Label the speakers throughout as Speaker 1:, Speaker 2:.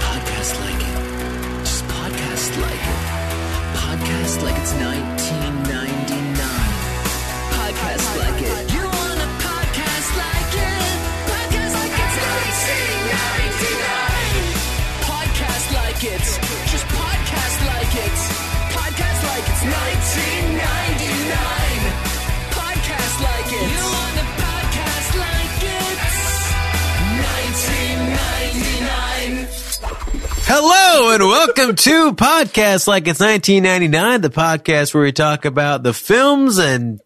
Speaker 1: Podcast like it. Just podcast like it. Podcast like it's 1999. Podcast like it. You want a podcast like it? Podcast like it's 1999. Podcast like it. Just podcast like it. Podcast like it's 1999. Podcast like it. You want a podcast like it? 1999.
Speaker 2: Hello and welcome to Podcast Like It's 1999, the podcast where we talk about the films and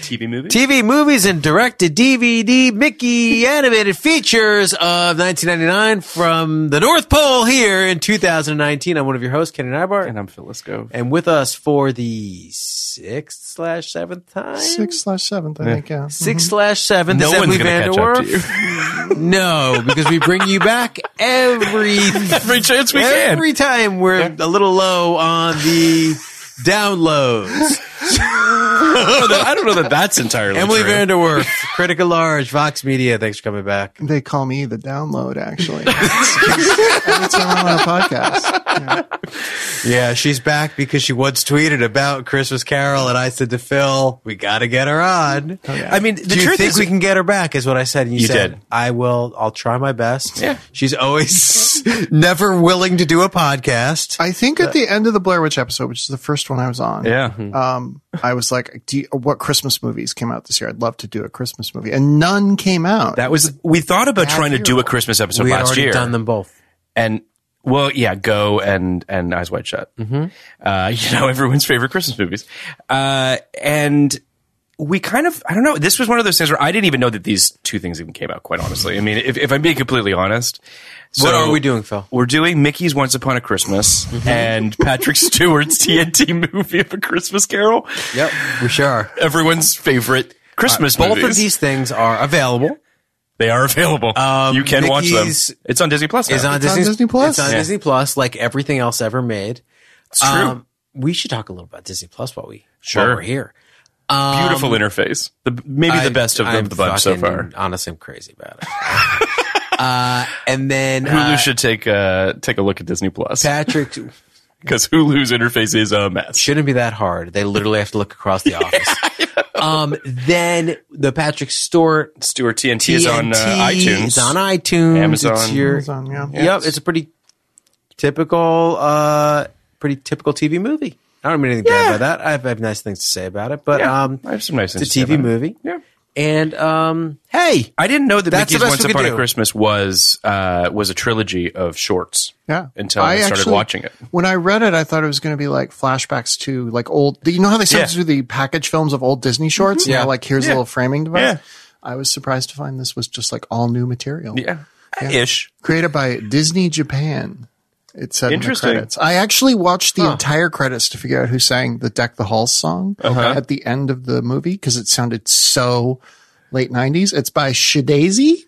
Speaker 3: TV movie?
Speaker 2: TV movies and directed DVD Mickey animated features of 1999 from the North Pole here in 2019. I'm one of your hosts, Kenny Nybart.
Speaker 3: and
Speaker 2: And,
Speaker 3: I'm Phyllis Gove.
Speaker 2: with us for the sixth slash seventh time?
Speaker 4: Six slash seventh, I think. Yeah. Mm-hmm.
Speaker 2: Six slash seventh.
Speaker 3: No
Speaker 2: is
Speaker 3: one's gonna
Speaker 2: Emily Van
Speaker 3: catch
Speaker 2: Der
Speaker 3: up to
Speaker 2: Werf. no, because we bring you back every
Speaker 3: Every chance we can.
Speaker 2: Every time we're a little low on the downloads.
Speaker 3: I don't know that that's entirely
Speaker 2: Emily
Speaker 3: true.
Speaker 2: Vanderwerf, Critic at Large, Vox Media. Thanks for coming back.
Speaker 4: They call me the download, actually. Every time I'm on a podcast.
Speaker 2: Yeah, she's back because she once tweeted about Christmas Carol, and I said to Phil, "We got to get her on." I mean, the
Speaker 3: truth
Speaker 2: think
Speaker 3: is-
Speaker 2: we can get her back is what I said. And you,
Speaker 3: You
Speaker 2: said,
Speaker 3: did.
Speaker 2: "I will. I'll try my best."
Speaker 3: Yeah.
Speaker 2: she's always never willing to do a podcast.
Speaker 4: I think at the end of the Blair Witch episode, which is the first one I was on,
Speaker 3: Yeah.
Speaker 4: um, I was like, Do you, what Christmas movies came out this year? I'd love to do a Christmas movie. And none came out.
Speaker 3: That was we thought about
Speaker 4: Bad
Speaker 3: trying to do
Speaker 4: year.
Speaker 3: a Christmas episode
Speaker 2: we had
Speaker 3: last
Speaker 2: already
Speaker 3: year.
Speaker 2: done them both.
Speaker 3: And well, yeah, go and and Eyes Wide Shut. Mm-hmm. Uh, you know, everyone's favorite Christmas movies. Uh, and we kind of I don't know. This was one of those things where I didn't even know that these two things even came out. Quite honestly, I mean, if, if I'm being completely honest.
Speaker 2: what
Speaker 3: So-
Speaker 2: are we doing, Phil? Mm-hmm.
Speaker 3: We're doing Mickey's Once Upon a Christmas and Patrick Stewart's TNT movie of a Christmas Carol.
Speaker 2: Yep, we sure are.
Speaker 3: Everyone's favorite Christmas
Speaker 2: Both
Speaker 3: movies.
Speaker 2: of these things are available.
Speaker 3: they are available.
Speaker 2: Um,
Speaker 3: you can watch
Speaker 2: Mickey's-
Speaker 3: them. It's on Disney Plus. Now.
Speaker 2: It's on,
Speaker 4: It's on
Speaker 2: Disney,
Speaker 4: Disney Plus?
Speaker 2: It's on
Speaker 4: Yeah.
Speaker 2: Disney Plus, like everything else ever made. It's
Speaker 3: true.
Speaker 2: we should talk a little about Disney Plus while we
Speaker 3: Sure.
Speaker 2: while we're here. Um,
Speaker 3: Beautiful interface. The, maybe
Speaker 2: I-
Speaker 3: the best of
Speaker 2: I'm
Speaker 3: the, the bunch so
Speaker 2: fucking-
Speaker 3: far.
Speaker 2: Honestly, I'm crazy about it. uh, and then
Speaker 3: Hulu
Speaker 2: uh,
Speaker 3: should take uh, take a look at Disney Plus
Speaker 2: Patrick
Speaker 3: because Hulu's interface is a mess.
Speaker 2: shouldn't be that hard. They literally have to look across the office. um, then the Patrick Stewart
Speaker 3: Stuart TNT,
Speaker 2: TNT
Speaker 3: is on uh, iTunes.
Speaker 2: It's on iTunes.
Speaker 3: Amazon.
Speaker 2: It's your,
Speaker 4: Amazon, yeah.
Speaker 2: Yep, it's a pretty typical, uh, pretty typical TV movie. I don't mean anything bad by that. I have, I have nice things to say about it, but
Speaker 3: Yeah,
Speaker 2: um,
Speaker 3: I have some nice
Speaker 2: it's a
Speaker 3: things to say about
Speaker 2: TV
Speaker 3: it.
Speaker 2: movie.
Speaker 3: Yeah.
Speaker 2: And um, hey,
Speaker 3: I didn't know that
Speaker 2: That's the
Speaker 3: Mickey's
Speaker 2: best
Speaker 3: Once
Speaker 2: we could
Speaker 3: Upon a
Speaker 2: do.
Speaker 3: Christmas was uh, was a trilogy of shorts.
Speaker 4: Yeah.
Speaker 3: Until I, started
Speaker 4: actually-
Speaker 3: watching it.
Speaker 4: When I read it, I thought it was going to be like flashbacks to like old, you know how they sometimes
Speaker 3: Yeah. Mm-hmm.
Speaker 4: do the package films of old Disney shorts?
Speaker 2: Yeah.
Speaker 4: Yeah. Like, here's a little framing device.
Speaker 3: Yeah.
Speaker 4: I was surprised to find this was just like all new material.
Speaker 3: Yeah. Ish.
Speaker 4: created by Disney Japan. It said in the
Speaker 3: Interesting.
Speaker 4: credits. I actually watched the entire credits to figure out who sang the Deck the Halls song at the end of the movie because it sounded so late '90s. It's by Shidazy.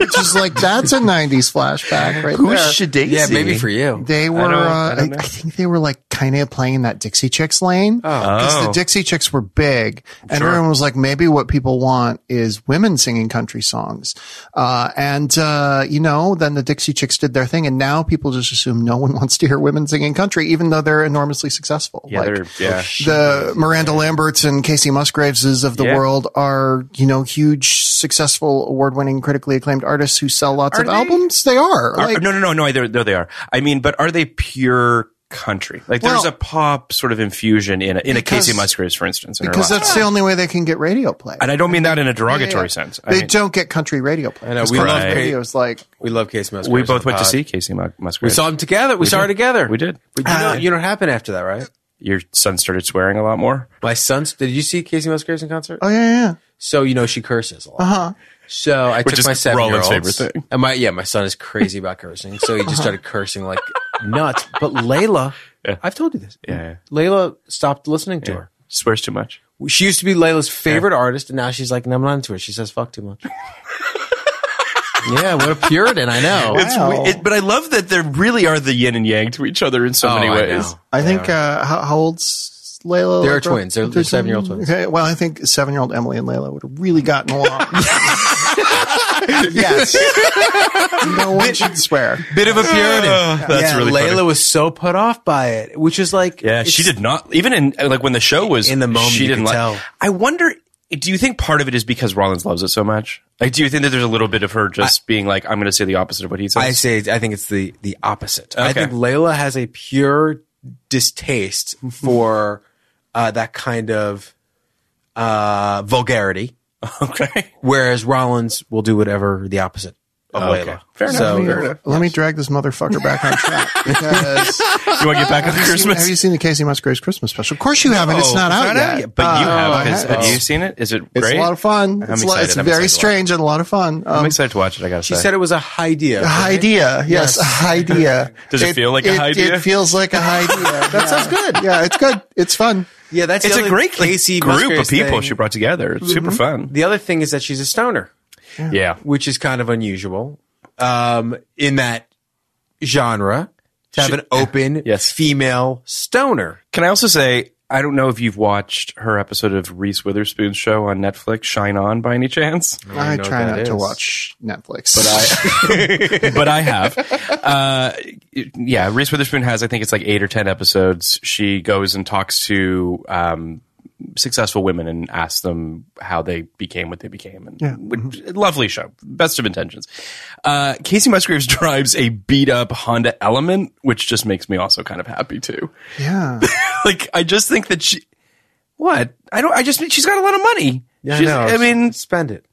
Speaker 4: which is like that's a '90s flashback right
Speaker 1: Who's
Speaker 4: there.
Speaker 1: Shadazy?
Speaker 2: Yeah, maybe for you.
Speaker 4: They were, I,
Speaker 3: don't- I
Speaker 4: uh, I,
Speaker 3: don't know. Oh.
Speaker 4: I think they were like kind of playing that Dixie Chicks lane. Because the Dixie Chicks were big. And everyone was like, maybe what people want is women singing country songs. Uh, and, uh, you know, then the Dixie Chicks did their thing. And now people just assume no one wants to hear women singing country, even though they're enormously successful.
Speaker 3: Yeah, they're- yeah.
Speaker 4: The Miranda Lamberts and Casey Musgraveses of the
Speaker 3: Yeah.
Speaker 4: world are, you know, huge, successful, award winning, critically acclaimed artists who sell lots
Speaker 3: Are
Speaker 4: of
Speaker 3: they?
Speaker 4: albums. They are.
Speaker 3: Are-
Speaker 4: Like-
Speaker 3: no, no, no, no. They're, no, they are. I mean, but are they pure country? Like, there's
Speaker 4: Well-
Speaker 3: a pop sort of infusion in a, in
Speaker 4: Because-
Speaker 3: a Casey Musgraves, for instance. In her
Speaker 4: because
Speaker 3: life.
Speaker 4: that's the only way they can get radio play.
Speaker 3: and I don't mean that in a derogatory
Speaker 4: Yeah.
Speaker 3: sense. I
Speaker 4: They
Speaker 3: mean,
Speaker 4: don't get country radio play.
Speaker 2: I know,
Speaker 4: It's
Speaker 2: we
Speaker 4: country
Speaker 3: love-
Speaker 4: radio is like
Speaker 2: We love Case Musgraves.
Speaker 3: We
Speaker 2: on
Speaker 3: both
Speaker 2: the
Speaker 3: went to
Speaker 2: pod.
Speaker 3: see Casey Mu-
Speaker 2: We
Speaker 3: Musgraves.
Speaker 2: saw him together. We, saw her together.
Speaker 3: We did. Uh,
Speaker 2: But you know, you know what happened after that, right?
Speaker 3: Your son started swearing a lot more.
Speaker 2: My son's. Did you see Casey Musgraves in concert?
Speaker 4: oh yeah yeah.
Speaker 2: So you know she curses a lot. Uh-huh. So I
Speaker 3: Which
Speaker 2: took
Speaker 3: is
Speaker 2: my seven year
Speaker 3: Roland's
Speaker 2: old.
Speaker 3: favorite thing.
Speaker 2: And my yeah, my son is crazy about cursing, so he just started cursing like nuts. But Layla, I've told you this.
Speaker 3: Yeah.
Speaker 2: Layla stopped listening to her.
Speaker 3: Swears too much.
Speaker 2: She used to be Layla's favorite artist, and now she's like, no, I'm not into her. She says fuck too much. yeah, what a Puritan, I know.
Speaker 3: It's we- it- but I love that there really are the yin and yang to each other in so
Speaker 2: Oh,
Speaker 3: many
Speaker 2: I
Speaker 3: ways.
Speaker 2: know.
Speaker 4: I think uh, how, how old's Layla?
Speaker 2: They're
Speaker 4: Like,
Speaker 2: twins. They're- they're seven-year-old twins.
Speaker 4: Okay, well, I think seven-year-old Emily and Layla would have really gotten along. yes. No one should swear.
Speaker 2: Bit of a Puritan.
Speaker 3: Uh, that's
Speaker 2: yeah,
Speaker 3: really
Speaker 2: Layla
Speaker 3: funny.
Speaker 2: was so put off by it, which is like
Speaker 3: Yeah, she
Speaker 2: it's-
Speaker 3: did not. Even in like when the show was
Speaker 2: In the moment,
Speaker 3: she
Speaker 2: you
Speaker 3: didn't
Speaker 2: could
Speaker 3: like.
Speaker 2: tell.
Speaker 3: I wonder. Do you think part of it is because Rollins loves it so much? Like, do you think that there's a little bit of her just being like, "I'm going to say the opposite of what he says"?
Speaker 2: I say I think it's the the opposite. I
Speaker 3: Okay.
Speaker 2: think Layla has a pure distaste for uh, that kind of uh, vulgarity,
Speaker 3: Okay,
Speaker 2: whereas Rollins will do whatever the opposite of
Speaker 3: Okay.
Speaker 2: Layla.
Speaker 3: Fair enough.
Speaker 2: So,
Speaker 4: Let me, let me drag this motherfucker back on track. Because
Speaker 3: you want to get back on Christmas? Oh,
Speaker 4: have you seen the Casey Musgraves Christmas special? Of course you haven't. it's not out yet.
Speaker 3: But you
Speaker 4: Uh,
Speaker 3: have.
Speaker 4: I
Speaker 3: Has-
Speaker 4: have.
Speaker 3: Have you seen it? Is it
Speaker 4: It's
Speaker 3: great?
Speaker 4: a lot of fun.
Speaker 3: I'm
Speaker 4: it's a lot-
Speaker 3: excited.
Speaker 4: it's
Speaker 3: I'm
Speaker 4: very
Speaker 3: excited to watch it.
Speaker 4: strange and a lot of fun.
Speaker 3: I'm
Speaker 4: Um,
Speaker 3: excited to watch it. I gotta
Speaker 2: she
Speaker 3: say.
Speaker 2: said it was a idea.
Speaker 4: A idea. Yes, a idea.
Speaker 3: Does it feel like a idea?
Speaker 4: It feels like a idea. that sounds good. Yeah, it's good. It's fun.
Speaker 2: Yeah, that's
Speaker 3: it's
Speaker 2: the
Speaker 3: a
Speaker 2: other
Speaker 3: great like,
Speaker 2: Casey
Speaker 3: group of
Speaker 2: Musgraves
Speaker 3: people
Speaker 2: thing. Mm-hmm.
Speaker 3: she brought together. It's super fun.
Speaker 2: the other thing is that she's a stoner,
Speaker 3: Yeah.
Speaker 2: which is kind of unusual um, in that genre to have an open
Speaker 3: Yes.
Speaker 2: female stoner.
Speaker 3: Can I also say I don't know if you've watched her episode of Reese Witherspoon's show on Netflix, Shine On, by any chance?
Speaker 4: I,
Speaker 2: know
Speaker 4: try
Speaker 2: what
Speaker 4: not
Speaker 2: that
Speaker 4: to
Speaker 2: is.
Speaker 4: watch Netflix, but I
Speaker 3: but I have. Uh, yeah, Reese Witherspoon has. I think it's like eight or ten episodes. She goes and talks to um, successful women and asks them how they became what they became. And which- lovely show, best of intentions. Uh, Casey Musgraves drives a beat up Honda Element, which just makes me also kind of happy too.
Speaker 4: yeah.
Speaker 3: like I just think that she. What I don't. I just she's got a lot of money. she's, I mean,
Speaker 2: spend it,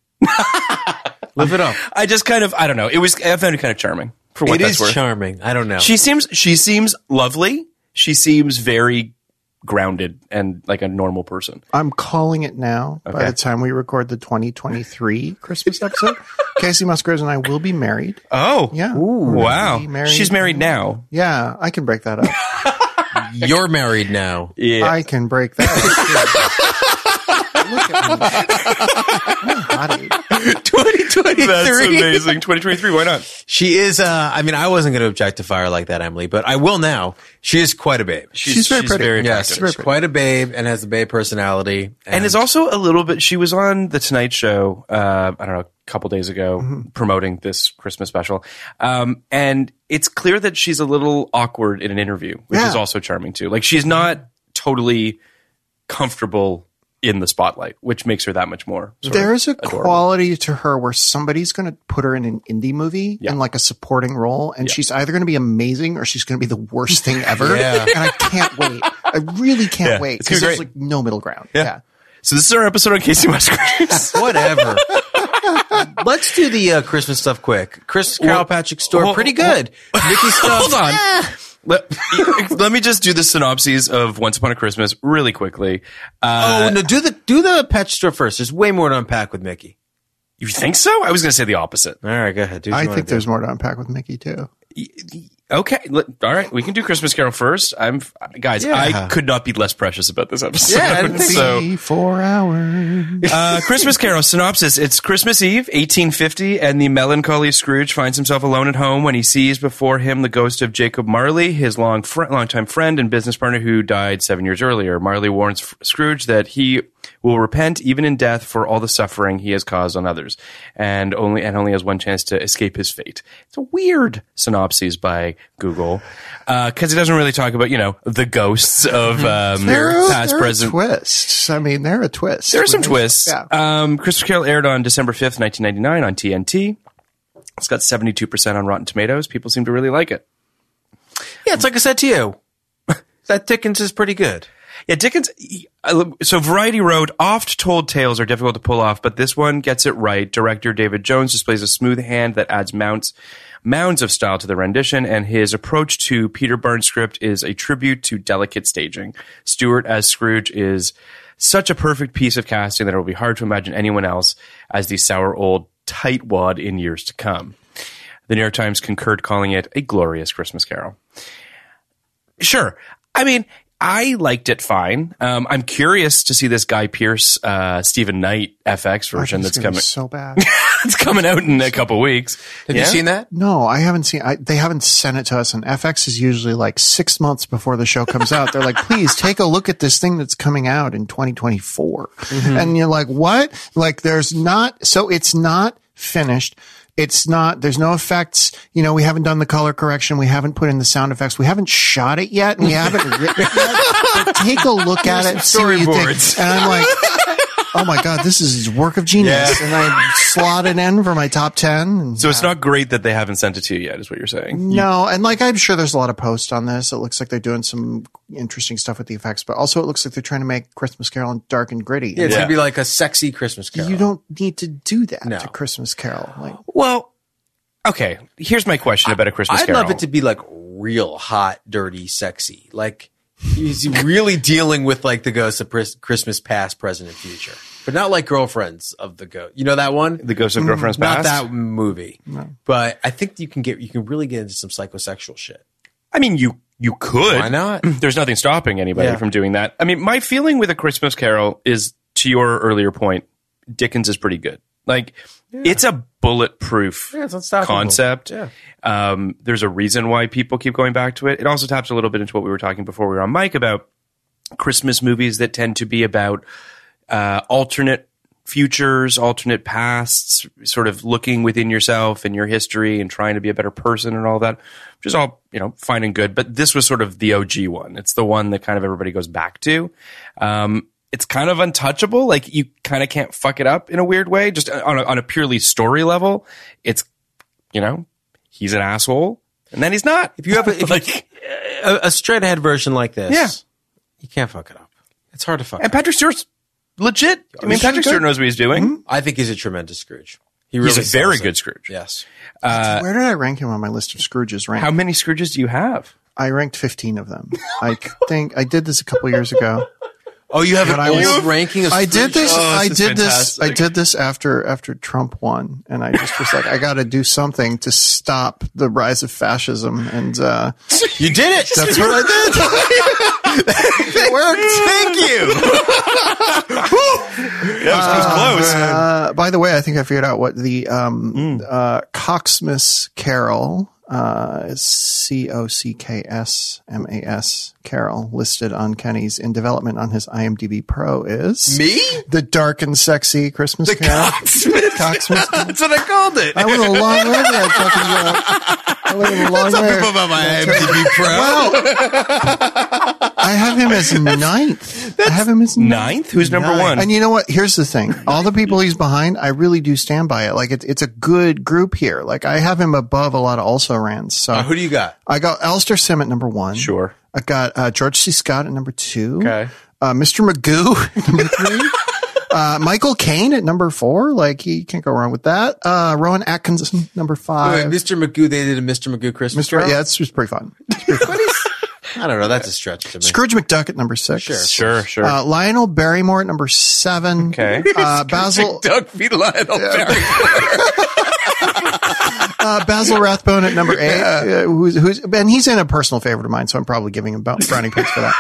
Speaker 2: live it up.
Speaker 3: I just kind of. I don't know. It was. I found it kind of charming. For what
Speaker 2: It
Speaker 3: that's
Speaker 2: is
Speaker 3: worth.
Speaker 2: charming. I don't know.
Speaker 3: She seems she seems lovely. She seems very grounded and like a normal person.
Speaker 4: I'm calling it now. By
Speaker 3: Okay.
Speaker 4: the time we record the 2023 Christmas episode, Casey Musgraves and I will be married.
Speaker 3: Oh,
Speaker 4: Yeah.
Speaker 3: wow.
Speaker 4: Really married.
Speaker 3: She's married now.
Speaker 4: Yeah, I can break that up.
Speaker 2: You're married now.
Speaker 3: Yeah.
Speaker 4: I can break that. up. too. Look at me. I'm hottie.
Speaker 2: 2023.
Speaker 3: That's amazing. 2023, why not?
Speaker 2: She is, uh, I mean, I wasn't going to objectify her like that, Emily, but I will now. She is quite a babe.
Speaker 3: She's,
Speaker 4: very pretty.
Speaker 2: yes,
Speaker 3: attractive.
Speaker 2: she's quite a babe and has the babe personality.
Speaker 3: And is also a little bit she was on the Tonight Show uh I don't know, a couple days ago promoting this Christmas special. Um and it's clear that she's a little awkward in an interview, which
Speaker 4: Yeah.
Speaker 3: is also charming too. Like she's not totally comfortable in the spotlight, which makes her that much more. sort of
Speaker 4: There is a
Speaker 3: adorable.
Speaker 4: quality to her where somebody's going to put her in an indie movie in like a supporting role, and she's either going to be amazing or she's going to be the worst thing ever.
Speaker 2: Yeah.
Speaker 4: And I can't wait. I really can't
Speaker 3: Yeah,
Speaker 4: wait
Speaker 3: it's gonna
Speaker 4: because
Speaker 3: be
Speaker 4: there's
Speaker 3: great.
Speaker 4: like no middle ground.
Speaker 3: Yeah.
Speaker 4: Yeah.
Speaker 3: So this is our episode on Casey Musgraves.
Speaker 2: whatever. Let's do the uh, Christmas stuff quick. Chris Carol Patrick store,
Speaker 3: well,
Speaker 2: pretty good. Mickey stuff.
Speaker 3: Hold on. Let, let me just do the synopses of Once Upon a Christmas really quickly. Uh,
Speaker 2: Oh no, do the do the pet store first. There's way more to unpack with Mickey.
Speaker 3: You think so? I was going to say the opposite.
Speaker 2: All right, go ahead. Do what you
Speaker 4: I
Speaker 2: wanna
Speaker 4: think
Speaker 2: do.
Speaker 4: there's more to unpack with Mickey too.
Speaker 3: Okay, li- all right. We can do Christmas Carol first. I'm guys. I could not be less precious about this episode.
Speaker 5: Yeah, I didn't think
Speaker 3: so
Speaker 4: Four hours.
Speaker 3: Uh, Christmas Carol synopsis. It's Christmas Eve, 1850, and the melancholy Scrooge finds himself alone at home when he sees before him the ghost of Jacob Marley, his long fr- longtime friend and business partner who died seven years earlier. Marley warns F- Scrooge that he will repent even in death for all the suffering he has caused on others, and only and only has one chance to escape his fate. It's a weird synopsis by Google because it doesn't really talk about you know the ghosts of um,
Speaker 4: Mm-hmm. They're,
Speaker 3: past,
Speaker 4: they're
Speaker 3: present,
Speaker 4: a twist. I mean, they're a twist.
Speaker 3: there are some
Speaker 4: When they-
Speaker 3: twists.
Speaker 4: Yeah.
Speaker 3: Um, Christmas Carol aired on December 5th, 1999 on TNT. It's got 72% on Rotten Tomatoes. People seem to really like it.
Speaker 5: Yeah, it's like I said to you. that Dickens is pretty good.
Speaker 3: Yeah, Dickens. I love- So Variety wrote, oft told tales are difficult to pull off, but this one gets it right. Director David Jones displays a smooth hand that adds mounts, mounds of style to the rendition, and his approach to Peter Burns' script is a tribute to delicate staging. Stewart as Scrooge is such a perfect piece of casting that it will be hard to imagine anyone else as the sour old tightwad in years to come. The New York Times concurred, calling it a glorious Christmas carol sure. I mean, I liked it fine. Um, I'm curious to see this Guy Pierce, uh, Stephen Knight FX
Speaker 4: I think
Speaker 3: version
Speaker 4: it's
Speaker 3: that's
Speaker 4: gonna be
Speaker 3: coming.
Speaker 4: so bad.
Speaker 3: It's coming out in a couple weeks.
Speaker 5: Have
Speaker 3: Yeah?
Speaker 5: you seen that?
Speaker 4: No, I haven't seen. I, they haven't sent it to us, and FX is usually like six months before the show comes out. They're like, "Please take a look at this thing that's coming out in 2024,"
Speaker 3: Mm-hmm.
Speaker 4: and you're like, "What?" Like, there's not. So it's not finished. It's not. There's no effects. You know, we haven't done the color correction. We haven't put in the sound effects. We haven't shot it yet. and We haven't written it yet. But take a look at it. see what you think.
Speaker 3: storyboards.
Speaker 4: And I'm like. Oh my God, this is work of genius. And I slot it in for my top 10. And
Speaker 3: So it's not great that they haven't sent it to you yet, is what you're saying.
Speaker 4: no, and like I'm sure there's a lot of posts on this. It looks like they're doing some interesting stuff with the effects, but also it looks like they're trying to make Christmas Carol dark and gritty.
Speaker 5: Yeah, it's
Speaker 3: Yeah.
Speaker 5: gonna be like a sexy Christmas carol.
Speaker 4: You don't need to do that
Speaker 5: No.
Speaker 4: to Christmas Carol. Like
Speaker 3: Well, okay. Here's my question about a Christmas
Speaker 5: I'd
Speaker 3: Carol.
Speaker 5: love it to be like real hot, dirty, sexy. Like he's really dealing with like the ghosts of pres- Christmas past, present, and future, but not like girlfriends of the ghost. You know that one?
Speaker 3: the Ghost of Girlfriend's
Speaker 5: not
Speaker 3: Past.
Speaker 5: that movie, but I think you can get you can really get into some psychosexual shit.
Speaker 3: I mean, you you could.
Speaker 5: Why not?
Speaker 3: There's nothing stopping anybody
Speaker 5: Yeah.
Speaker 3: from doing that. I mean, my feeling with a Christmas Carol is, to your earlier point, Dickens is pretty good. Like, it's a bulletproof
Speaker 5: Yeah, it's unstoppable.
Speaker 3: concept.
Speaker 5: Yeah.
Speaker 3: Um, there's a reason why people keep going back to it. It also taps a little bit into what we were talking before we were on mic about Christmas movies that tend to be about uh, alternate futures, alternate pasts, sort of looking within yourself and your history and trying to be a better person and all that, which is all, you know, fine and good. But this was sort of the OG one. It's the one that kind of everybody goes back to. Um, it's kind of untouchable. Like you kind of can't fuck it up in a weird way, just on a, on a purely story level. It's, you know, he's an asshole and then he's not.
Speaker 5: If you have a, if you- a, a straight ahead version like this,
Speaker 3: Yeah.
Speaker 5: you can't fuck it up. It's hard to fuck.
Speaker 3: And
Speaker 5: up.
Speaker 3: Patrick Stewart's legit. I mean, Patrick
Speaker 5: He's good. Mm-hmm.
Speaker 3: Stewart knows what he's doing.
Speaker 5: I think he's a tremendous Scrooge. He
Speaker 3: He's a
Speaker 5: sells
Speaker 3: very
Speaker 5: it.
Speaker 3: good Scrooge.
Speaker 5: Yes.
Speaker 4: where did I rank him on my list of Scrooges rank?
Speaker 3: Uh, How many Scrooges do you have?
Speaker 4: I ranked fifteen of them. I think I did this a couple years ago.
Speaker 5: Oh, you have an
Speaker 4: I
Speaker 5: old
Speaker 4: was-
Speaker 5: ranking of
Speaker 4: I did this.
Speaker 3: Oh, this
Speaker 4: I
Speaker 3: is
Speaker 4: did this. I
Speaker 3: fantastic.
Speaker 4: did this after after Trump won, and I just was like, I got to do something to stop the rise of fascism. And uh,
Speaker 5: You did it.
Speaker 4: that's what I did.
Speaker 5: it worked. Thank you.
Speaker 4: Uh, by the way, I think I figured out what the um,
Speaker 5: Mm.
Speaker 4: uh, Coxmas Carol, uh, C O C K S M A S Carol, listed on Kenny's in development on his IMDb Pro is
Speaker 5: Me?
Speaker 4: the dark and sexy Christmas Carol.
Speaker 5: Cocksmith.
Speaker 4: Cocksmith.
Speaker 5: That's what I called it.
Speaker 4: I went a long way there talking about. I went a long way.
Speaker 5: People about my IMDb Pro.
Speaker 4: I have him as ninth. I have him as ninth.
Speaker 3: Ninth? Who's number one?
Speaker 4: And you know what? Here's the thing. All the people he's behind, I really do stand by it. Like it's it's a good group here. Like I have him above a lot of also rans. So
Speaker 5: Uh, who do you got?
Speaker 4: I got Alistair Sim at number one.
Speaker 3: Sure.
Speaker 4: I got uh, George C. Scott at number two. Okay. Uh, Mr. Magoo at number three. Uh, Michael Caine at number four. Like he can't go wrong with that. Uh, Rowan Atkinson number
Speaker 5: Wait,
Speaker 4: five.
Speaker 5: Mr. Magoo. They did a Mr. Magoo Christmas.
Speaker 4: Mr.
Speaker 5: Carol?
Speaker 4: Yeah, it's, it's pretty fun.
Speaker 5: I don't know. That's a stretch to me.
Speaker 4: Scrooge McDuck at number six.
Speaker 3: sure, sure.
Speaker 4: Uh, Lionel Barrymore at number seven.
Speaker 3: Okay.
Speaker 4: Uh, Basil
Speaker 5: Doug P. Lionel Barry.
Speaker 4: uh, Basil Rathbone at number eight, uh, who's, who's, and he's in a personal favorite of mine, so I'm probably giving him bo- brownie points for that.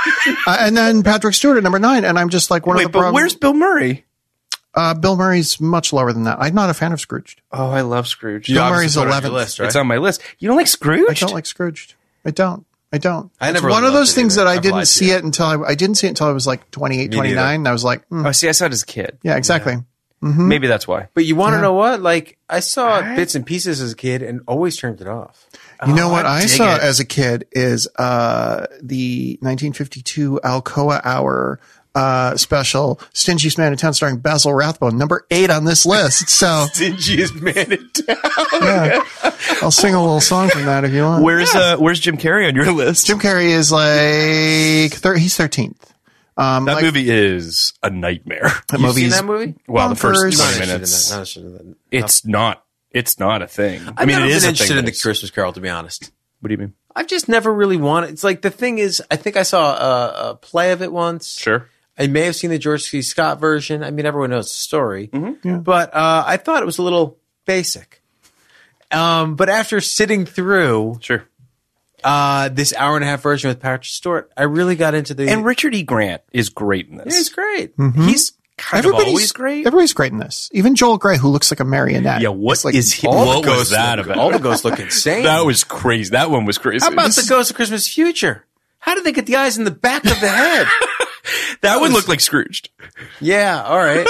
Speaker 4: Uh, and then Patrick Stewart at number nine, and I'm just like one
Speaker 3: Wait,
Speaker 4: of
Speaker 3: but
Speaker 4: the problems.
Speaker 3: where's Bill Murray?
Speaker 4: uh, Bill Murray's much lower than that. I'm not a fan of Scrooged.
Speaker 3: Oh, I love Scrooge.
Speaker 4: Bill
Speaker 2: obviously
Speaker 4: Murray's
Speaker 2: put it on your
Speaker 4: 11th.
Speaker 2: list, right?
Speaker 3: It's on my list. You don't like Scrooge?
Speaker 4: I don't like Scrooged. I don't. I don't.
Speaker 2: I
Speaker 4: it's
Speaker 2: never
Speaker 4: one
Speaker 2: really
Speaker 4: of those
Speaker 2: loved it
Speaker 4: things
Speaker 2: either.
Speaker 4: that I
Speaker 2: I've lied
Speaker 4: didn't
Speaker 2: to
Speaker 4: see
Speaker 2: you.
Speaker 4: it until I, I didn't see it until I was like 28,
Speaker 2: neither.
Speaker 4: 29, and I was like, mm,
Speaker 3: Oh, see, I saw it as a kid.
Speaker 4: yeah, exactly.
Speaker 3: Maybe that's why.
Speaker 2: But you want to know what? Like, I saw bits and pieces as a kid and always turned it off.
Speaker 4: You know what I,
Speaker 3: Oh, dig
Speaker 4: saw
Speaker 3: it.
Speaker 4: as a kid is uh, the 1952 Alcoa Hour uh, special, Stingiest Man in Town, starring Basil Rathbone, number eight on this list. So
Speaker 3: Stingiest man in town.
Speaker 4: yeah, I'll sing a little song from that if you want.
Speaker 3: Where's uh, Where's Jim Carrey on your list?
Speaker 4: Jim Carrey is like thir- he's 13th. Um,
Speaker 3: that
Speaker 4: like,
Speaker 3: movie is a nightmare.
Speaker 4: that
Speaker 2: You
Speaker 4: movie
Speaker 2: seen
Speaker 4: is
Speaker 2: that movie?
Speaker 3: Well, the first 20
Speaker 4: bonkers.
Speaker 2: Not
Speaker 3: minutes.
Speaker 2: interested in that. Not interested in that.
Speaker 3: It's not. It's not a thing. I
Speaker 2: I've
Speaker 3: mean,
Speaker 2: never
Speaker 3: it
Speaker 2: been
Speaker 3: is a
Speaker 2: interested
Speaker 3: thing.
Speaker 2: in the
Speaker 3: but it's-
Speaker 2: Christmas Carol, to be honest.
Speaker 3: what do you mean?
Speaker 2: I've just never really wanted. It's like the thing is, I think I saw a, a play of it once.
Speaker 3: Sure.
Speaker 2: I may have seen the George C. Scott version. I mean, everyone knows the story,
Speaker 3: Mm-hmm.
Speaker 2: but uh, I thought it was a little basic. Um, but after sitting through
Speaker 3: Sure.
Speaker 2: uh, this hour and a half version with Patrick Stewart, I really got into the.
Speaker 3: And Richard E. Grant is great in this.
Speaker 2: it's great.
Speaker 3: He's kind of
Speaker 4: Everybody's
Speaker 3: always great.
Speaker 4: Everybody's great in this. Even Joel Gray, who looks like a marionette.
Speaker 3: yeah, what is
Speaker 4: It's like,
Speaker 3: he?
Speaker 2: All the
Speaker 3: What was
Speaker 2: ghosts
Speaker 3: that
Speaker 2: look-
Speaker 3: about?
Speaker 2: All the ghosts look insane.
Speaker 3: that was crazy. That one was crazy.
Speaker 2: How about the Ghost of Christmas Future? How did they get the eyes in the back of the head?
Speaker 3: that one looked like Scrooged.
Speaker 2: yeah, all right.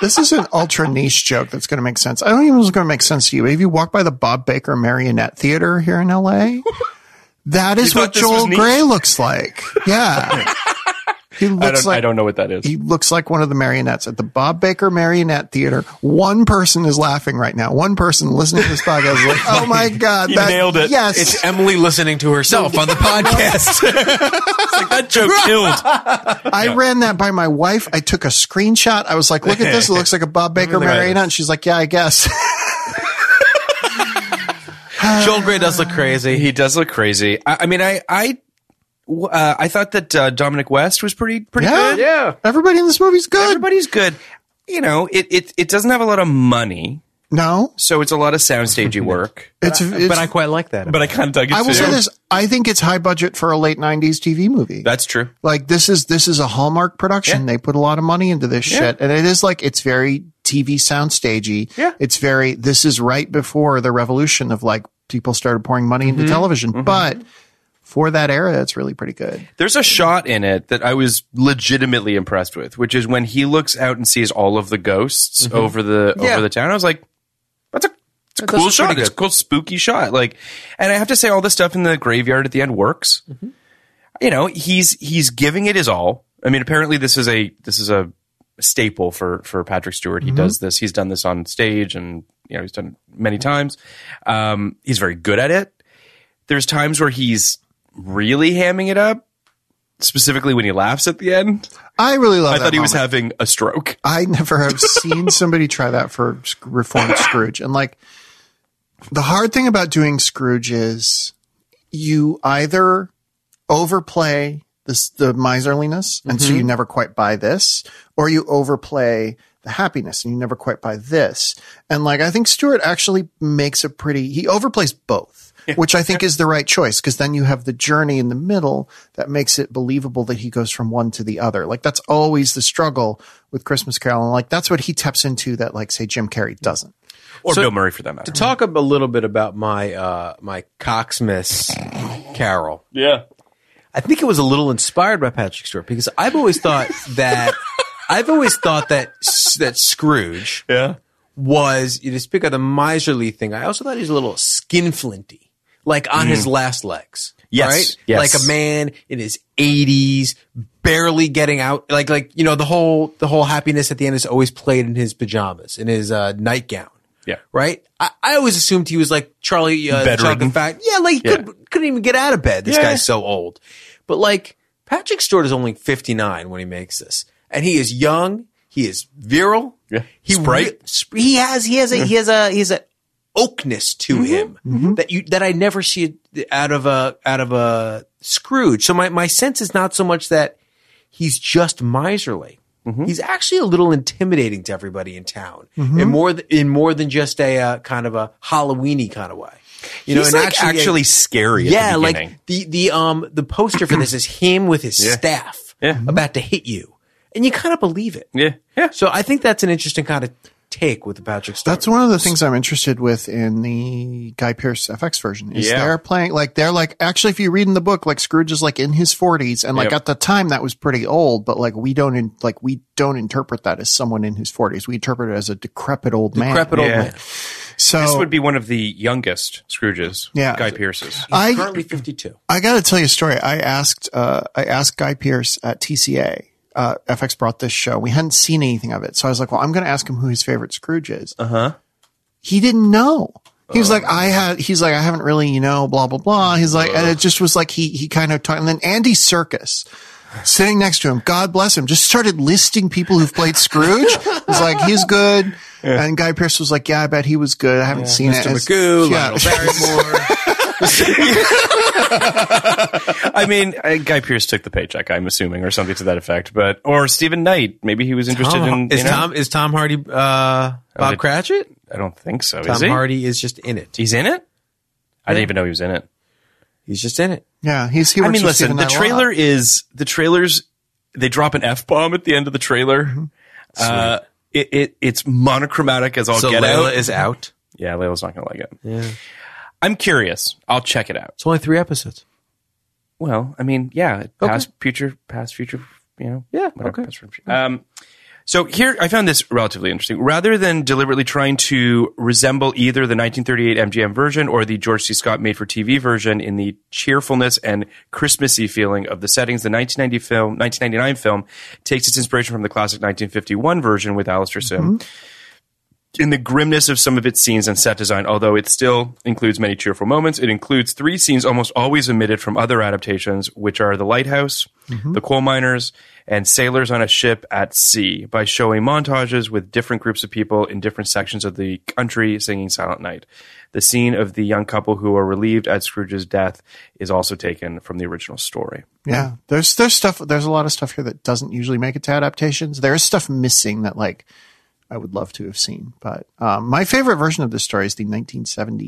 Speaker 4: This is an ultra niche joke that's going to make sense. I don't even know if it's going to make sense to you. Have you walked by the Bob Baker Marionette Theater here in LA? That is
Speaker 3: You thought
Speaker 4: what
Speaker 3: this was
Speaker 4: Joel
Speaker 3: niche?
Speaker 4: Gray looks like. Yeah. He
Speaker 3: I
Speaker 4: looks
Speaker 3: don't,
Speaker 4: like
Speaker 3: I don't know what that is.
Speaker 4: he looks like one of the marionettes at the Bob Baker Marionette Theater. One person is laughing right now. One person listening to this podcast is like, "Oh my god,
Speaker 3: You nailed it.
Speaker 4: Yes,
Speaker 2: It's Emily listening to herself on the podcast.
Speaker 3: It's like that joke killed.
Speaker 4: I ran that by my wife. I took a screenshot. I was like, look at this. It looks like a Bob Baker
Speaker 2: Look at
Speaker 4: marionette.
Speaker 2: this.
Speaker 4: And she's like, yeah, I guess.
Speaker 2: Joel Gray does look crazy.
Speaker 3: He does look crazy. I, I mean, I I w- uh, I thought that uh, Dominic West was pretty pretty
Speaker 4: yeah.
Speaker 3: good.
Speaker 4: Everybody in this movie's good.
Speaker 3: everybody's good. You know, it, it it doesn't have a lot of money,
Speaker 4: No,
Speaker 3: so it's a lot of soundstagey work.
Speaker 4: it's, it's
Speaker 2: but I quite like that.
Speaker 3: But I kind of dug it
Speaker 4: I will
Speaker 3: too.
Speaker 4: say this. I think it's high budget for a late nineties TV movie.
Speaker 3: That's true.
Speaker 4: like this is, this is a Hallmark production. They put a lot of money into this shit. And it is like, it's very TV sound stagey.
Speaker 3: Yeah.
Speaker 4: It's very, this is right before the revolution of like people started pouring money into television. But for that era, it's really pretty good.
Speaker 3: There's a shot in it that I was legitimately impressed with, which is when he looks out and sees all of the ghosts over the
Speaker 2: Yeah.
Speaker 3: over the town. I was like, that's a it's a
Speaker 2: That's
Speaker 3: cool
Speaker 2: pretty
Speaker 3: shot. It's a
Speaker 2: good.
Speaker 3: cool spooky shot. Like, and I have to say, all the stuff in the graveyard at the end works. You know, he's he's giving it his all. I mean, apparently this is a this is a staple for for Patrick Stewart. He does this. He's done this on stage, and you know he's done it many times. Um, he's very good at it. There's times where he's really hamming it up, specifically when he laughs at the end.
Speaker 4: I really love
Speaker 3: I
Speaker 4: that
Speaker 3: thought he was
Speaker 4: moment.
Speaker 3: having a stroke.
Speaker 4: I never have seen somebody try that for Sc- reformed Scrooge. And like the hard thing about doing Scrooge is you either overplay this the miserliness and so you never quite buy this or you overplay the happiness and you never quite buy this. And like I think Stewart actually makes a pretty he overplays both. Which I think is the right choice because then you have the journey in the middle that makes it believable that he goes from one to the other. Like that's always the struggle with Christmas Carol, and like that's what he taps into that like say Jim Carrey doesn't.
Speaker 3: Or
Speaker 2: So-
Speaker 3: Bill Murray for that matter.
Speaker 2: to talk a little bit about my uh, my Coxmas Carol,
Speaker 3: yeah.
Speaker 2: I think it was a little inspired by Patrick Stewart because I've always thought that I've always thought that S- that Scrooge
Speaker 3: Yeah.
Speaker 2: was you just pick out the miserly thing. I also thought he was a little skinflinty, like on his last legs.
Speaker 3: Mm. Yes,
Speaker 2: right?
Speaker 3: yes.
Speaker 2: like a man in his eighties, barely getting out. Like like you know the whole the whole happiness at the end is always played in his pajamas in his uh, nightgown.
Speaker 3: Yeah.
Speaker 2: right. I, I always assumed he was like Charlie uh, the
Speaker 3: Bedridden.
Speaker 2: Chocolate Fact. Yeah, like he Could, couldn't even get out of bed. This
Speaker 3: Yeah.
Speaker 2: guy's so old, but like Patrick Stewart is only fifty nine when he makes this, and he is young. He is virile.
Speaker 3: Yeah.
Speaker 2: He
Speaker 3: Sprite.
Speaker 2: re- sp- he has he has a he has a he has a oakness to him that you that I never see out of a out of a Scrooge. So my my sense is not so much that he's just miserly.
Speaker 3: Mm-hmm.
Speaker 5: He's actually a little intimidating to everybody in town, in more th- in more than just a uh, kind of a Halloweeny kind of way. You
Speaker 3: He's,
Speaker 5: and
Speaker 3: like, actually scary at
Speaker 5: yeah,
Speaker 3: the beginning.
Speaker 5: like the the um the poster for this is him with his staff
Speaker 3: Yeah.
Speaker 4: Mm-hmm.
Speaker 5: about to hit you, and you kind of believe it.
Speaker 3: Yeah. Yeah.
Speaker 5: So I think that's an interesting kind of take with the Patrick Star.
Speaker 4: That's one of the things I'm interested with in the Guy Pearce FX version. Is
Speaker 3: Yeah.
Speaker 4: they're playing like they're like actually if you read in the book like Scrooge is like in his 40s and like
Speaker 3: Yep.
Speaker 4: at the time that was pretty old, but like we don't in, like we don't interpret that as someone in his 40s. We interpret it as a decrepit old man.
Speaker 5: decrepit old
Speaker 3: Yeah.
Speaker 5: man.
Speaker 4: So
Speaker 3: This would be one of the youngest Scrooges.
Speaker 4: Yeah.
Speaker 3: Guy Pierce's.
Speaker 5: He's
Speaker 4: I-
Speaker 5: currently fifty two.
Speaker 4: I got to tell you a story. I asked uh, I asked Guy Pierce at TCA. Uh, FX brought this show. We hadn't seen anything of it, so I was like, "Well, I'm going to ask him who his favorite Scrooge is." Uh
Speaker 5: Uh-huh.
Speaker 4: huh. He didn't know. He
Speaker 5: Oh.
Speaker 4: was like, "I had." He's like, "I haven't really, you know, blah blah blah." He's like, and it just was like he he kind of talked. And then Andy Circus sitting next to him, God bless him, just started listing people who've played Scrooge. He's like, "He's good," and Guy Pierce was like, "Yeah, I bet he was good. I haven't seen it."
Speaker 5: Mr.
Speaker 4: It's-
Speaker 5: Magoo,
Speaker 4: yeah.
Speaker 5: Lionel Barrymore.
Speaker 3: I mean, uh, Guy Pierce took the paycheck, I'm assuming, or something to that effect. But or Stephen Knight, maybe he was interested in.
Speaker 5: is
Speaker 3: you know? Oh,
Speaker 5: Tom is Tom Hardy uh, Bob
Speaker 3: did-
Speaker 5: Cratchit?
Speaker 3: I don't think so.
Speaker 5: Tom
Speaker 3: is he?
Speaker 5: Hardy is just in it.
Speaker 3: He's in it. I didn't even know he was in it.
Speaker 5: He's just in it.
Speaker 4: yeah, he's he.
Speaker 3: I
Speaker 4: works
Speaker 3: mean,
Speaker 4: with
Speaker 3: listen,
Speaker 4: Stephen
Speaker 3: the
Speaker 4: Knight a lot.
Speaker 3: trailer is the trailers. They drop an f bomb at the end of the trailer. Uh, it, it it's monochromatic as all
Speaker 5: so
Speaker 3: get
Speaker 5: Layla
Speaker 3: out.
Speaker 5: is out.
Speaker 3: yeah, Layla's not gonna like it. Yeah. I'm curious. I'll check it out.
Speaker 5: It's only three episodes.
Speaker 3: Well, I mean, yeah,
Speaker 5: Okay.
Speaker 3: past, future, past, future, you know,
Speaker 5: Yeah, okay.
Speaker 3: past, future. Um, so here, I found this relatively interesting. Rather than deliberately trying to resemble either the 1938 MGM version or the George C. Scott made-for-TV version in the cheerfulness and Christmassy feeling of the settings, the 1990 film, 1999 film takes its inspiration from the classic 1951 version with Alistair Sim
Speaker 4: Mm-hmm.
Speaker 3: in the grimness of some of its scenes and set design, although it still includes many cheerful moments. It includes three scenes almost always omitted from other adaptations, which are the lighthouse,
Speaker 5: Mm-hmm.
Speaker 3: the coal miners, and sailors on a ship at sea, by showing montages with different groups of people in different sections of the country singing Silent Night. The scene of the young couple who are relieved at Scrooge's death is also taken from the original story.
Speaker 4: Yeah, there's there's stuff. There's a lot of stuff here that doesn't usually make it to adaptations. There's stuff missing that like I would love to have seen. But um, my favorite version of this story is the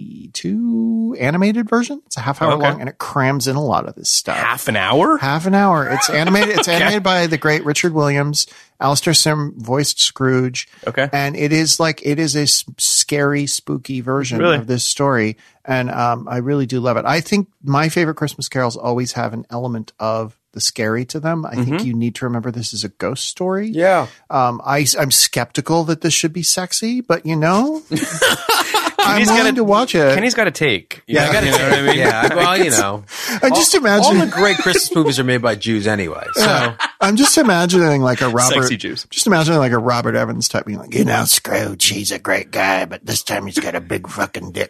Speaker 4: 1972 animated version. It's a half hour
Speaker 3: Okay.
Speaker 4: long, and it crams in a lot of this stuff.
Speaker 3: Half an hour?
Speaker 4: Half an hour. It's animated. It's animated by the great Richard Williams. Alistair Sim voiced Scrooge.
Speaker 3: Okay.
Speaker 4: And it is like it is a s- scary, spooky version
Speaker 3: Really?
Speaker 4: of this story, and um, I really do love it. I think my favorite Christmas carols always have an element of the scary to them. I think you need to remember this is a ghost story.
Speaker 5: Mm-hmm. Yeah.
Speaker 4: Um, I I'm skeptical that this should be sexy, but you know, I'm
Speaker 3: Kenny's
Speaker 4: willing
Speaker 3: gotta-
Speaker 4: to watch it.
Speaker 3: Kenny's got a take. Yeah,
Speaker 5: gotta
Speaker 3: you know
Speaker 5: take-
Speaker 3: what I mean?
Speaker 5: Yeah, well, you know,
Speaker 4: I just
Speaker 5: all
Speaker 4: imagine
Speaker 5: the great Christmas movies are made by Jews anyway. So
Speaker 4: I'm just imagining like a Robert.
Speaker 3: Sexy Jews.
Speaker 4: Just imagining like a Robert Evans type being like, you know, Scrooge, he's a great guy, but this time he's got a big fucking dick.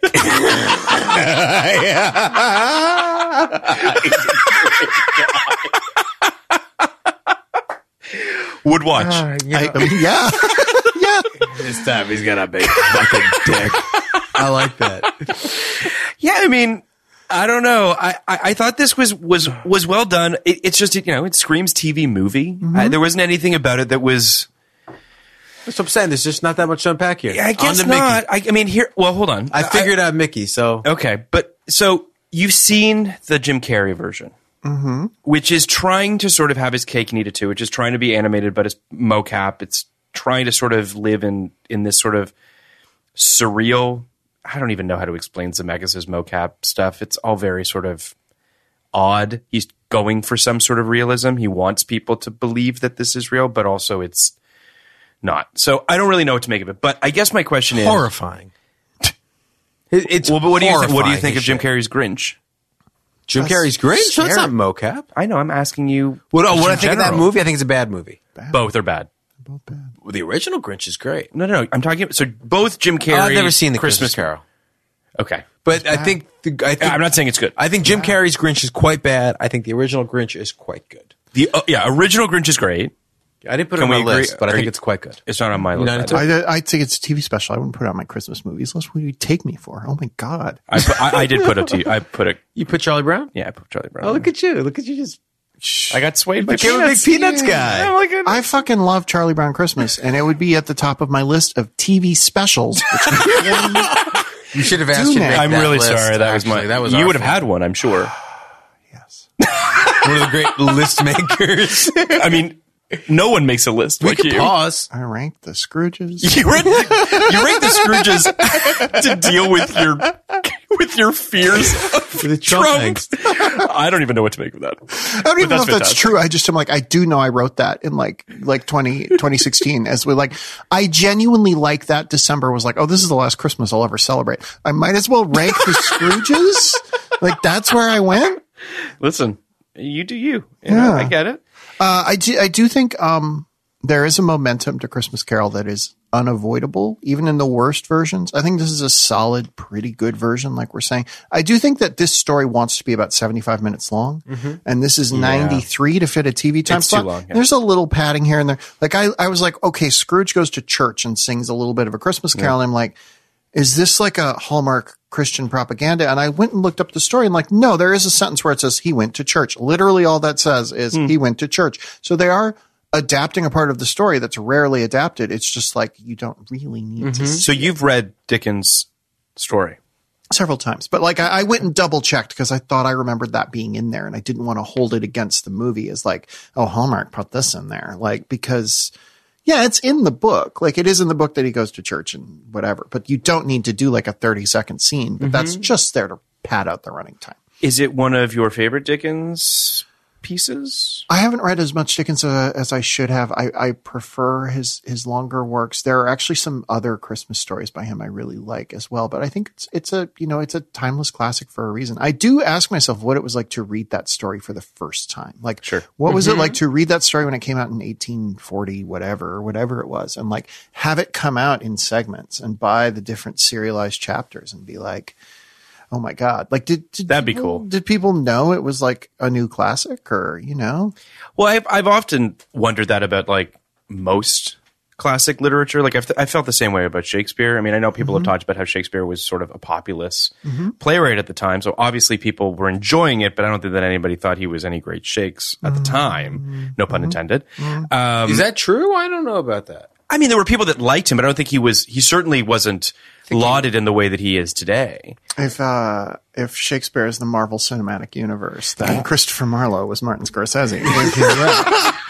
Speaker 3: Would watch.
Speaker 4: I- I mean, Uh, yeah. yeah.
Speaker 3: This time he's got a big fucking dick.
Speaker 5: I like that.
Speaker 3: Yeah, I mean, I don't know. I, I, I thought this was was was well done. It, it's just you know, it screams TV movie. Uh, there wasn't anything about it that was.
Speaker 5: That's what I'm saying. There's just not that much to unpack here.
Speaker 3: I
Speaker 5: On
Speaker 3: guess
Speaker 5: to Mickey.
Speaker 3: not. I, I mean, here. Well, hold on.
Speaker 5: I figured out Mickey, so
Speaker 3: okay, but so you've seen the Jim Carrey version.
Speaker 5: Mm-hmm.
Speaker 3: Which is trying to sort of have his cake and eat it too, which is trying to be animated, but it's mocap. It's trying to sort of live in in this sort of surreal. I don't even know how to explain Zemeckis' mocap stuff. It's all very sort of odd. He's going for some sort of realism. He wants people to believe that this is real, but also it's not. So I don't really know what to make of it. But I guess my question is
Speaker 5: horrifying. It- It's
Speaker 3: Well, but what do you think, what do you
Speaker 5: horrifying
Speaker 3: think
Speaker 5: as
Speaker 3: of Jim
Speaker 5: shit.
Speaker 3: Carrey's Grinch?
Speaker 5: Jim Carrey's Grinch? So That's
Speaker 4: scary.
Speaker 5: not mocap.
Speaker 3: I know. I'm asking you.
Speaker 5: What,
Speaker 3: just
Speaker 5: what I
Speaker 3: in
Speaker 5: think of that
Speaker 3: general.
Speaker 5: movie? I think it's a bad movie.
Speaker 3: Both are bad.
Speaker 5: Well, the original Grinch is great.
Speaker 3: No, no, no. I'm talking. So both Jim Carrey.
Speaker 5: Oh, I've never seen the Christmas, Carol,
Speaker 3: Okay.
Speaker 5: but I think the, I think
Speaker 3: I'm not saying it's good.
Speaker 5: I think Jim Carrey's Grinch is quite bad. I think the original Grinch is quite good.
Speaker 3: The uh, yeah, original Grinch is great.
Speaker 5: I didn't put
Speaker 3: Can
Speaker 5: it
Speaker 3: we
Speaker 5: on my
Speaker 3: agree-
Speaker 5: list, but I
Speaker 3: are
Speaker 5: think
Speaker 3: you-
Speaker 5: it's quite good.
Speaker 3: It's not on my
Speaker 5: United
Speaker 3: list. either.
Speaker 4: I, I think it's a TV special. I wouldn't put it on my Christmas movies. What would you take me for? Oh my God.
Speaker 3: I, put- I, I did put up to you. I put a
Speaker 5: You put Charlie Brown?
Speaker 3: yeah. I put Charlie Brown.
Speaker 5: Oh,
Speaker 3: on
Speaker 5: look at you! Look at you! Just
Speaker 4: much.
Speaker 3: I got swayed by
Speaker 6: Became a big
Speaker 3: peanuts.
Speaker 6: peanuts guy.
Speaker 3: I'm like, I-
Speaker 4: I fucking love Charlie Brown Christmas, and it would be at the top of my list of TV specials. Which
Speaker 5: You should have asked. you to
Speaker 4: now.
Speaker 5: make
Speaker 3: I'm
Speaker 5: that
Speaker 3: really
Speaker 5: list,
Speaker 3: sorry. That was my.
Speaker 5: actually. That was
Speaker 3: you
Speaker 5: our
Speaker 3: would have
Speaker 5: fault.
Speaker 3: had one, I'm sure.
Speaker 5: one of the great list makers.
Speaker 3: I mean, no one makes a list.
Speaker 5: we
Speaker 3: like
Speaker 5: could
Speaker 3: you.
Speaker 5: pause.
Speaker 4: I ranked the Scrooges.
Speaker 3: You rate, you rate the Scrooges to deal with your with your fears of
Speaker 6: The Trump
Speaker 3: Trump.
Speaker 6: angst.
Speaker 3: I don't even know what to make of that.
Speaker 4: I don't even know if
Speaker 3: that's
Speaker 4: that's
Speaker 3: fantastic.
Speaker 4: true. I just am like, I do know I wrote that in like like 20, 2016 as we like, I genuinely like that December was like, oh, this is the last Christmas I'll ever celebrate. I might as well rank the Scrooges. Like that's where I went.
Speaker 3: Listen, you do you. you know, I get it.
Speaker 4: Uh, I do, I do think um, there is a momentum to Christmas Carol that is unavoidable, even in the worst versions. I think this is a solid, pretty good version, like we're saying. I do think that this story wants to be about 75 minutes long, and this is 93 to fit a TV
Speaker 3: Mm-hmm.
Speaker 4: time
Speaker 3: It's too
Speaker 4: slot.
Speaker 3: long, yeah.
Speaker 4: There's a little padding here and there. Like, I, I was like, okay, Scrooge goes to church and sings a little bit of a Christmas Carol, and I'm like, is this like a Hallmark Christian propaganda? And I went and looked up the story and like, no, there is a sentence where it says he went to church. Literally all that says is he went to church. So they are adapting a part of the story that's rarely adapted. It's just like you don't really need to see
Speaker 3: So you've read Dickens' story.
Speaker 4: several times. But like I, I went and double checked because I thought I remembered that being in there and I didn't want to hold it against the movie as like, oh Hallmark put this in there. Like because yeah, it's in the book. Like it is in the book that he goes to church and whatever. But you don't need to do like a 30 second scene. But that's just there to pad out the running time.
Speaker 3: Is it one of your favorite Dickens pieces?
Speaker 4: I haven't read as much Dickens uh, as I should have. I, I prefer his his longer works. There are actually some other Christmas stories by him I really like as well. But I think it's it's a you know it's a timeless classic for a reason. I do ask myself what it was like to read that story for the first time. Like, sure. what was
Speaker 3: Mm-hmm.
Speaker 4: it like to read that story when it came out in 1840, whatever, whatever it was, and like have it come out in segments and buy the different serialized chapters and be like. Oh my God! Like, did, did
Speaker 3: That'd be
Speaker 4: people-
Speaker 3: cool.
Speaker 4: Did people know it was like a new classic, or you know?
Speaker 3: Well, I've, I've often wondered that about like most classic literature. Like I've, I felt the same way about Shakespeare. I mean, I know people have talked about how Shakespeare was sort of a populist playwright at the time. So obviously people were enjoying it, but I don't think that anybody thought he was any great shakes at the
Speaker 2: Mm-hmm.
Speaker 3: time. No pun intended. Um,
Speaker 5: Is that true? I don't know about that.
Speaker 3: I mean, there were people that liked him, but I don't think he was, he certainly wasn't lauded in the way that he is today.
Speaker 4: If uh, if Shakespeare is the Marvel Cinematic Universe, then Christopher Marlowe was Martin Scorsese.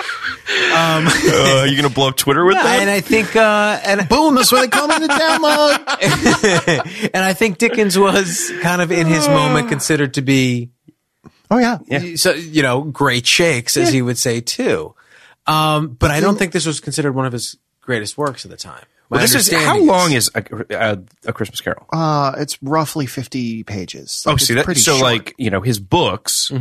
Speaker 3: uh, are you going to blow up Twitter with that?
Speaker 2: and I think uh, and
Speaker 4: Boom! That's why they call me the download.
Speaker 2: and I think Dickens was kind of in his moment considered to be
Speaker 4: Oh yeah,
Speaker 2: so you know great shakes as he would say too. Um, but I don't think this was considered one of his greatest works at the time. My
Speaker 3: Well, this is, how
Speaker 2: understanding
Speaker 3: long is a, a, a Christmas Carol?
Speaker 4: Uh, it's roughly fifty pages. Like,
Speaker 3: Oh, see
Speaker 4: it's
Speaker 3: that.
Speaker 4: pretty
Speaker 3: So,
Speaker 4: short.
Speaker 3: like you know, his books,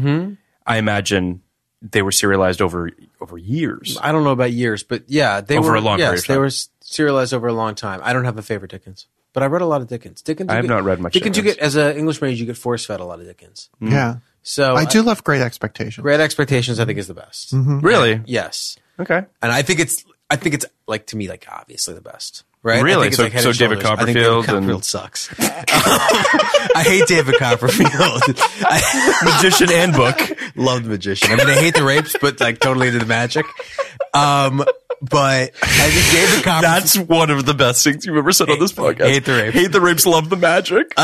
Speaker 3: I imagine they were serialized over over years.
Speaker 2: I don't know about years, but yeah, they
Speaker 3: Over
Speaker 2: were
Speaker 3: a long
Speaker 2: yes,
Speaker 3: period of
Speaker 2: they
Speaker 3: time.
Speaker 2: were s- serialized over a long time. I don't have a favorite Dickens, but I read a lot of Dickens. Dickens,
Speaker 3: I
Speaker 2: you
Speaker 3: have
Speaker 2: get-
Speaker 3: not read much
Speaker 2: Dickens, you
Speaker 3: Dickens.
Speaker 2: get as an English major, you get force fed a lot of Dickens.
Speaker 3: mm.
Speaker 4: yeah,
Speaker 2: So
Speaker 4: I do
Speaker 3: uh,
Speaker 4: Mm-hmm. love Great Expectations.
Speaker 2: Great Expectations, I think, is the best.
Speaker 3: Mm-hmm. Really?
Speaker 2: Yes,
Speaker 3: Okay.
Speaker 2: and I think it's I think it's like to me like obviously the best. Right? I
Speaker 3: Really?
Speaker 2: think it's
Speaker 3: So-
Speaker 2: like head
Speaker 3: so
Speaker 2: and
Speaker 3: David
Speaker 2: shoulders. I think David
Speaker 3: Copperfield and-
Speaker 2: Copperfield sucks. I hate David Copperfield. I
Speaker 3: Magician and book.
Speaker 2: love the magician. I mean, I hate the rapes, but like totally into the magic. Um, but I think David Copperfield.
Speaker 3: That's one of the best things you've ever said on this podcast.
Speaker 2: hate the rapes.
Speaker 3: Hate the rapes. Love the magic.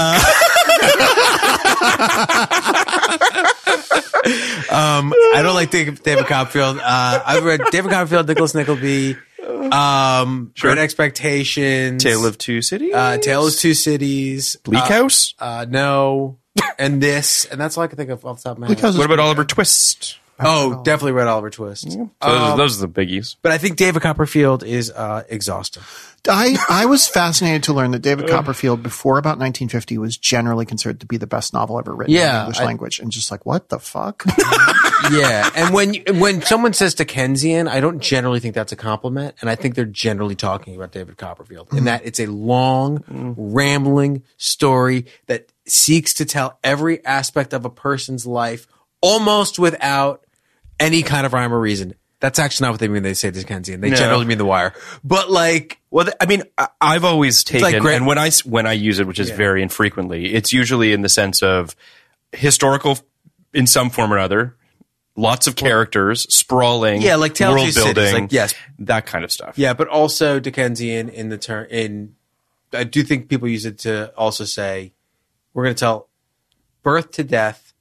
Speaker 2: Um, I don't like David, David Copperfield. Uh, I've read David Copperfield, Nicholas Nickleby, um, Great Expectations,
Speaker 3: Tale of Two Cities.
Speaker 2: uh, Tale of Two Cities,
Speaker 3: Bleak
Speaker 2: uh,
Speaker 3: House.
Speaker 2: Uh, no, and this, and that's all I can think of off the top of my head.
Speaker 4: Because
Speaker 3: what about Oliver Twist?
Speaker 2: oh, definitely read Oliver Twist.
Speaker 3: So
Speaker 4: Uh,
Speaker 3: those, those are the biggies.
Speaker 2: But I think David Copperfield is uh, exhausting.
Speaker 4: I, I was fascinated to learn that David Copperfield, before about 1950, was generally considered to be the best novel ever written in the
Speaker 2: Yeah,
Speaker 4: English
Speaker 2: I-
Speaker 4: language, and just like what the fuck?
Speaker 2: yeah, and when you- when someone says Dickensian, I don't generally think that's a compliment, and I think they're generally talking about David Copperfield,
Speaker 3: Mm-hmm.
Speaker 2: in that it's a long, rambling story that seeks to tell every aspect of a person's life almost without any kind of rhyme or reason. That's actually not what they mean. when They say Dickensian. They generally mean The Wire, but like
Speaker 3: Well, th- I mean, I- I've always taken,
Speaker 2: like great-
Speaker 3: and when I s- when I use it, which is very infrequently, it's usually in the sense of historical f- in some form or other, lots of characters, sprawling,
Speaker 5: Yeah, like Tale of
Speaker 3: world
Speaker 5: Two Cities,
Speaker 3: building,
Speaker 5: like, yes.
Speaker 3: that kind of stuff.
Speaker 5: Yeah, but also Dickensian in the term in I do think people use it to also say we're going to tell birth to death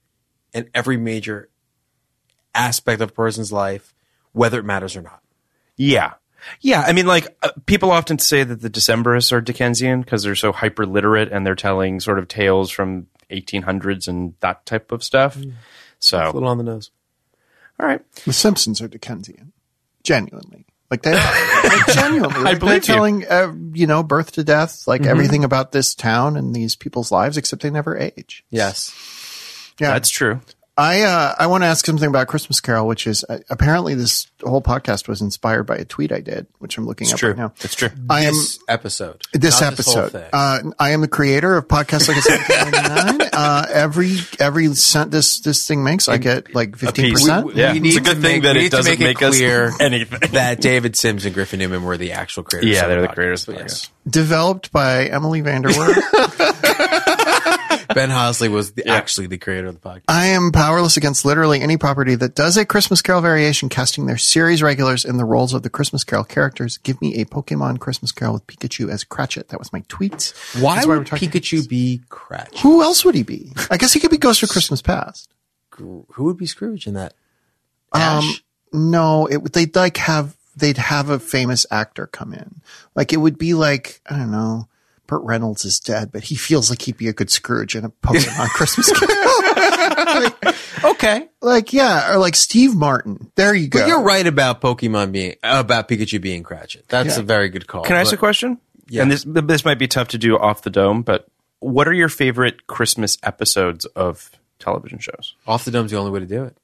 Speaker 5: and every major aspect of a person's life whether it matters or not.
Speaker 3: Yeah. Yeah, I mean, like uh, people often say that the Decemberists are Dickensian because they're so hyper literate and they're telling sort of tales from 1800s and that type of stuff.
Speaker 5: A
Speaker 3: So,
Speaker 5: little on the nose.
Speaker 3: all right,
Speaker 4: The Simpsons are Dickensian, genuinely. Like they, are. like genuinely,
Speaker 3: believe you.
Speaker 4: like
Speaker 3: Mm-hmm.
Speaker 4: they're telling uh, you know birth to death, like everything about this town and these people's lives, except they never age.
Speaker 5: Yes.
Speaker 4: Yeah,
Speaker 3: that's true.
Speaker 4: I uh, I want to ask something about Christmas Carol, which is uh, apparently this whole podcast was inspired by a tweet I did, which I'm looking up
Speaker 3: True.
Speaker 4: right now.
Speaker 3: It's true.
Speaker 4: I am
Speaker 5: This episode.
Speaker 4: this
Speaker 5: Not whole
Speaker 4: episode.
Speaker 5: thing.
Speaker 4: uh, I am the creator of podcast like it's 1999. uh, every every cent this this thing makes, I get like fifteen percent.
Speaker 3: Yeah,
Speaker 5: we need
Speaker 3: it's a good
Speaker 5: to
Speaker 3: thing
Speaker 5: make-
Speaker 3: that
Speaker 5: we
Speaker 3: it
Speaker 5: need to
Speaker 3: doesn't
Speaker 5: make
Speaker 3: make,
Speaker 5: it
Speaker 3: us
Speaker 5: clear
Speaker 3: anything.
Speaker 5: that David Sims and Griffin Newman were the actual creators.
Speaker 3: yeah,
Speaker 5: of
Speaker 3: they're the
Speaker 5: podcast,
Speaker 3: creators. of the
Speaker 5: but
Speaker 3: podcast.
Speaker 4: Developed by Emily Vanderwerf.
Speaker 5: Ben Hosley was the, actually the creator of the podcast.
Speaker 4: I am powerless against literally any property that does a Christmas Carol variation, casting their series regulars in the roles of the Christmas Carol characters. Give me a Pokemon Christmas Carol with Pikachu as Cratchit. That was my tweet.
Speaker 5: Why
Speaker 4: That's why
Speaker 5: would
Speaker 4: we're talking-
Speaker 5: Pikachu be Cratch?
Speaker 4: Who else would he be? I guess he could be Ghost of Christmas Past.
Speaker 5: Who would be Scrooge in that?
Speaker 4: Um, no, it would- they'd like have they'd have a famous actor come in. Like it would be like I don't know. Burt Reynolds is dead, but he feels like he'd be a good Scrooge in a Pokemon Christmas Carol. like,
Speaker 5: Okay.
Speaker 4: like, yeah, or like Steve Martin. There you go.
Speaker 5: But you're right about Pokemon being about Pikachu being Cratchit. That's a very good call.
Speaker 3: Can I ask
Speaker 5: But
Speaker 3: a question? Yeah. And this this might be tough to do off the dome, but what are your favorite Christmas episodes of television shows?
Speaker 5: Off the dome's the only way to do it.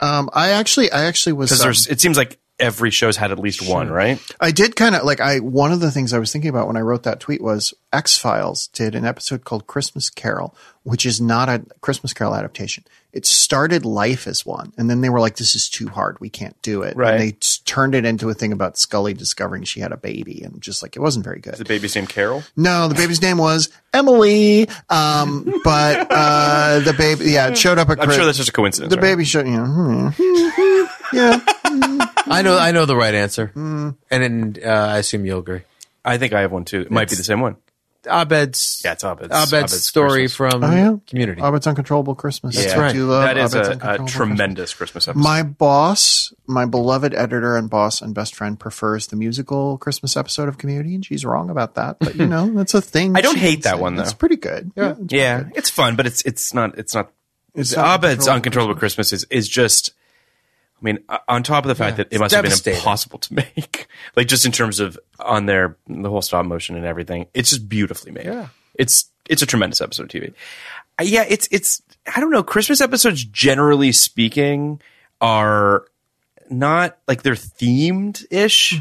Speaker 4: Um, I actually, I actually was.
Speaker 3: Because
Speaker 4: um,
Speaker 3: there's, it seems like every show's had at least one, right?
Speaker 4: I did kind of like I. One of the things I was thinking about when I wrote that tweet was X Files did an episode called Christmas Carol, which is not a Christmas Carol adaptation. It started life as one, and then they were like, "This is too hard. We can't do it."
Speaker 3: Right.
Speaker 4: And they s- turned it into a thing about Scully discovering she had a baby, and just like it wasn't very good.
Speaker 3: The baby's named Carol.
Speaker 4: No, the baby's name was Emily. Um, but uh, the baby, yeah, it showed up at
Speaker 3: I'm sure
Speaker 4: Chris-
Speaker 3: that's just a coincidence.
Speaker 4: the
Speaker 3: right?
Speaker 4: baby showed you know, hmm, yeah.
Speaker 5: I know I know the right answer. And, and uh, I assume you'll agree.
Speaker 3: I think I have one too. It might be the same one.
Speaker 5: Abed's
Speaker 3: Yeah, it's Abed's-
Speaker 5: Abed's,
Speaker 3: Abed's
Speaker 5: story
Speaker 3: Christmas.
Speaker 5: from
Speaker 4: Oh, yeah?
Speaker 5: Community.
Speaker 4: Abbott's Uncontrollable Christmas.
Speaker 3: That's
Speaker 4: I
Speaker 5: right.
Speaker 4: do love
Speaker 3: that is
Speaker 4: Abbott's
Speaker 3: a, a
Speaker 4: Uncontrollable Christmas.
Speaker 3: tremendous Christmas episode.
Speaker 4: My boss, my beloved editor and boss and best friend, prefers the musical Christmas episode of Community, and she's wrong about that. But you know, that's a thing.
Speaker 3: I don't
Speaker 4: she
Speaker 3: hate
Speaker 4: can
Speaker 3: that
Speaker 4: say.
Speaker 3: one, though.
Speaker 4: It's pretty good. Yeah, it's
Speaker 3: yeah, it's fun, but it's it's not it's not.
Speaker 4: It's
Speaker 3: It's
Speaker 4: not
Speaker 3: Abed's
Speaker 4: Uncontrollable
Speaker 3: uncontrollable Christmas. is is just. I mean, uh, on top of the fact that it must have been
Speaker 5: devastating.
Speaker 3: impossible to make, like just in terms of on their the whole stop motion and everything, it's just beautifully made. Yeah, it's it's a tremendous episode of TV. Uh, Yeah, it's it's I don't know. Christmas episodes, generally speaking, are not like they're themed ish,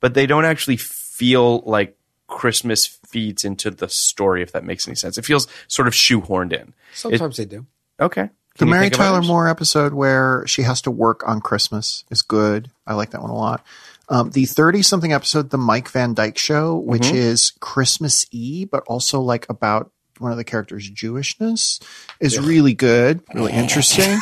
Speaker 3: but they don't actually feel like Christmas feeds into the story. If that makes any sense, it feels sort of shoehorned in.
Speaker 5: Sometimes they do.
Speaker 3: Okay,
Speaker 4: The
Speaker 3: Can you
Speaker 4: Mary
Speaker 3: think of
Speaker 4: Tyler
Speaker 3: others?
Speaker 4: Moore episode where she has to work on Christmas is good. I like that one a lot. Um, the 30 something episode, The Mike Van Dyke Show, which
Speaker 3: Mm-hmm.
Speaker 4: is Christmas E, but also like about one of the characters' Jewishness, is really good, really interesting.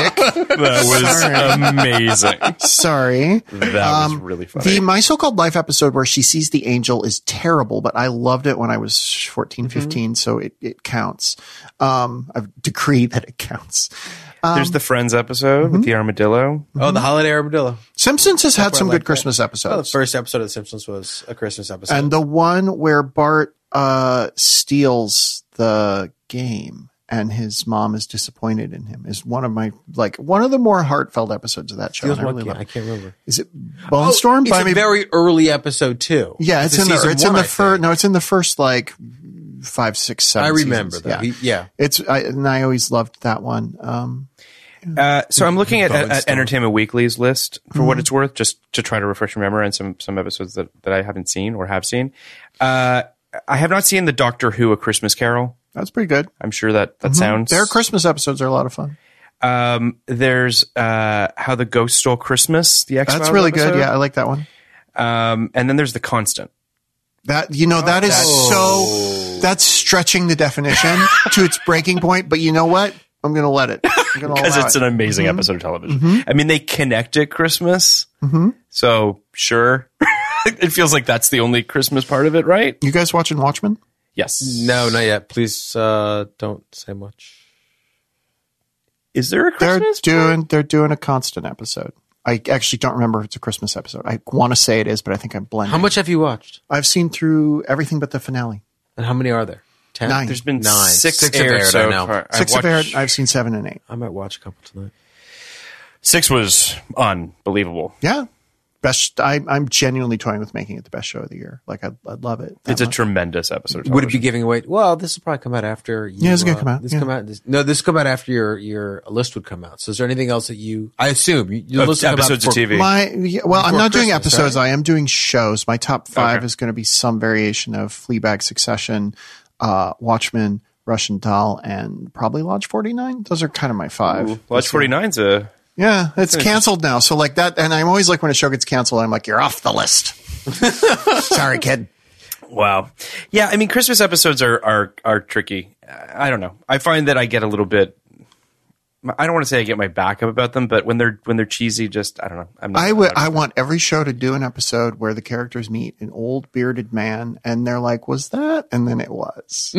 Speaker 3: That was amazing.
Speaker 4: Sorry. Um,
Speaker 3: That was really funny.
Speaker 4: The My So Called Life episode where she sees the angel is terrible, but I loved it when I was 14,
Speaker 3: Mm-hmm.
Speaker 4: 15, so it, it counts. Um, I've decreed that it counts.
Speaker 3: There's the Friends episode with the armadillo.
Speaker 5: Oh, the Holiday Armadillo.
Speaker 4: Simpsons has had some
Speaker 5: like
Speaker 4: good Christmas
Speaker 5: Oh, the
Speaker 4: episodes.
Speaker 5: first episode of The Simpsons was a Christmas episode.
Speaker 4: and the one where Bart uh, steals the game and his mom is disappointed in him is one of my like one of the more heartfelt episodes of that show.
Speaker 5: Steals
Speaker 4: and I
Speaker 5: what
Speaker 4: really
Speaker 5: game?
Speaker 4: love
Speaker 5: I
Speaker 4: it.
Speaker 5: can't remember.
Speaker 4: Is it Bone Storm?
Speaker 5: Oh, It's
Speaker 4: By
Speaker 5: a
Speaker 4: me-
Speaker 5: very early episode too.
Speaker 4: yeah, it's,
Speaker 5: a
Speaker 4: in the
Speaker 5: season
Speaker 4: it's in
Speaker 5: one,
Speaker 4: the
Speaker 5: I
Speaker 4: first
Speaker 5: think.
Speaker 4: no, it's in the first like five, six, seven.
Speaker 5: I remember
Speaker 4: seasons.
Speaker 5: that. He- yeah.
Speaker 4: It's I, and I always loved that one. Um,
Speaker 3: Uh, so I'm looking at, at, at Entertainment Weekly's list for
Speaker 4: Mm-hmm.
Speaker 3: what it's worth, just to try to refresh my memory on some some episodes that, that I haven't seen or have seen. Uh, I have not seen the Doctor Who A Christmas Carol.
Speaker 4: that's pretty good. Mm-hmm.
Speaker 3: I'm sure that that sounds
Speaker 4: Their Christmas episodes are a lot of fun.
Speaker 3: Um, there's uh, How the Ghost Stole Christmas. The X
Speaker 4: That's really good. Yeah, I like that one.
Speaker 3: Yeah. Um, and then there's the Constant.
Speaker 4: That you know that is so that's stretching the definition to its breaking point. But you know what? I'm gonna let it. gonna
Speaker 3: because
Speaker 4: allow
Speaker 3: it's
Speaker 4: it. Mm-hmm.
Speaker 3: an amazing episode of television. I mean, they connect it Christmas,
Speaker 4: Mm-hmm.
Speaker 3: so sure. it feels like that's the only Christmas part of it, right?
Speaker 4: You guys watching Watchmen?
Speaker 3: Yes.
Speaker 5: No, not yet. Please uh, don't say much.
Speaker 3: Is there a
Speaker 4: They're
Speaker 3: Christmas?
Speaker 4: doing they're doing a constant episode. I actually don't remember if it's a Christmas episode. I want to say it is, but I think I'm blending.
Speaker 2: How much have you watched?
Speaker 4: I've seen through everything but the finale.
Speaker 2: And how many are there? Ten.
Speaker 4: Nine.
Speaker 3: There's been
Speaker 2: Nine.
Speaker 3: six,
Speaker 2: Six have
Speaker 3: aired
Speaker 2: aired,
Speaker 3: so
Speaker 2: I know.
Speaker 3: far. I've
Speaker 4: Six of
Speaker 3: watched-
Speaker 4: Aaron, I've seen seven and eight.
Speaker 2: I might watch a couple tonight.
Speaker 3: Six was unbelievable.
Speaker 4: Yeah, best. I, I'm genuinely toying with making it the best show of the year. Like I'd, I'd love it. that
Speaker 3: It's a
Speaker 4: much.
Speaker 3: tremendous episode. Of
Speaker 2: Would it be
Speaker 3: television.
Speaker 2: giving away? Well, this will probably come out after. You,
Speaker 4: Yeah, it's gonna
Speaker 2: uh,
Speaker 4: come out,
Speaker 2: This
Speaker 4: yeah.
Speaker 2: come out. This, no, this come out after your your list would come out. So, is there anything else that you? I assume you, your
Speaker 3: Of
Speaker 2: list will come out
Speaker 3: episodes of
Speaker 2: before-
Speaker 3: TV?
Speaker 4: My yeah, well, I'm
Speaker 2: Before
Speaker 4: not doing
Speaker 2: Christmas,
Speaker 4: episodes. I am doing shows. My top five
Speaker 3: Okay.
Speaker 4: is going to be some variation of Fleabag, Succession, uh, Watchmen, Russian Doll, and probably Lodge 49. Those are kind of my five.
Speaker 3: Lodge 49's a
Speaker 4: Yeah, it's canceled now. So like that, and I'm always like when a show gets canceled, I'm like, you're off the list. Sorry, kid.
Speaker 3: Wow. Yeah, I mean, Christmas episodes are are are tricky. I don't know. I find that I get a little bit. I don't want to say I get my back up about them, but when they're when they're cheesy, just I don't know. I'm not
Speaker 4: I would. I want every show to do an episode where the characters meet an old bearded man, and they're like, "Was that?" And then it was.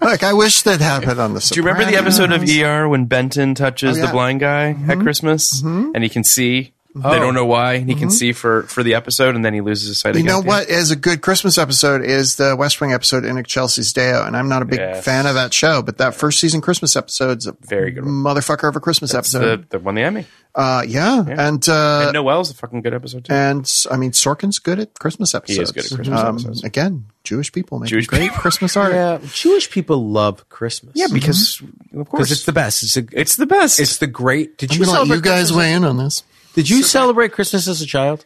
Speaker 4: like I wish that happened on the.
Speaker 3: Do you remember the episode of ER when Benton touches
Speaker 4: Oh, yeah. Mm-hmm.
Speaker 3: the blind guy at Christmas and he can see? They don't know why and he can see for for the episode, and then he loses his sight.
Speaker 4: Oh. You
Speaker 3: again
Speaker 4: know
Speaker 3: at the end.
Speaker 4: what is a good Christmas episode is the West Wing episode in Chelsea's Deo, and I'm not a big
Speaker 3: Yes.
Speaker 4: fan of that show, but that first season Christmas episode's a
Speaker 3: Very good one.
Speaker 4: motherfucker of a Christmas episode.
Speaker 3: The the one the Emmy.
Speaker 4: uh, yeah. and
Speaker 3: And
Speaker 4: uh,
Speaker 3: Noel's a fucking good episode too.
Speaker 4: and I mean Sorkin's good at Christmas episodes. Um,
Speaker 3: is good at Christmas episodes.
Speaker 4: Again, Jewish people make
Speaker 3: Jewish
Speaker 4: great
Speaker 3: people.
Speaker 4: Christmas art.
Speaker 2: Yeah, Jewish people love Christmas.
Speaker 3: yeah, Mm-hmm. because of course
Speaker 2: because it's the best. It's a,
Speaker 3: it's the best.
Speaker 2: it's the great. Did
Speaker 4: I'm
Speaker 2: you
Speaker 4: gonna let
Speaker 2: celebrate
Speaker 4: you guys
Speaker 2: Christmas?
Speaker 4: weigh in on this.
Speaker 2: Did you celebrate Christmas as a child?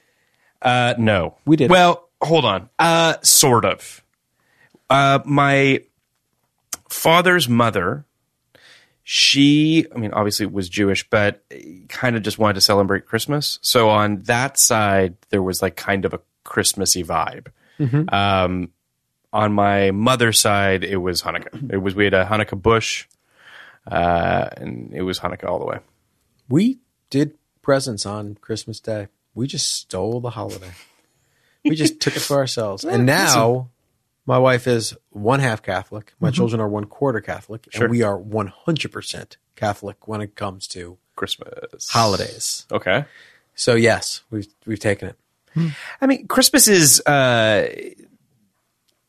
Speaker 3: Uh, no,
Speaker 2: We did.
Speaker 3: Well, hold on. Uh, sort of. Uh, my father's mother, she, I mean, obviously was Jewish, but kind of just wanted to celebrate Christmas. So on that side, there was like kind of a Christmassy vibe. Um, on my mother's side, it was Hanukkah. It was we had a Hanukkah bush, uh, and it was Hanukkah all the way.
Speaker 2: We did presents on Christmas Day. We just stole the holiday. We just took it for ourselves. And now my wife is one half Catholic.
Speaker 3: Mm-hmm.
Speaker 2: My children are one quarter Catholic. And we are 100% Catholic when it comes to
Speaker 3: Christmas
Speaker 2: holidays.
Speaker 3: Okay.
Speaker 2: So, yes, we've, we've taken it.
Speaker 3: I mean, Christmas is uh,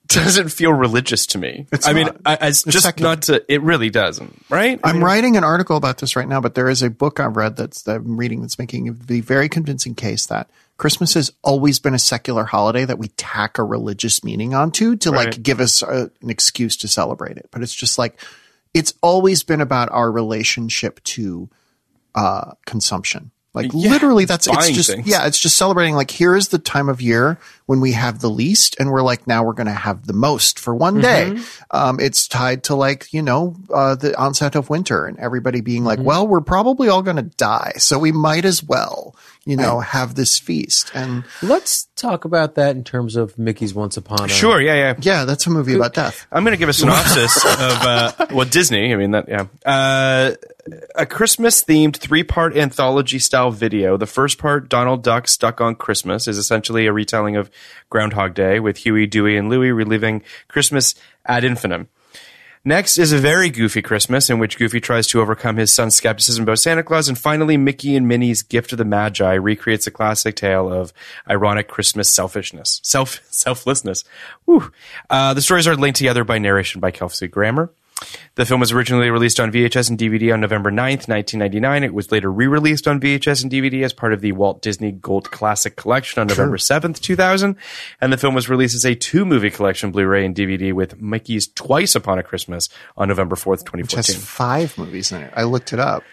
Speaker 3: doesn't feel religious to me.
Speaker 4: It's
Speaker 3: I mean,
Speaker 4: not.
Speaker 3: I, it's
Speaker 4: It's
Speaker 3: just
Speaker 4: secular.
Speaker 3: not to. It really doesn't, right? I
Speaker 4: I'm
Speaker 3: mean,
Speaker 4: writing an article about this right now, but there is a book I've read that's that I'm reading that's making the very convincing case that Christmas has always been a secular holiday that we tack a religious meaning onto to like
Speaker 3: Right.
Speaker 4: give us a, an excuse to celebrate it. But it's just like it's always been about our relationship to uh, consumption. Like
Speaker 3: Yeah,
Speaker 4: literally, that's it's
Speaker 3: buying
Speaker 4: just
Speaker 3: things.
Speaker 4: yeah, it's just celebrating. Like here is the time of year when we have the least, and we're like now we're going to have the most for one
Speaker 3: Mm-hmm.
Speaker 4: day. Um, it's tied to like you know uh, the onset of winter and everybody being
Speaker 3: Mm-hmm.
Speaker 4: like, well, we're probably all going to die, so we might as well you know have this feast. And
Speaker 2: Let's talk about that in terms of Mickey's Once Upon a
Speaker 3: sure, yeah, yeah.
Speaker 4: yeah, that's a movie about death.
Speaker 3: I'm going to give a synopsis of uh, well Disney. I mean that yeah, uh, a Christmas themed three part anthology style video. The first part, Donald Duck stuck on Christmas, is essentially a retelling of Groundhog Day with Huey, Dewey, and Louie reliving Christmas ad infinitum. Next is a very goofy Christmas in which Goofy tries to overcome his son's skepticism about Santa Claus. And finally, Mickey and Minnie's Gift of the Magi recreates a classic tale of ironic Christmas selfishness, self, selflessness. Whew. Uh, the stories are linked together by narration by Kelsey Grammer. The film was originally released on VHS and DVD on November 9th, 1999. It was later re-released on VHS and DVD as part of the Walt Disney Gold Classic Collection on November 7th, 2000. And the film was released as a two-movie collection Blu-ray and DVD with Mickey's Twice Upon a Christmas on November 4th,
Speaker 4: It has
Speaker 3: 2014.
Speaker 4: five movies in it. I looked it up.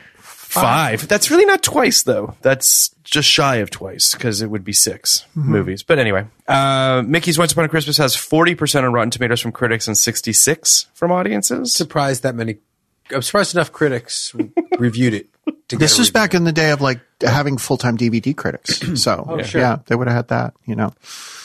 Speaker 3: Five. That's really not twice though. That's just shy of twice because it would be 6 movies. But anyway, uh, Mickey's Once Upon a Christmas has 40% on Rotten Tomatoes from critics and 66 from audiences.
Speaker 2: Surprised that many. I'm surprised enough critics re- reviewed it. To
Speaker 4: This
Speaker 2: get a
Speaker 4: was
Speaker 2: review.
Speaker 4: back in the day of like having full time DVD critics. So yeah, they would have had that. You know.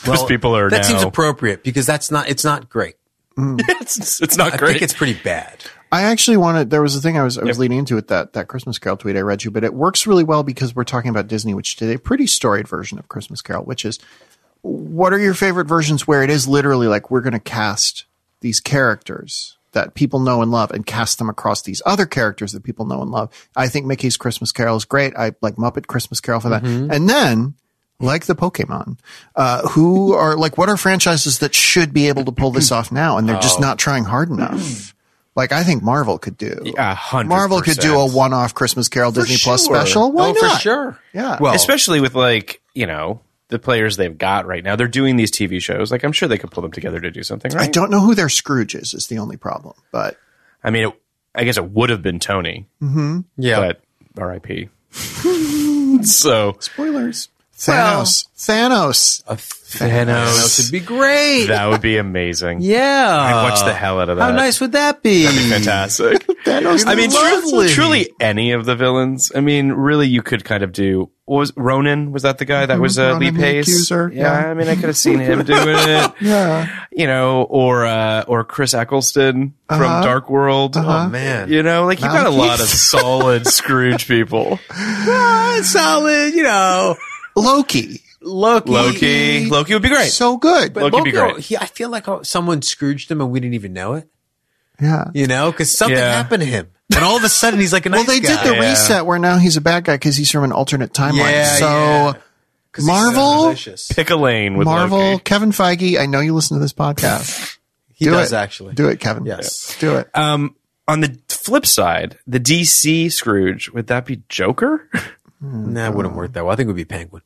Speaker 3: Most people are
Speaker 2: That seems
Speaker 3: now-
Speaker 4: Hmm.
Speaker 2: appropriate because that's not. It's not great.
Speaker 3: it's, it's not
Speaker 2: I
Speaker 3: great.
Speaker 2: think it's pretty bad.
Speaker 4: I actually wanted. There was a thing I was I was leading into with that that Christmas Carol tweet I read you, but it works really well because we're talking about Disney, which did a pretty storied version of Christmas Carol, which is what are your favorite versions where it is literally like we're going to cast these characters that people know and love and cast them across these other characters that people know and love. I think Mickey's Christmas Carol is great. I like Muppet Christmas Carol for that. And then like the Pokemon, uh, who are like, what are franchises that should be able to pull this off now? And they're just not trying hard enough. Like I think Marvel could do.
Speaker 3: Yeah, 100%.
Speaker 4: Marvel could do a one-off Christmas Carol Disney Plus
Speaker 3: sure.
Speaker 4: special. Why
Speaker 2: oh,
Speaker 4: not?
Speaker 2: for sure.
Speaker 4: Yeah.
Speaker 2: Well,
Speaker 3: especially with like you know the players they've got right now. They're doing these TV shows. Like I'm sure they could pull them together to do something. Right?
Speaker 4: I don't know who their Scrooge is. Is the only problem, but
Speaker 3: I mean, it, I guess it would have been Tony,
Speaker 2: yeah.
Speaker 3: but R.I.P. so
Speaker 4: spoilers. Thanos. Thanos.
Speaker 2: Thanos would be great.
Speaker 3: that would be amazing.
Speaker 2: yeah.
Speaker 3: I'd watch the hell out of that.
Speaker 2: How nice would that be?
Speaker 3: Fantastic.
Speaker 4: Thanos.
Speaker 3: I mean, truly,
Speaker 4: lovely.
Speaker 3: truly any of the villains. I mean, really, you could kind of do. What was Ronan? Was that the guy that was uh,
Speaker 4: Ronan
Speaker 3: Lee
Speaker 4: the
Speaker 3: Pace?
Speaker 4: Accuser,
Speaker 3: Yeah,
Speaker 4: yeah.
Speaker 3: I mean, I could have seen him doing it.
Speaker 4: Yeah.
Speaker 3: You know, or uh, or Chris Eccleston from
Speaker 4: Uh-huh.
Speaker 3: Dark World.
Speaker 2: Oh, man.
Speaker 3: You know, like you've got a lot of solid Scrooge people.
Speaker 2: That's solid, you know.
Speaker 4: Loki.
Speaker 2: Loki.
Speaker 3: Loki, Loki would be great.
Speaker 4: So good.
Speaker 3: Loki would be great.
Speaker 2: He, I feel like oh, someone Scrooged him and we didn't even know it,
Speaker 4: yeah.
Speaker 2: you know, because something
Speaker 3: Yeah.
Speaker 2: happened to him. And all of a sudden he's like a nice
Speaker 4: Well, they did
Speaker 2: guy.
Speaker 4: the reset where now he's a bad guy because he's from an alternate timeline.
Speaker 2: Yeah,
Speaker 4: so
Speaker 2: yeah. 'Cause he's
Speaker 4: Marvel?
Speaker 2: delicious.
Speaker 3: Pick a lane with
Speaker 4: Marvel,
Speaker 3: Loki.
Speaker 4: Kevin Feige. I know you listen to this podcast.
Speaker 2: He
Speaker 4: Do
Speaker 2: does
Speaker 4: it.
Speaker 2: actually.
Speaker 4: Do it, Kevin.
Speaker 2: Yes.
Speaker 4: Do it.
Speaker 3: Um, on the flip side, the DC Scrooge would that be Joker?
Speaker 2: Nah, it wouldn't work that well. I think it would be Penguin.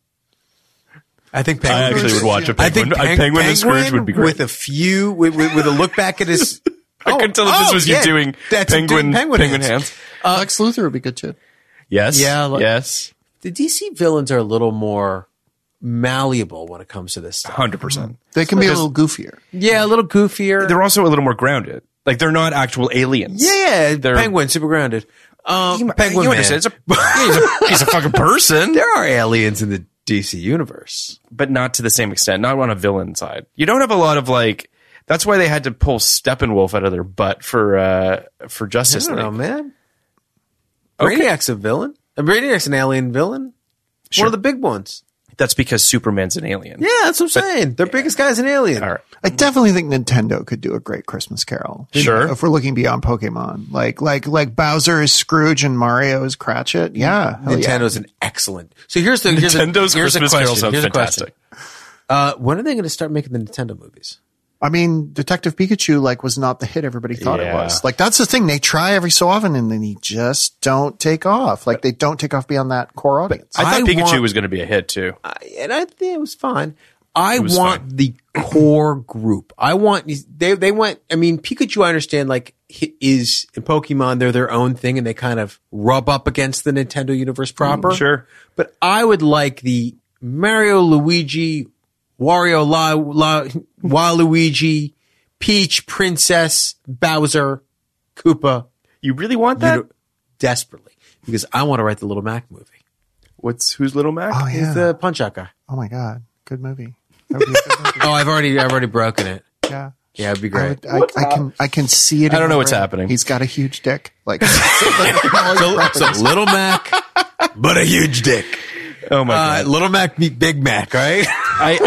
Speaker 2: I think Penguin.
Speaker 3: I actually would watch a
Speaker 2: I
Speaker 3: penguin.
Speaker 2: think
Speaker 3: a penguin,
Speaker 2: Peng-
Speaker 3: and Scrooge would be great.
Speaker 2: With a few, with, with, with a look back at his.
Speaker 3: I
Speaker 2: Oh,
Speaker 3: couldn't tell if this
Speaker 2: oh,
Speaker 3: was
Speaker 2: yeah,
Speaker 3: you doing
Speaker 2: that's him
Speaker 3: penguin,
Speaker 2: doing
Speaker 3: penguin, hands. uh,
Speaker 4: Lex Luthor would be good too.
Speaker 3: Yes.
Speaker 2: Yeah, like-
Speaker 3: yes.
Speaker 2: The DC villains are a little more malleable when it comes to this stuff.
Speaker 3: Hundred percent.
Speaker 4: They can be a little goofier.
Speaker 2: Yeah, a little goofier.
Speaker 3: They're also a little more grounded. Like they're not actual aliens.
Speaker 2: yeah, yeah,
Speaker 3: They're-
Speaker 2: Penguin, super grounded. Um,
Speaker 3: You,
Speaker 2: Penguin
Speaker 3: you
Speaker 2: Man.
Speaker 3: understand? It's a, he's, a, he's a fucking person,
Speaker 2: there are aliens in the DC universe.
Speaker 3: but not to the same extent. Not on a villain side. You don't have a lot of like. That's why they had to pull Steppenwolf out of their butt for uh for
Speaker 2: I
Speaker 3: Justice
Speaker 2: don't
Speaker 3: League.
Speaker 2: know, man. Brainiac's a villain. Uh, Brainiac's an alien villain. One of the big ones.
Speaker 3: That's because Superman's an alien.
Speaker 2: Yeah, that's what I'm saying. Their biggest guy's an alien.
Speaker 3: All right.
Speaker 4: I definitely think Nintendo could do a great Christmas Carol.
Speaker 3: Sure.
Speaker 4: If we're looking beyond Pokemon, like like like Bowser is Scrooge and Mario is Cratchit.
Speaker 3: Mm.
Speaker 4: Yeah. Hell yeah.
Speaker 2: Nintendo's an excellent. So here's the here's
Speaker 3: Nintendo's
Speaker 2: a, here's
Speaker 3: Christmas
Speaker 2: a
Speaker 3: Carol
Speaker 2: question.
Speaker 3: sounds
Speaker 2: here's a
Speaker 3: fantastic.
Speaker 2: question. Uh, when are they going to start making the Nintendo movies?
Speaker 4: I mean, Detective Pikachu like was not the hit everybody thought it
Speaker 3: Yeah.
Speaker 4: was. Like that's the thing they try every so often, and then they just don't take off. Like they don't take off beyond that core audience.
Speaker 3: I thought
Speaker 2: I
Speaker 3: Pikachu
Speaker 2: want- Uh,
Speaker 3: was going to be a hit too.
Speaker 2: I, and I think it was fine. I
Speaker 3: was
Speaker 2: want
Speaker 3: fine.
Speaker 2: the core group. I want these- they they went. I mean, Pikachu. I understand like hi- is in Pokemon. They're their own thing, and they kind of rub up against the Nintendo universe proper.
Speaker 3: sure.
Speaker 2: but I would like the Mario, Luigi, Wario, La, La, Waluigi, Peach, Princess, Bowser, Koopa.
Speaker 3: You really want
Speaker 2: you
Speaker 3: that?
Speaker 2: know, desperately because I want to write the Little Mac movie.
Speaker 3: What's who's Little Mac?
Speaker 4: Oh
Speaker 2: He's
Speaker 4: yeah.
Speaker 2: the Punch Out guy.
Speaker 4: oh my god, good movie. That would be a good movie.
Speaker 2: Oh, I've already I've already broken it.
Speaker 4: Yeah.
Speaker 2: Yeah, it'd be
Speaker 4: I,
Speaker 2: great.
Speaker 4: would- I, I can I can see it.
Speaker 3: I
Speaker 4: in
Speaker 3: don't know
Speaker 4: my
Speaker 3: what's
Speaker 4: brain.
Speaker 3: happening.
Speaker 4: He's got a huge dick. Like
Speaker 2: so, so Little Mac, but a huge dick.
Speaker 3: Oh my
Speaker 2: Uh,
Speaker 3: god!
Speaker 2: Little Mac meet Big Mac, right?
Speaker 3: I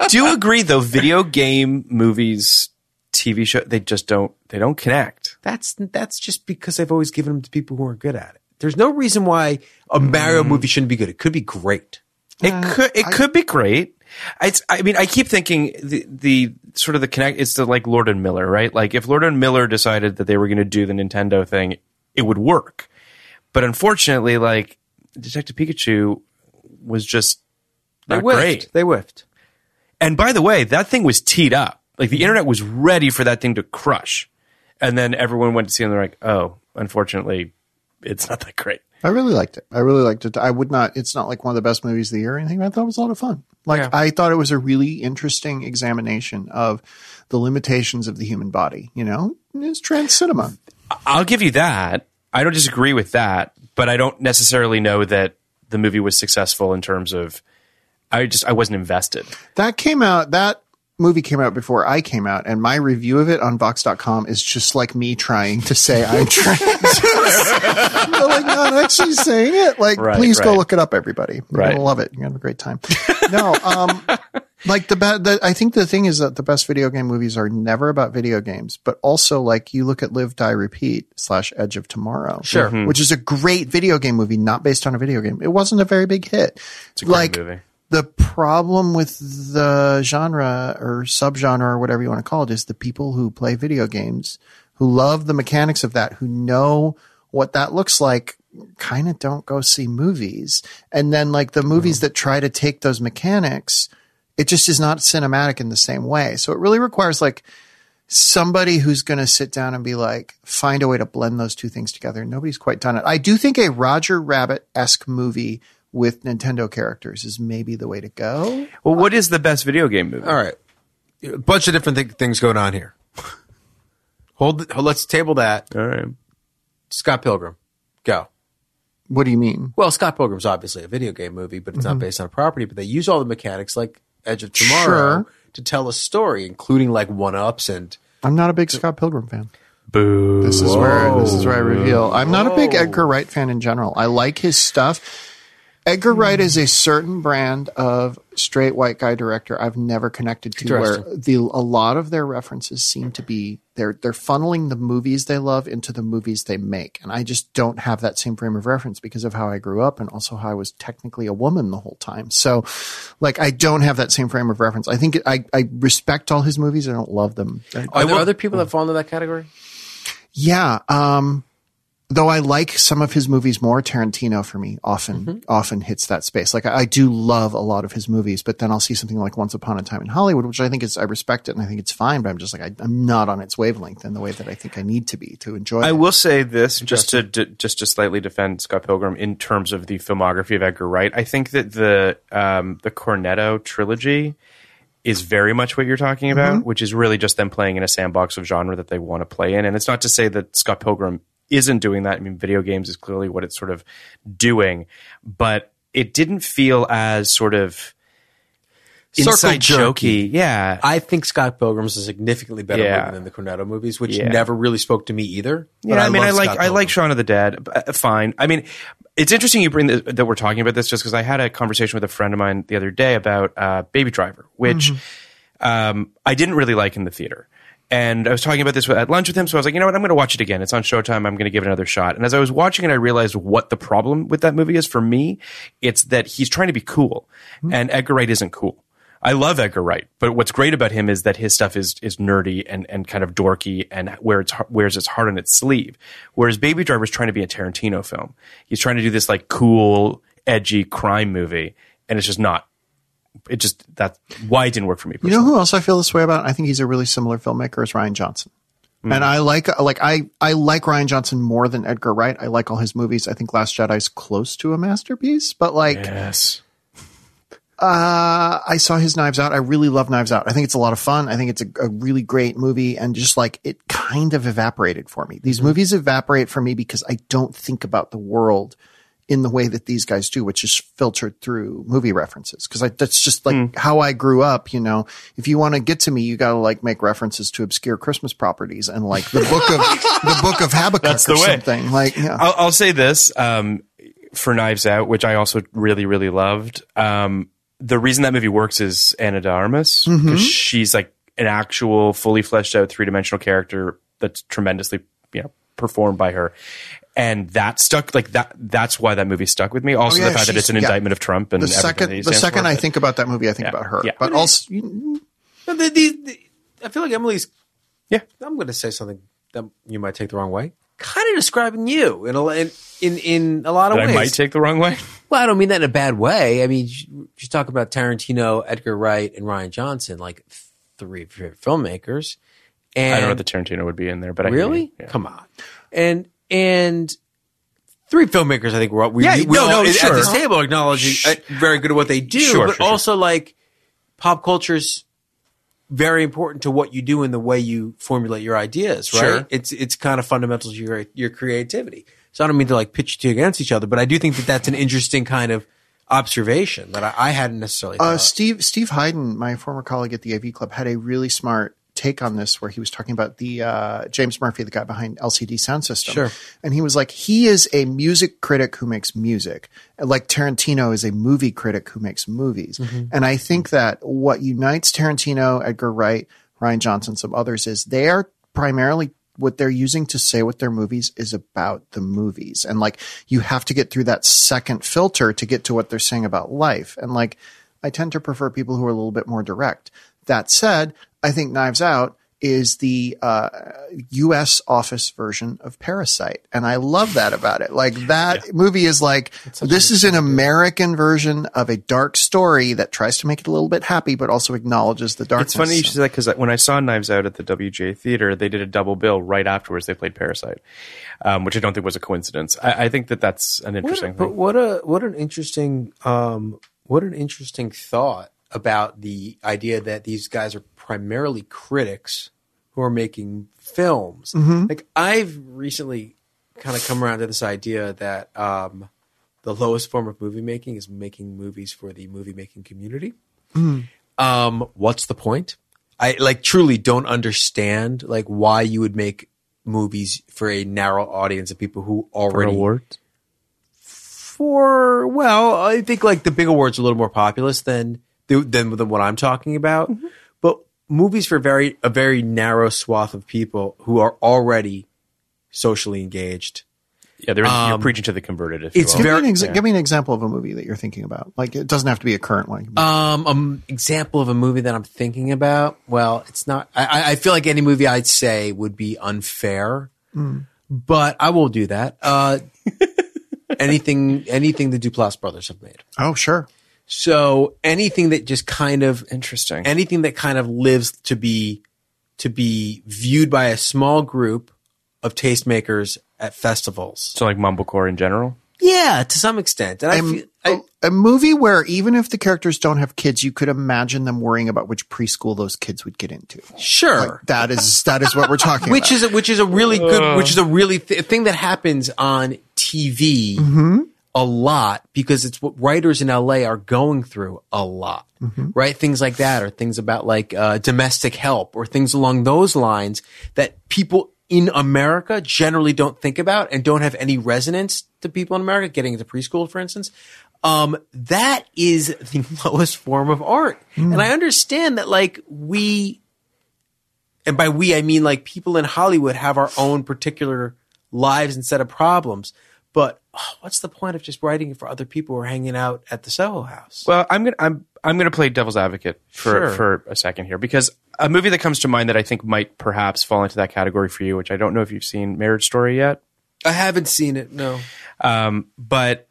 Speaker 3: I do agree though. Video game movies, TV show, they just don't they don't connect.
Speaker 2: That's that's just because I've always given them to people who are good at it. There's no reason why a Mario movie shouldn't be good. It could be great.
Speaker 3: Mm. It could it could be great. It's, I mean, I keep thinking the the sort of the connect. It's the like Lord and Miller, right? Like if Lord and Miller decided that they were going to do the Nintendo thing, it would work. But unfortunately, like Detective Pikachu was just
Speaker 2: They
Speaker 3: not
Speaker 2: whiffed.
Speaker 3: great.
Speaker 2: They whiffed.
Speaker 3: And by the way, that thing was teed up. Like the internet was ready for that thing to crush. And then everyone went to see it and they're like, oh, unfortunately, it's not that great.
Speaker 4: I really liked it. I really liked it. I would not. It's not like one of the best movies of the year or anything. But I thought it was a lot of fun. Like I thought it was a really interesting examination of the limitations of the human body. You know, it's trans cinema.
Speaker 3: I'll give you that. I don't disagree with that, but I don't necessarily know that the movie was successful in terms of I just I wasn't invested.
Speaker 4: That came out that movie came out before I came out, and my review of it on Vox.com is just like me trying to say I'm trans. but like not actually saying it. Like,
Speaker 3: Right,
Speaker 4: please go
Speaker 3: right.
Speaker 4: look it up, everybody. You're
Speaker 3: Right.
Speaker 4: gonna love it. You're gonna have a great time. no, um, like the best. The, I think the thing is that the best video game movies are never about video games, but also like you look at Live, Die, Repeat slash Edge of Tomorrow, sure, which is a great video game movie, not based on a video game. It wasn't a very big hit. It's a great like,
Speaker 3: movie.
Speaker 4: The problem with the genre or subgenre or whatever you want to call it is the people who play video games, who love the mechanics of that, who know what that looks like, kind of don't go see movies. And then like the movies that try to take those mechanics, it just is not cinematic in the same way. So it really requires like somebody who's going to sit down and be like, find a way to blend those two things together. Nobody's quite done it. I do think a Roger Rabbit esque movie with Nintendo characters is maybe the way to go.
Speaker 3: Well, what is the best video game movie?
Speaker 2: All right. A bunch of different th- things going on here. Hold. The, let's table that.
Speaker 3: All right.
Speaker 2: Scott Pilgrim. Go.
Speaker 4: What do you mean?
Speaker 2: Well, Scott Pilgrim's obviously a video game movie, but it's not based on a property. But they use all the mechanics like Edge of Tomorrow
Speaker 4: Sure.
Speaker 2: to tell a story, including like one ups and
Speaker 4: I'm not a big Scott Pilgrim fan.
Speaker 3: Boo.
Speaker 4: This is where this is where I reveal. I'm not a big Edgar Wright fan in general. I like his stuff. Edgar Wright is a certain brand of straight white guy director I've never connected to where the a lot of their references seem to be they're they're funneling the movies they love into the movies they make. And I just don't have that same frame of reference because of how I grew up and also how I was technically a woman the whole time. So like I don't have that same frame of reference. I think I, I respect all his movies. I don't love them.
Speaker 2: Are there other Mm. people that fall into that category?
Speaker 4: Yeah. Um, though I like some of his movies more, Tarantino for me often
Speaker 3: Mm-hmm.
Speaker 4: often hits that space. Like I, I do love a lot of his movies, but then I'll see something like Once Upon a Time in Hollywood, which I think is I respect it and I think it's fine, but I'm just like I, I'm not on its wavelength in the way that I think I need to be to enjoy.
Speaker 3: I
Speaker 4: it.
Speaker 3: will say this just to d- just to slightly defend Scott Pilgrim in terms of the filmography of Edgar Wright. I think that the um, the Cornetto trilogy is very much what you're talking about, which is really just them playing in a sandbox of genre that they want to play in. And it's not to say that Scott Pilgrim isn't doing that. I mean, video games is clearly what it's sort of doing, but it didn't feel as sort of
Speaker 2: Circle
Speaker 3: inside
Speaker 2: jerky.
Speaker 3: jokey. Yeah.
Speaker 2: I think Scott Pilgrim's a significantly better
Speaker 3: Yeah.
Speaker 2: movie than the Cornetto movies, which
Speaker 3: Yeah.
Speaker 2: never really spoke to me either. But
Speaker 3: Yeah, I, mean,
Speaker 2: love
Speaker 3: I like
Speaker 2: Scott
Speaker 3: I like
Speaker 2: Pilgrim.
Speaker 3: Shaun of the Dead. b- uh, Fine. I mean, it's interesting you bring this, that we're talking about this just because I had a conversation with a friend of mine the other day about uh, Baby Driver, which
Speaker 2: Mm-hmm.
Speaker 3: um, I didn't really like in the theater. And I was talking about this at lunch with him, so I was like, you know what, I'm going to watch it again. It's on Showtime. I'm going to give it another shot. And as I was watching it, I realized what the problem with that movie is. For me, it's that he's trying to be cool,
Speaker 2: Hmm.
Speaker 3: and Edgar Wright isn't cool. I love Edgar Wright, but what's great about him is that his stuff is is nerdy and and kind of dorky and where it's wears its heart on its sleeve. Whereas Baby Driver is trying to be a Tarantino film. He's trying to do this like cool, edgy crime movie, and it's just not. It just that's why it didn't work for me.
Speaker 4: You know who else I feel this way about? I think he's a really similar filmmaker is Ryan Johnson.
Speaker 3: Hmm.
Speaker 4: And I like like I I like Ryan Johnson more than Edgar Wright. I like all his movies. I think Last Jedi is close to a masterpiece, but like
Speaker 3: Yes.
Speaker 4: Uh, I saw his Knives Out. I really love Knives Out. I think it's a lot of fun. I think it's a, a really great movie, and just like it kind of evaporated for me.
Speaker 3: Mm-hmm.
Speaker 4: These movies evaporate for me because I don't think about the world in the way that these guys do, which is filtered through movie references. Because that's just like
Speaker 3: Mm.
Speaker 4: how I grew up. You know, if you want to get to me, you got to like make references to obscure Christmas properties and like the book of the book of Habakkuk
Speaker 3: That's
Speaker 4: or
Speaker 3: the way. Oh,
Speaker 4: something. Like, yeah.
Speaker 3: I'll, I'll say this um, for Knives Out, which I also really, really loved. Um, the reason that movie works is Anna de Armas because
Speaker 4: Mm-hmm.
Speaker 3: she's like an actual, fully fleshed out, three dimensional character that's tremendously, you know, performed by her. And that stuck like that. That's why that movie stuck with me. Also,
Speaker 4: Oh, yeah,
Speaker 3: the fact that
Speaker 4: she's-
Speaker 3: it's an
Speaker 4: yeah.
Speaker 3: indictment of Trump and
Speaker 4: the
Speaker 3: everything that he
Speaker 4: second the
Speaker 3: stands
Speaker 4: second
Speaker 3: for,
Speaker 4: I
Speaker 3: but-
Speaker 4: think about that movie, I think
Speaker 3: Yeah.
Speaker 4: about her.
Speaker 3: Yeah.
Speaker 4: But also,
Speaker 2: No, the- the- the- I feel like Emily's.
Speaker 3: Yeah.
Speaker 2: I'm going to say something that you might take the wrong way. Kind of describing you in a in in, in a lot of
Speaker 3: that I
Speaker 2: ways.
Speaker 3: might take the wrong way.
Speaker 2: well, I don't mean that in a bad way. I mean, just talk about Tarantino, Edgar Wright, and Ryan Johnson, like three of your filmmakers. And
Speaker 3: I don't know if the Tarantino would be in there, but I hear you.
Speaker 2: really
Speaker 3: Yeah.
Speaker 2: come on and and three filmmakers i think we're all, we,
Speaker 3: Yeah,
Speaker 2: we
Speaker 3: no,
Speaker 2: all
Speaker 3: no,
Speaker 2: at
Speaker 3: sure.
Speaker 2: this table acknowledging uh, very good at what they do
Speaker 3: Sure,
Speaker 2: but
Speaker 3: sure, sure.
Speaker 2: also like pop culture's very important to what you do and the way you formulate your ideas right
Speaker 3: Sure.
Speaker 2: it's it's kind of fundamental to your your creativity so i don't mean to like pitch you two against each other but i do think that that's an interesting kind of observation that I, I hadn't necessarily.
Speaker 4: Uh,
Speaker 2: Thought.
Speaker 4: Steve Steve Hyden, my former colleague at the AV Club, had a really smart take on this where he was talking about the uh, James Murphy, the guy behind LCD Sound System.
Speaker 2: Sure.
Speaker 4: And he was like, he is a music critic who makes music, like Tarantino is a movie critic who makes movies. And I think that what unites Tarantino, Edgar Wright, Ryan Johnson, some others is they are primarily what they're using to say what their movies is about the movies. And like you have to get through that second filter to get to what they're saying about life. And like I tend to prefer people who are a little bit more direct. That said, I think Knives Out is the uh, U.S. office version of Parasite, and I love that about it. Like that movie is like this is an American version of a dark story that tries to make it a little bit happy, but also acknowledges the darkness.
Speaker 3: It's funny you should say that because when I saw Knives Out at the WGA Theater, they did a double bill right afterwards. They played Parasite, um, which I don't think was a coincidence. I, I think that that's an interesting
Speaker 2: But
Speaker 3: thing.
Speaker 2: what a what an interesting um, what an interesting thought about the idea that these guys are primarily critics who are making films.
Speaker 3: Mm-hmm.
Speaker 2: Like I've recently kind of come around to this idea that um, the lowest form of movie making is making movies for the movie making community.
Speaker 3: Mm-hmm.
Speaker 2: Um, what's the point? I like truly don't understand like why you would make movies for a narrow audience of people who already
Speaker 3: Awards?
Speaker 2: for well, I think like the big awards are a little more populous than than than what I'm talking about. But movies for very a very narrow swath of people who are already socially engaged.
Speaker 3: Yeah, they're, you're preaching to the converted. If
Speaker 2: it's
Speaker 3: you will.
Speaker 4: Give, me
Speaker 2: very-
Speaker 4: an ex- give me an example of a movie that you're thinking about. Like it doesn't have to be a current one.
Speaker 2: Um, um, example of a movie that I'm thinking about. Well, it's not. I- I, I feel like any movie I'd say would be unfair, but I will do that. Uh, anything, anything the Duplass brothers have made.
Speaker 4: oh, sure.
Speaker 2: So anything that just kind of
Speaker 3: interesting.
Speaker 2: anything that kind of lives to be to be viewed by a small group of tastemakers at festivals.
Speaker 3: so like mumblecore in general.
Speaker 2: Yeah, to some extent. And I,
Speaker 4: Um,
Speaker 2: feel, I
Speaker 4: a movie where even if the characters don't have kids, you could imagine them worrying about which preschool those kids would get into.
Speaker 2: sure.
Speaker 4: That is that is what we're talking
Speaker 2: which
Speaker 4: about.
Speaker 2: is a, which is a really good which is a really th- thing that happens on TV
Speaker 4: Mm-hmm.
Speaker 2: a lot because it's what writers in LA are going through a lot
Speaker 4: Mm-hmm.
Speaker 2: right things like that or things about like uh, domestic help or things along those lines that people in America generally don't think about and don't have any resonance to people in America getting into preschool for instance um, that is the lowest form of art
Speaker 4: Mm.
Speaker 2: and I understand that like we and by we I mean like people in Hollywood have our own particular lives and set of problems. But oh, what's the point of just writing it for other people who are hanging out at the Soho House?
Speaker 3: Well, I'm gonna I'm I'm gonna play devil's advocate for
Speaker 2: Sure.
Speaker 3: for a second here because a movie that comes to mind that I think might perhaps fall into that category for you, which I don't know if you've seen Marriage Story yet, um,
Speaker 2: I haven't seen it. No,
Speaker 3: but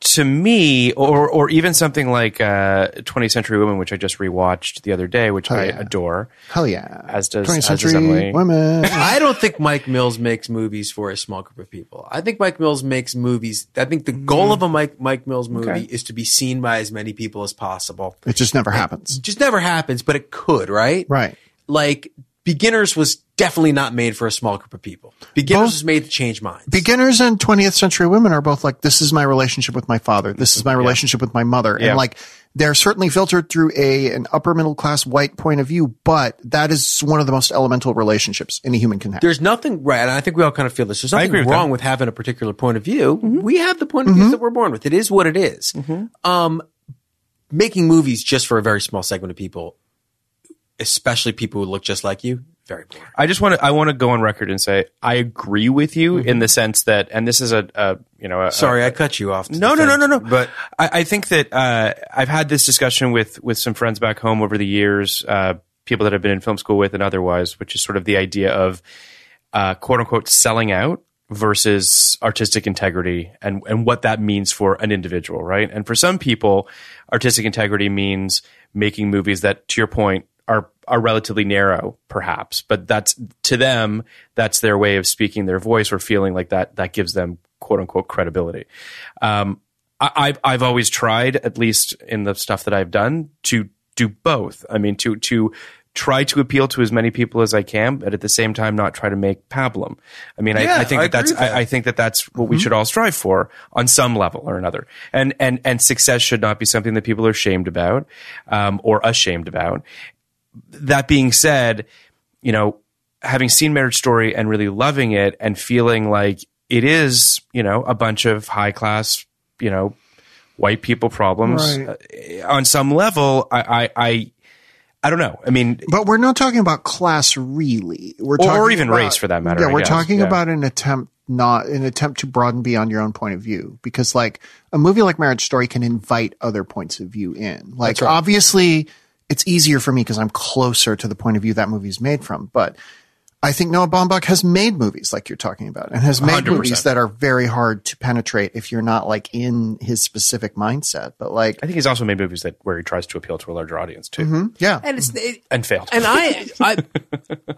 Speaker 3: to me, or or even something like uh, 20th Century Women, which I just rewatched the other day, which I
Speaker 4: yeah.
Speaker 3: adore.
Speaker 4: Hell yeah.
Speaker 3: As does- as
Speaker 4: 20th
Speaker 3: does
Speaker 4: century
Speaker 3: Emily.
Speaker 4: women.
Speaker 2: I don't think Mike Mills makes movies for a small group of people. I think Mike Mills makes movies. I think the goal of a Mike Mike Mills movie is to be seen by as many people as possible.
Speaker 4: It just never happens.
Speaker 2: Just never happens, but it could, right?
Speaker 4: Right.
Speaker 2: Like Beginners was definitely not made for a small group of people. Beginners
Speaker 4: Both-
Speaker 2: was made to change minds.
Speaker 4: Beginners and 20th century women are both like, this is my relationship with my father. This is my relationship with my mother.
Speaker 3: Yeah.
Speaker 4: And like, they're certainly filtered through a, an upper middle class white point of view, but that is one of the most elemental relationships any human can have.
Speaker 2: there's nothing right, and I think we all kind of feel this. There's nothing
Speaker 3: agree with
Speaker 2: wrong
Speaker 3: that. Mm-hmm.
Speaker 2: with having a particular point of view. We have the point of views that we're born with. It is what it is. Um, making movies just for a very small segment of people, especially people who look just like you, very boring.
Speaker 3: I just want to I want to go on record and say I agree with you in the sense that, and this is a, a you know a,
Speaker 2: Sorry, I cut you off. to
Speaker 3: No, no, no,
Speaker 2: defend-
Speaker 3: no, no.
Speaker 2: But
Speaker 3: I, I think that uh, I've had this discussion with with some friends back home over the years, uh, people that I've been in film school with and otherwise, which is sort of the idea of uh, quote unquote selling out versus artistic integrity and and what that means for an individual, right? And for some people, artistic integrity means making movies that, to your point, are are relatively narrow, perhaps, but that's to them that's their way of speaking their voice or feeling like that that gives them quote unquote credibility. Um, I, I've I've always tried, at least in the stuff that I've done, to do both. I mean, to to try to appeal to as many people as I can, but at the same time, not try to make pablum. I mean, I, I think
Speaker 5: I
Speaker 3: that that's
Speaker 5: agree with
Speaker 3: I, I think that that's what we should all strive for on some level or another. And and and success should not be something that people are shamed about um, or ashamed about. That being said, you know, having seen Marriage Story and really loving it and feeling like it is, you know, a bunch of high class, you know, white people problems
Speaker 4: Right.
Speaker 3: uh, on some level. I, I, I, I don't know. I mean,
Speaker 4: But we're not talking about class really. We're
Speaker 3: Or- or
Speaker 4: talking
Speaker 3: even
Speaker 4: about-
Speaker 3: race, for that matter,
Speaker 4: Yeah,
Speaker 3: I
Speaker 4: we're
Speaker 3: guess.
Speaker 4: talking
Speaker 3: Yeah.
Speaker 4: about an attempt not an attempt to broaden beyond your own point of view because like a movie like Marriage Story can invite other points of view in. Like obviously it's easier for me because I'm closer to the point of view that movie's made from, but I think Noah Baumbach has made movies like you're talking about and has made movies that are very hard to penetrate if you're not like in his specific mindset. But like, Mm-hmm.
Speaker 3: I think he's also made movies that where he tries to appeal to a larger audience too,
Speaker 4: yeah,
Speaker 2: And it's it,
Speaker 3: and failed.
Speaker 2: and I, I,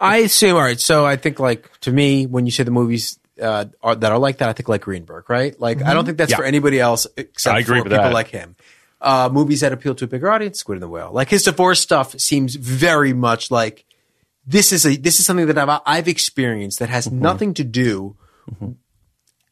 Speaker 2: I assume. All right, so I think like to me, when you say the movies uh, are, that are like that, I think like Greenberg, right? Like I don't think that's
Speaker 3: Mm-hmm. Yeah.
Speaker 2: for anybody else except
Speaker 3: I agree
Speaker 2: for
Speaker 3: with
Speaker 2: people
Speaker 3: that.
Speaker 2: like him. Uh, movies that appeal to a bigger audience, Squid and the Whale. Like his divorce stuff seems very much like this is a this is something that I've I've experienced that
Speaker 3: Mm-hmm.
Speaker 2: has nothing to do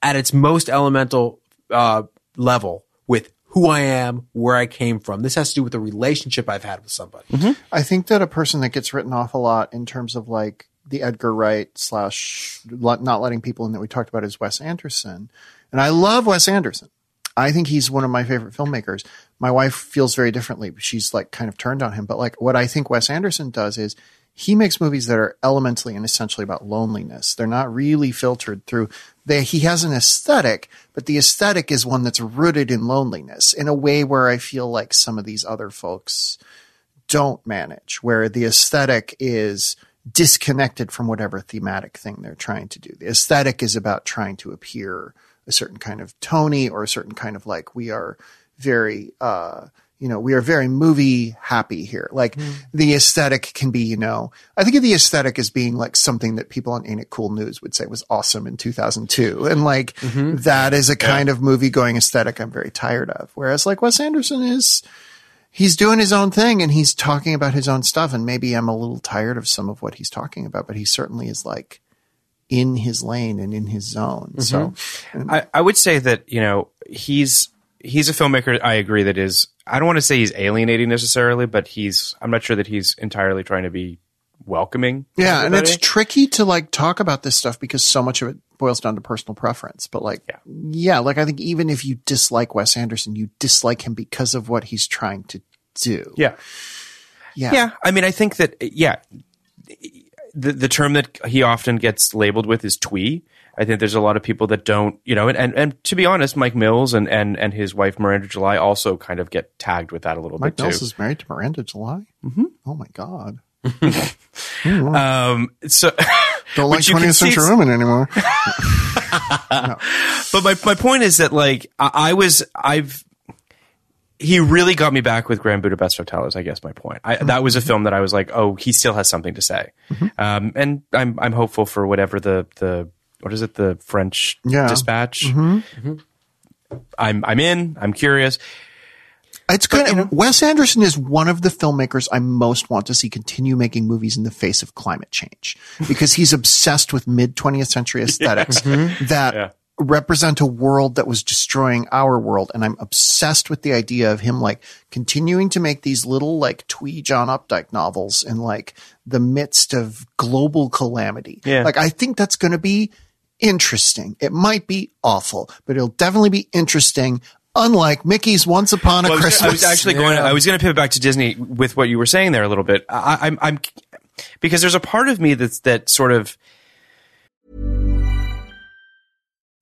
Speaker 2: at its most elemental uh, level with who I am, where I came from. This has to do with the relationship I've had with somebody.
Speaker 4: I think that a person that gets written off a lot in terms of like the Edgar Wright slash let- not letting people in that we talked about is Wes Anderson. And I love Wes Anderson. I think he's one of my favorite filmmakers. My wife feels very differently. She's like kind of turned on him. But like what I think Wes Anderson does is he makes movies that are elementally and essentially about loneliness. They're not really filtered through. They, he has an aesthetic, but the aesthetic is one that's rooted in loneliness in a way where I feel like some of these other folks don't manage, where the aesthetic is disconnected from whatever thematic thing they're trying to do. The aesthetic is about trying to appear a certain kind of Tony or a certain kind of like we are very uh you know, we are very movie happy here. Like the aesthetic can be, you know, I think of the aesthetic as being like something that people on Ain't It Cool News would say was awesome in 2002. And like that is a kind of movie going aesthetic I'm very tired of. Whereas like Wes Anderson is, he's doing his own thing and he's talking about his own stuff and maybe i'm a little tired of some of what he's talking about but he certainly is like in his lane and in his zone so
Speaker 3: Mm-hmm. I, I would say that you know he's he's a filmmaker. I agree that is. I don't want to say he's alienating necessarily, but he's. I'm not sure that he's entirely trying to be welcoming. to
Speaker 4: yeah and it's
Speaker 3: everybody.
Speaker 4: tricky to like talk about this stuff because so much of it boils down to personal preference but like yeah. like i think even if you dislike wes anderson you dislike him because of what he's trying to do
Speaker 3: yeah.
Speaker 4: yeah
Speaker 3: Yeah, I mean, I think that yeah, the the term that he often gets labeled with is twee. I think there's a lot of people that don't, you know, and, and, and to be honest, Mike Mills and, and, and his wife Miranda July also kind of get tagged with that a little
Speaker 4: mike
Speaker 3: bit
Speaker 4: mills
Speaker 3: too. Mm-hmm.
Speaker 4: is married to miranda july oh my god
Speaker 3: Um, so,
Speaker 4: don't like
Speaker 3: Which you can
Speaker 4: 20th
Speaker 3: see-
Speaker 4: century women anymore
Speaker 3: but my, my point is that like I, I was I've he really got me back with Grand Budapest Hotel is I guess my point. I, that was a film that I was like, oh, he still has something to say, um, and I'm I'm hopeful for whatever the the what is it the French
Speaker 4: Yeah. Mm-hmm.
Speaker 3: Dispatch. I'm I'm in. I'm curious.
Speaker 4: It's good. Wes Anderson is one of the filmmakers I most want to see continue making movies in the face of climate change because he's obsessed with mid 20th century aesthetics that represent a world that was destroying our world. And I'm obsessed with the idea of him like continuing to make these little like twee John Updike novels in like the midst of global calamity.
Speaker 3: Yeah.
Speaker 4: Like I think that's going to be interesting. It might be awful, but it'll definitely be interesting. Unlike Mickey's Once Upon a
Speaker 3: Well, I, was,
Speaker 4: Christmas.
Speaker 3: I was actually going. I was going to pivot back to Disney with what you were saying there a little bit. I, I'm I'm because there's a part of me that's that sort of.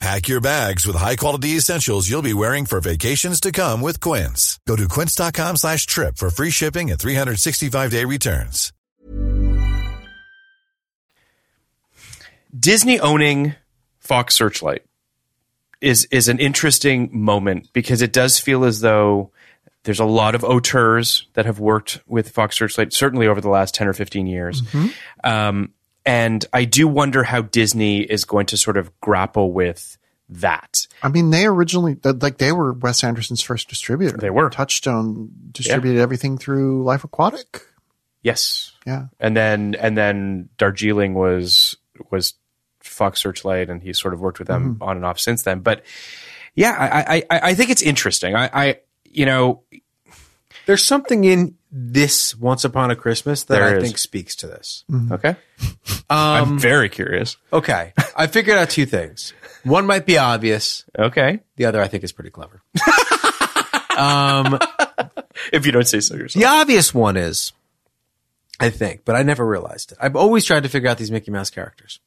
Speaker 7: Pack your bags with high-quality essentials you'll be wearing for vacations to come with Quince. Go to quince.com slash trip for free shipping and 365-day returns.
Speaker 3: Disney owning Fox Searchlight is is an interesting moment because it does feel as though there's a lot of auteurs that have worked with Fox Searchlight certainly over the last 10 or 15 years.
Speaker 4: Mm-hmm.
Speaker 3: Um, and I do wonder how Disney is going to sort of grapple with that.
Speaker 4: I mean, they originally th- like they were Wes Anderson's first distributor.
Speaker 3: They were.
Speaker 4: Touchstone distributed everything through Life Aquatic.
Speaker 3: Yes.
Speaker 4: Yeah,
Speaker 3: and then and then Darjeeling was was Fox Searchlight, and he's sort of worked with them
Speaker 4: Mm-hmm.
Speaker 3: on and off since then. But yeah, I I, I- I think it's interesting. I, I you know
Speaker 2: There's something in this Once Upon a Christmas that
Speaker 3: There
Speaker 2: I
Speaker 3: is.
Speaker 2: think speaks to this.
Speaker 3: okay.
Speaker 4: Um,
Speaker 3: I'm very curious.
Speaker 2: Okay. I figured out two things. One might be obvious.
Speaker 3: Okay,
Speaker 2: The other I think is pretty clever.
Speaker 3: if you don't say so yourself.
Speaker 2: The obvious one is, I think, but I never realized it. I've always tried to figure out these Mickey Mouse characters.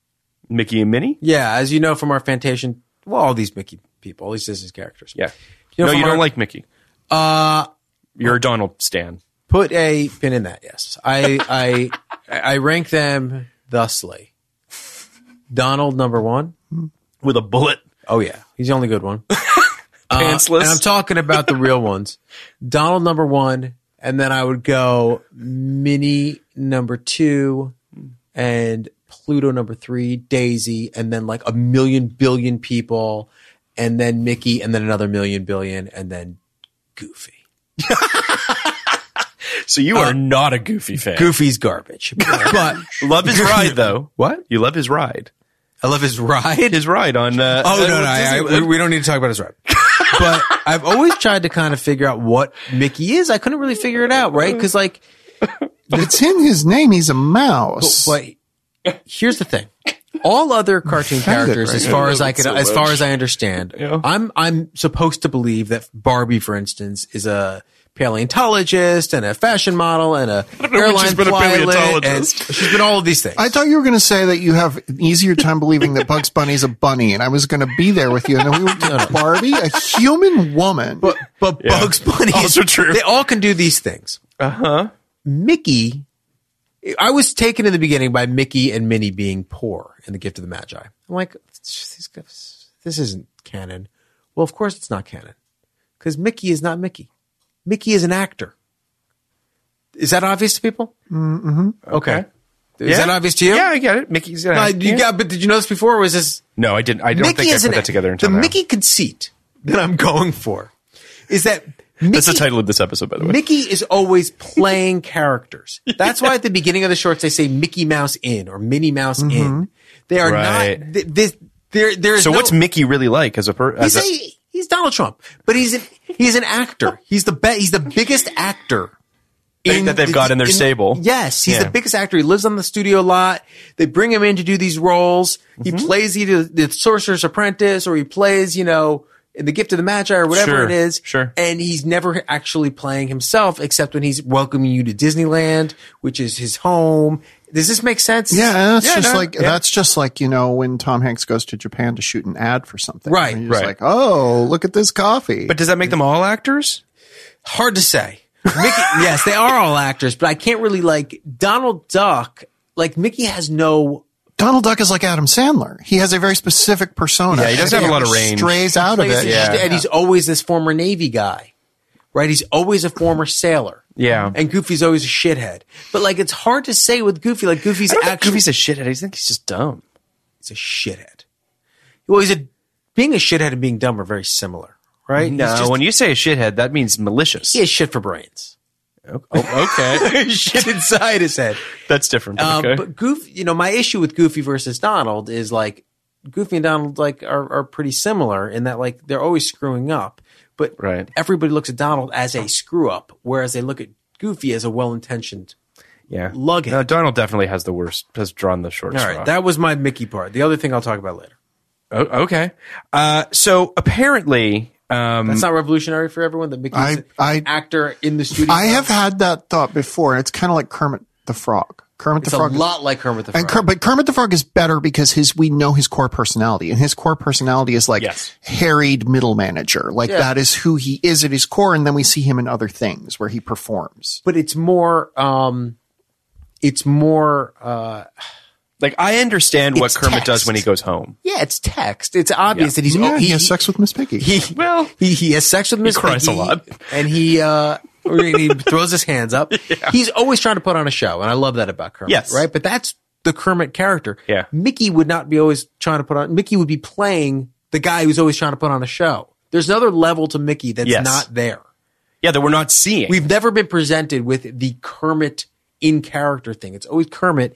Speaker 3: Mickey and Minnie.
Speaker 2: Yeah, as you know from our Fantasia, well, all these Mickey people, all these Disney characters.
Speaker 3: Yeah.
Speaker 2: You know,
Speaker 3: no, you
Speaker 2: from
Speaker 3: don't
Speaker 2: our-
Speaker 3: like Mickey.
Speaker 2: Uh,
Speaker 3: You're a Donald Stan.
Speaker 2: put a pin in that. Yes, I I I rank them thusly. Donald number one.
Speaker 3: With a bullet.
Speaker 2: Oh yeah, he's the only good one. Uh,
Speaker 3: Pantsless.
Speaker 2: and I'm talking about the real ones. Donald number one, and then I would go Minnie number two, and Pluto number three, Daisy, and then like a million billion people, and then Mickey, and then another million billion, and then Goofy.
Speaker 3: So you are not a Goofy fan.
Speaker 2: Goofy's garbage, but
Speaker 3: Love his ride though.
Speaker 2: What?
Speaker 3: You love his ride.
Speaker 2: I love his ride.
Speaker 3: His ride on. Uh,
Speaker 2: Oh
Speaker 3: uh,
Speaker 2: no, no, I, I-
Speaker 3: Disney-
Speaker 2: we- we don't need to talk about his rap. but I've always tried to kind of figure out what Mickey is. I couldn't really figure it out, right? Because like,
Speaker 4: it's in his name. He's a mouse.
Speaker 2: but here's the thing: all other cartoon
Speaker 4: Kind of,
Speaker 2: characters, as
Speaker 4: right?
Speaker 2: far as I could, as far as I understand, I'm I'm supposed to believe that Barbie, for instance, is a paleontologist and a fashion model and a airline
Speaker 3: she's been a
Speaker 2: pilot, and
Speaker 3: paleontologist.
Speaker 2: she's been all of these things.
Speaker 4: I thought you were going to say that you have an easier time believing that Bugs Bunny's a bunny, and I was going to be there with you. And then we were Barbie, a human woman.
Speaker 2: but but Bugs Bunny is-
Speaker 3: Also true.
Speaker 2: They all can do these things. Uh huh. Mickey, I was taken in the beginning by Mickey and Minnie being poor in the Gift of the Magi. I'm like, these guys- this isn't canon. Well, of course it's not canon because Mickey is not Mickey. Mickey is an actor. Is that obvious to people? Mm-hmm. Okay. Is
Speaker 3: Yeah.
Speaker 2: that obvious to you?
Speaker 3: Yeah, I get it. Mickey's. Yeah,
Speaker 2: Uh, you
Speaker 3: yeah.
Speaker 2: got, but did you know this before? Or was this
Speaker 3: No, I didn't. I don't think I
Speaker 2: is
Speaker 3: put
Speaker 2: an-
Speaker 3: that together until
Speaker 2: the
Speaker 3: now.
Speaker 2: Mickey conceit that I'm going for is that Mickey,
Speaker 3: That's the title of this episode, by the way.
Speaker 2: Mickey is always playing characters. That's why at the beginning of the shorts they say Mickey Mouse in or Minnie Mouse in. They are
Speaker 3: Right.
Speaker 2: not. Th- this there. There is
Speaker 3: so
Speaker 2: no-
Speaker 3: what's Mickey really like as a person?
Speaker 2: He's a, he's Donald Trump, but he's an, he's an actor. He's the be, he's the biggest actor
Speaker 3: They- that they've got in their stable.
Speaker 2: Yes, he's
Speaker 3: Yeah.
Speaker 2: the biggest actor. He lives on the studio lot. They bring him in to do these roles. He
Speaker 3: Mm-hmm.
Speaker 2: plays either the Sorcerer's Apprentice or he plays, you know, in the Gift of the Magi or whatever
Speaker 3: Sure,
Speaker 2: it is.
Speaker 3: sure.
Speaker 2: And he's never actually playing himself except when he's welcoming you to Disneyland, which is his home. Does this make sense?
Speaker 4: yeah, and that's just
Speaker 2: no,
Speaker 4: like
Speaker 2: yeah.
Speaker 4: that's just like you know when Tom Hanks goes to Japan to shoot an ad for something.
Speaker 2: Right,
Speaker 4: And you're just
Speaker 3: right.
Speaker 4: Like, oh, look at this coffee.
Speaker 3: but does that make them all actors?
Speaker 2: hard to say. Mickey, yes, they are all actors, but I can't really like Donald Duck. Like Mickey has no
Speaker 4: Donald Duck is like Adam Sandler. He has a very specific persona.
Speaker 3: Yeah, he doesn't
Speaker 4: And
Speaker 3: have a
Speaker 4: if
Speaker 3: lot
Speaker 4: he
Speaker 3: of range.
Speaker 4: Strays out of
Speaker 2: place,
Speaker 4: it.
Speaker 2: and he's- and he's always this former Navy guy, right? He's always a former sailor.
Speaker 3: Yeah.
Speaker 2: and Goofy's always a shithead. But like, it's hard to say with Goofy. Like Goofy's
Speaker 3: I don't think
Speaker 2: actually
Speaker 3: Goofy's a shithead. I think he's just dumb.
Speaker 2: he's a shithead. Well, he's a being a shithead and being dumb are very similar, right?
Speaker 3: No,
Speaker 2: He's just-
Speaker 3: when you say a shithead, that means malicious.
Speaker 2: he has shit for brains.
Speaker 3: okay,
Speaker 2: shit inside his head.
Speaker 3: that's different.
Speaker 2: Um,
Speaker 3: okay.
Speaker 2: But Goofy, you know, my issue with Goofy versus Donald is like Goofy and Donald like are, are pretty similar in that like they're always screwing up, but
Speaker 3: Right.
Speaker 2: everybody looks at Donald as a screw up, whereas they look at Goofy as a well intentioned
Speaker 3: Yeah.
Speaker 2: Lug it.
Speaker 3: No, Donald definitely has the worst, has drawn the short
Speaker 2: All
Speaker 3: straw.
Speaker 2: right, that was my Mickey part. The other thing I'll talk about later.
Speaker 3: O- okay. Uh, so apparently, um,
Speaker 2: That's not revolutionary for everyone. That Mickey's
Speaker 4: I-
Speaker 2: an
Speaker 4: I-
Speaker 2: actor in the studio.
Speaker 4: I have had that thought before. It's kind of like Kermit the Frog. Kermit
Speaker 2: It's
Speaker 4: the
Speaker 2: a
Speaker 4: Frog. is-
Speaker 2: lot like Kermit the Frog.
Speaker 4: And Ker- but Kermit the Frog is better because his we know his core personality, and his core personality is like
Speaker 3: Yes.
Speaker 4: harried middle manager. Like that is who he is at his core, and then we see him in other things where he performs.
Speaker 2: but it's more. Um, it's more. Uh,
Speaker 3: like, I understand what
Speaker 2: It's
Speaker 3: Kermit does
Speaker 2: text.
Speaker 3: when he goes home.
Speaker 2: yeah, it's text. It's obvious that he's.
Speaker 4: Yeah,
Speaker 2: oh,
Speaker 4: he, has sex with Miss Piggy.
Speaker 2: He,
Speaker 3: Well-
Speaker 2: he, he has sex with Miss
Speaker 3: cries a
Speaker 2: Piggy,
Speaker 3: lot.
Speaker 2: and he uh, and he throws his hands up. He's always trying to put on a show, and I love that about Kermit.
Speaker 3: Yes.
Speaker 2: right, but that's the Kermit character.
Speaker 3: Yeah.
Speaker 2: Mickey would not be always trying to put on. Mickey would be playing the guy who's always trying to put on a show. There's another level to Mickey that's
Speaker 3: Yes.
Speaker 2: not there.
Speaker 3: Yeah, that we're not seeing.
Speaker 2: We've never been presented with the Kermit in character thing. It's always Kermit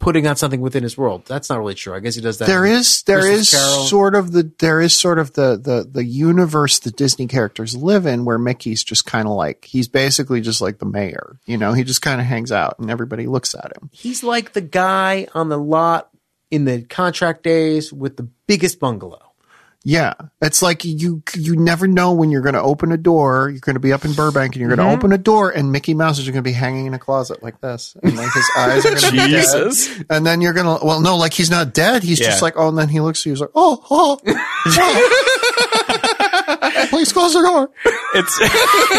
Speaker 2: putting on something within his world. That's not really true. I guess he does that.
Speaker 4: There
Speaker 2: in
Speaker 4: is there is
Speaker 2: Christmas Carol.
Speaker 4: sort of the there is sort of the the the universe the Disney characters live in where Mickey's just kind of like he's basically just like the mayor. You know, he just kind of hangs out and everybody looks at him.
Speaker 2: He's like the guy on the lot in the contract days with the biggest bungalow.
Speaker 4: Yeah, it's like you you never know when you're going to open a door. You're going to be up in Burbank and you're going to
Speaker 3: Mm-hmm.
Speaker 4: open a door, and Mickey Mouse is going to be hanging in a closet like this, and like his eyes are going to be
Speaker 3: Jesus.
Speaker 4: dead. And then you're going to well, no, like he's not dead. He's just
Speaker 3: Yeah.
Speaker 4: like oh, and then he looks. He's like oh, oh, oh. please close the door.
Speaker 3: It's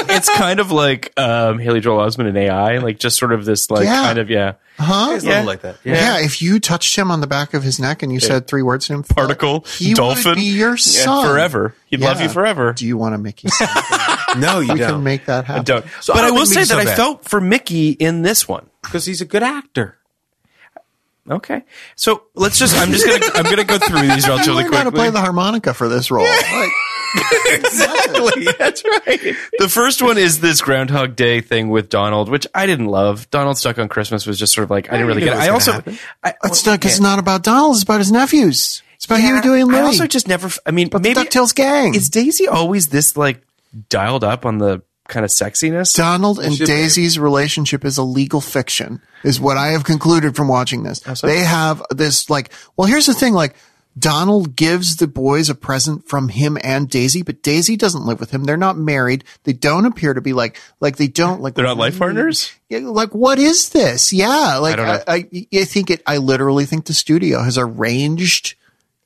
Speaker 3: it's kind of like um, Haley Joel Osment in AI, like just sort of this like
Speaker 4: Yeah.
Speaker 3: kind of yeah
Speaker 4: Huh?
Speaker 3: yeah.
Speaker 2: like that.
Speaker 4: Yeah. if you touched him on the back of his neck and you said three words to him,
Speaker 3: particle
Speaker 4: he
Speaker 3: dolphin
Speaker 4: would be your
Speaker 3: Yeah,
Speaker 4: son
Speaker 3: forever. He'd love
Speaker 4: Yeah.
Speaker 3: you forever.
Speaker 4: Do you want a Mickey? son?
Speaker 2: No, you
Speaker 4: we can make that happen.
Speaker 3: I don't.
Speaker 2: So
Speaker 3: but I,
Speaker 2: I don't
Speaker 3: will
Speaker 2: think
Speaker 3: say that
Speaker 2: Mickey's so
Speaker 3: I
Speaker 2: bad.
Speaker 3: felt for Mickey in this one.
Speaker 2: because he's a good actor.
Speaker 3: Okay, so let's just. I'm just gonna. I'm gonna go through these
Speaker 4: You
Speaker 3: relatively
Speaker 4: learned how to
Speaker 3: quickly.
Speaker 4: play the harmonica for this role. Like,
Speaker 3: exactly. That's right. The first one is this Groundhog Day thing with Donald, which I didn't love. Donald stuck on Christmas was just sort of like I didn't really get. it. I also. I,
Speaker 4: It's not because it's not about Donald. It's about his nephews. It's about
Speaker 3: Yeah,
Speaker 4: you doing Louis.
Speaker 3: I also just never. f- I mean,
Speaker 4: But the
Speaker 3: maybe
Speaker 4: DuckTales gang.
Speaker 3: Is Daisy always this like dialed up on the kind of sexiness?
Speaker 4: Donald and Daisy's relationship is a legal fiction, is what I have concluded from watching this. They have this like, well, here's the thing, like. Donald gives the boys a present from him and Daisy, but Daisy doesn't live with him. They're not married. They don't appear to be like, like they don't like.
Speaker 3: They're not life partners.
Speaker 4: Yeah, like what is this? Yeah, like
Speaker 3: don't
Speaker 4: I,
Speaker 3: know.
Speaker 4: I, I think it. I literally think the studio has arranged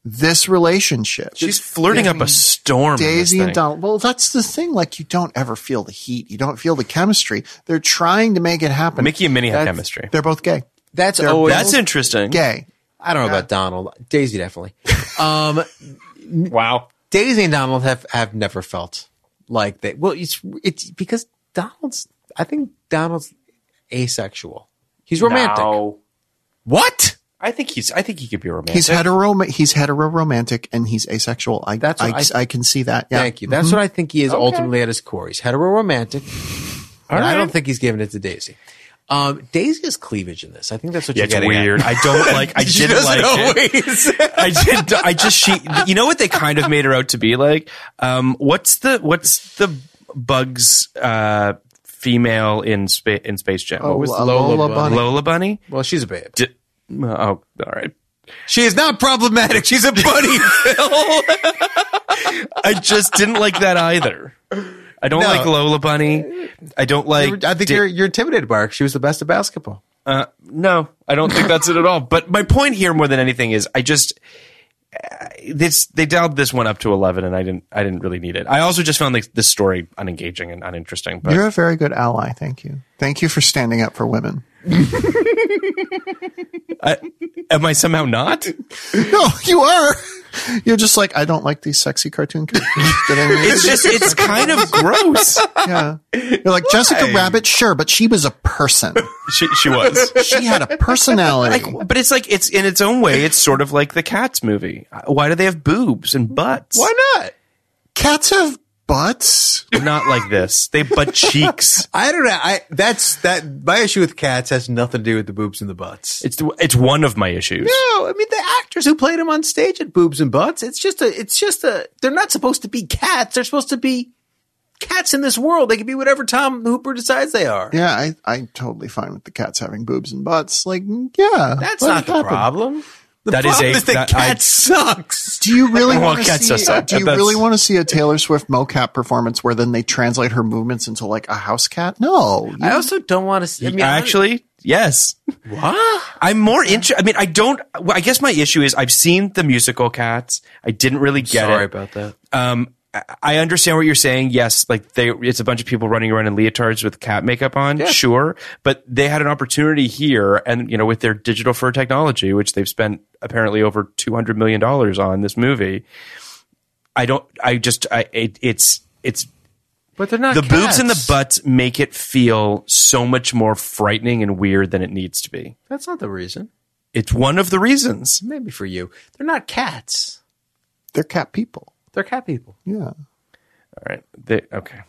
Speaker 4: this relationship.
Speaker 3: She's flirting up a storm. in this
Speaker 4: Daisy and
Speaker 3: thing.
Speaker 4: Donald. Well, that's the thing. Like you don't ever feel the heat. You don't feel the chemistry. They're trying to make it happen.
Speaker 3: Mickey and Minnie have
Speaker 4: That's-
Speaker 3: chemistry.
Speaker 4: They're both gay.
Speaker 2: That's
Speaker 4: They're
Speaker 2: always
Speaker 3: That's interesting.
Speaker 4: Gay.
Speaker 2: I don't know about Donald. Daisy definitely. Um,
Speaker 3: Wow.
Speaker 2: Daisy and Donald have have never felt like they. Well, it's it's because Donald's. I think Donald's asexual. He's romantic.
Speaker 3: No.
Speaker 2: What?
Speaker 3: I think he's. I think he could be romantic.
Speaker 4: He's hetero. He's hetero romantic and he's asexual. I
Speaker 2: That's
Speaker 4: I,
Speaker 2: what I-
Speaker 4: I can see that. Yeah.
Speaker 2: Thank you. That's
Speaker 3: Mm-hmm.
Speaker 2: what I think he is ultimately at his core. He's heteroromantic. and I don't think he's giving it to Daisy. Um, Daisy has cleavage in this. I think that's what
Speaker 3: Yeah,
Speaker 2: you're
Speaker 3: it's
Speaker 2: getting at.
Speaker 3: weird. I don't like. I
Speaker 2: She
Speaker 3: didn't
Speaker 2: doesn't
Speaker 3: like it.
Speaker 2: always.
Speaker 3: I did. I just she. You know what they kind of made her out to be like. Um, what's the what's the bugs uh, female in spa- in Space Jam?
Speaker 4: Oh,
Speaker 3: what was
Speaker 4: Lola, Bunny.
Speaker 3: Lola Bunny?
Speaker 2: well, she's a babe.
Speaker 3: Di- oh, all right.
Speaker 2: She is not problematic. She's a bunny.
Speaker 3: I just didn't like that either. I don't like Lola Bunny. I don't like.
Speaker 2: I think
Speaker 3: Di-
Speaker 2: you're you're intimidated by her. She was the best at basketball.
Speaker 3: Uh, no, I don't think that's it at all. But my point here, more than anything, is I just uh, this they dialed this one up to eleven, and I didn't. I didn't really need it. I also just found like, this story unengaging and uninteresting. But
Speaker 4: You're a very good ally. Thank you. Thank you for standing up for women.
Speaker 3: I, am I somehow not?
Speaker 4: No, you are. You're just like I don't like these sexy cartoon characters.
Speaker 3: It's just it's kind of gross.
Speaker 4: yeah. You're like Jessica Rabbit, sure, but she was a person.
Speaker 3: She, she was.
Speaker 4: She had a personality.
Speaker 3: Like, but it's like it's in its own way. It's sort of like the Cats movie. Why do they have boobs and butts? Why
Speaker 2: not?
Speaker 4: Cats have butts.
Speaker 3: not? Not like this. They have butt cheeks.
Speaker 2: I don't know. I that's that my issue with cats has nothing to do with the boobs and the butts.
Speaker 3: It's it's one of my issues.
Speaker 2: No, I mean the actors who played him on stage at boobs and butts. It's just a. It's just a. They're not supposed to be cats. They're supposed to be cats in this world. They can be whatever Tom Hooper decides they are.
Speaker 4: Yeah, I, I'm totally fine with the cats having boobs and butts. Like, yeah.
Speaker 2: That's
Speaker 4: let
Speaker 2: not
Speaker 4: it
Speaker 2: the
Speaker 4: happen.
Speaker 2: problem. The
Speaker 3: That is
Speaker 2: problem
Speaker 3: a-
Speaker 2: is that
Speaker 3: that I-
Speaker 2: cat sucks.
Speaker 4: Do you really
Speaker 3: Well,
Speaker 4: want to
Speaker 3: cats
Speaker 4: see?
Speaker 3: are so-
Speaker 4: do you
Speaker 3: that's-
Speaker 4: really want to see a Taylor Swift mocap performance where then they translate her movements into like a house cat? No,
Speaker 2: I also don't want to see. I mean, I-
Speaker 3: Actually, yes.
Speaker 2: what?
Speaker 3: I'm more interested. I mean, I don't. well, I guess my issue is I've seen the musical Cats. I didn't really get
Speaker 2: Sorry
Speaker 3: it.
Speaker 2: about that.
Speaker 3: Um, I- I understand what you're saying. Yes, like they, it's a bunch of people running around in leotards with cat makeup on. Sure, but they had an opportunity here, and you know, with their digital fur technology, which they've spent apparently over two hundred million dollars on this movie. I don't. I just. I. It, it's. It's
Speaker 2: But they're not
Speaker 3: the boobs and the
Speaker 2: cats.
Speaker 3: butts make it feel so much more frightening and weird than it needs to be.
Speaker 2: That's not the reason.
Speaker 3: It's one of the reasons.
Speaker 2: Maybe for you, they're not cats.
Speaker 4: they're cat people.
Speaker 2: They're cat people.
Speaker 4: Yeah,
Speaker 3: All right. They, okay.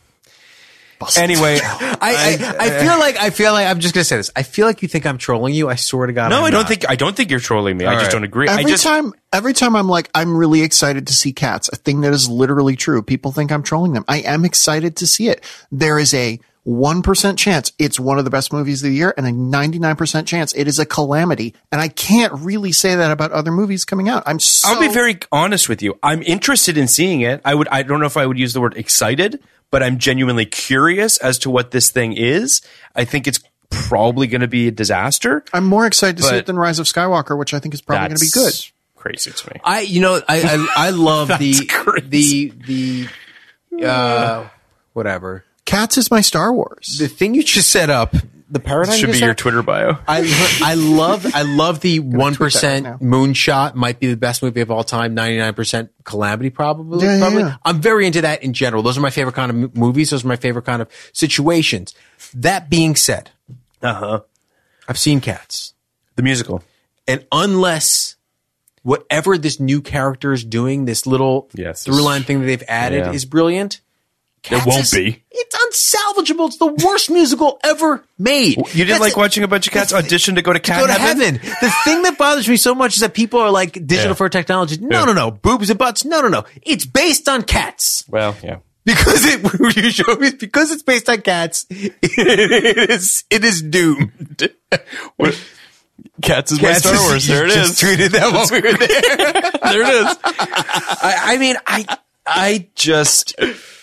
Speaker 3: Anyway,
Speaker 2: I, I, I feel like I feel like I'm just gonna say this. I feel like you think I'm trolling you. I swear to God.
Speaker 3: no,
Speaker 2: I'm
Speaker 3: I don't
Speaker 2: not.
Speaker 3: think I don't think you're trolling me. I just
Speaker 2: right.
Speaker 3: don't agree.
Speaker 4: every
Speaker 3: I just
Speaker 4: time, every time I'm like, I'm really excited to see cats. A thing that is literally true. People think I'm trolling them. I am excited to see it. There is a one percent chance it's one of the best movies of the year, and a ninety nine percent chance it is a calamity. And I can't really say that about other movies coming out. I'm so
Speaker 3: I'll be very honest with you. I'm interested in seeing it. I would I don't know if I would use the word excited, but I'm genuinely curious as to what this thing is. I think it's probably going to be a disaster.
Speaker 4: I'm more excited to see
Speaker 3: But-
Speaker 4: it than Rise of Skywalker, which I think is probably going to be good.
Speaker 3: That's Crazy to me.
Speaker 2: I you know I I, I love the
Speaker 3: crazy.
Speaker 2: the the uh whatever
Speaker 4: Cats is my Star Wars.
Speaker 2: the thing you just set up the paradigm
Speaker 3: Should be
Speaker 2: you set
Speaker 3: your
Speaker 2: up,
Speaker 3: Twitter bio.
Speaker 2: I lo- I love I love the one percent
Speaker 4: right
Speaker 2: moonshot might be the best movie of all time. Ninety nine percent calamity probably.
Speaker 4: Yeah, yeah,
Speaker 2: probably.
Speaker 4: yeah.
Speaker 2: I'm very into that in general. Those are my favorite kind of mo- movies. Those are my favorite kind of situations. That being said,
Speaker 3: Uh huh.
Speaker 2: I've seen Cats.
Speaker 3: The musical.
Speaker 2: And unless whatever this new character is doing, this little
Speaker 3: Yes.
Speaker 2: through line thing that they've added
Speaker 3: Yeah.
Speaker 2: is brilliant. Cats
Speaker 3: won't
Speaker 2: is-
Speaker 3: be.
Speaker 2: It's unsalvageable. It's the worst musical ever made.
Speaker 3: You didn't
Speaker 2: That's
Speaker 3: like
Speaker 2: it.
Speaker 3: watching a bunch of cats audition to go to cat
Speaker 2: Go to
Speaker 3: heaven?
Speaker 2: heaven. the thing that bothers me so much is that people are like digital
Speaker 3: Yeah.
Speaker 2: for technology. No,
Speaker 3: Yeah.
Speaker 2: no, no. Boobs and butts. No, no, no. It's based on cats
Speaker 3: Well, yeah.
Speaker 2: because it you show me- because it's based on cats. It is it is doomed.
Speaker 3: What- Cats is
Speaker 2: Cats
Speaker 3: my
Speaker 2: is-
Speaker 3: Star Wars.
Speaker 2: you
Speaker 3: There it is.
Speaker 2: just tweeted that while we were
Speaker 3: there it is. I, I mean, I I just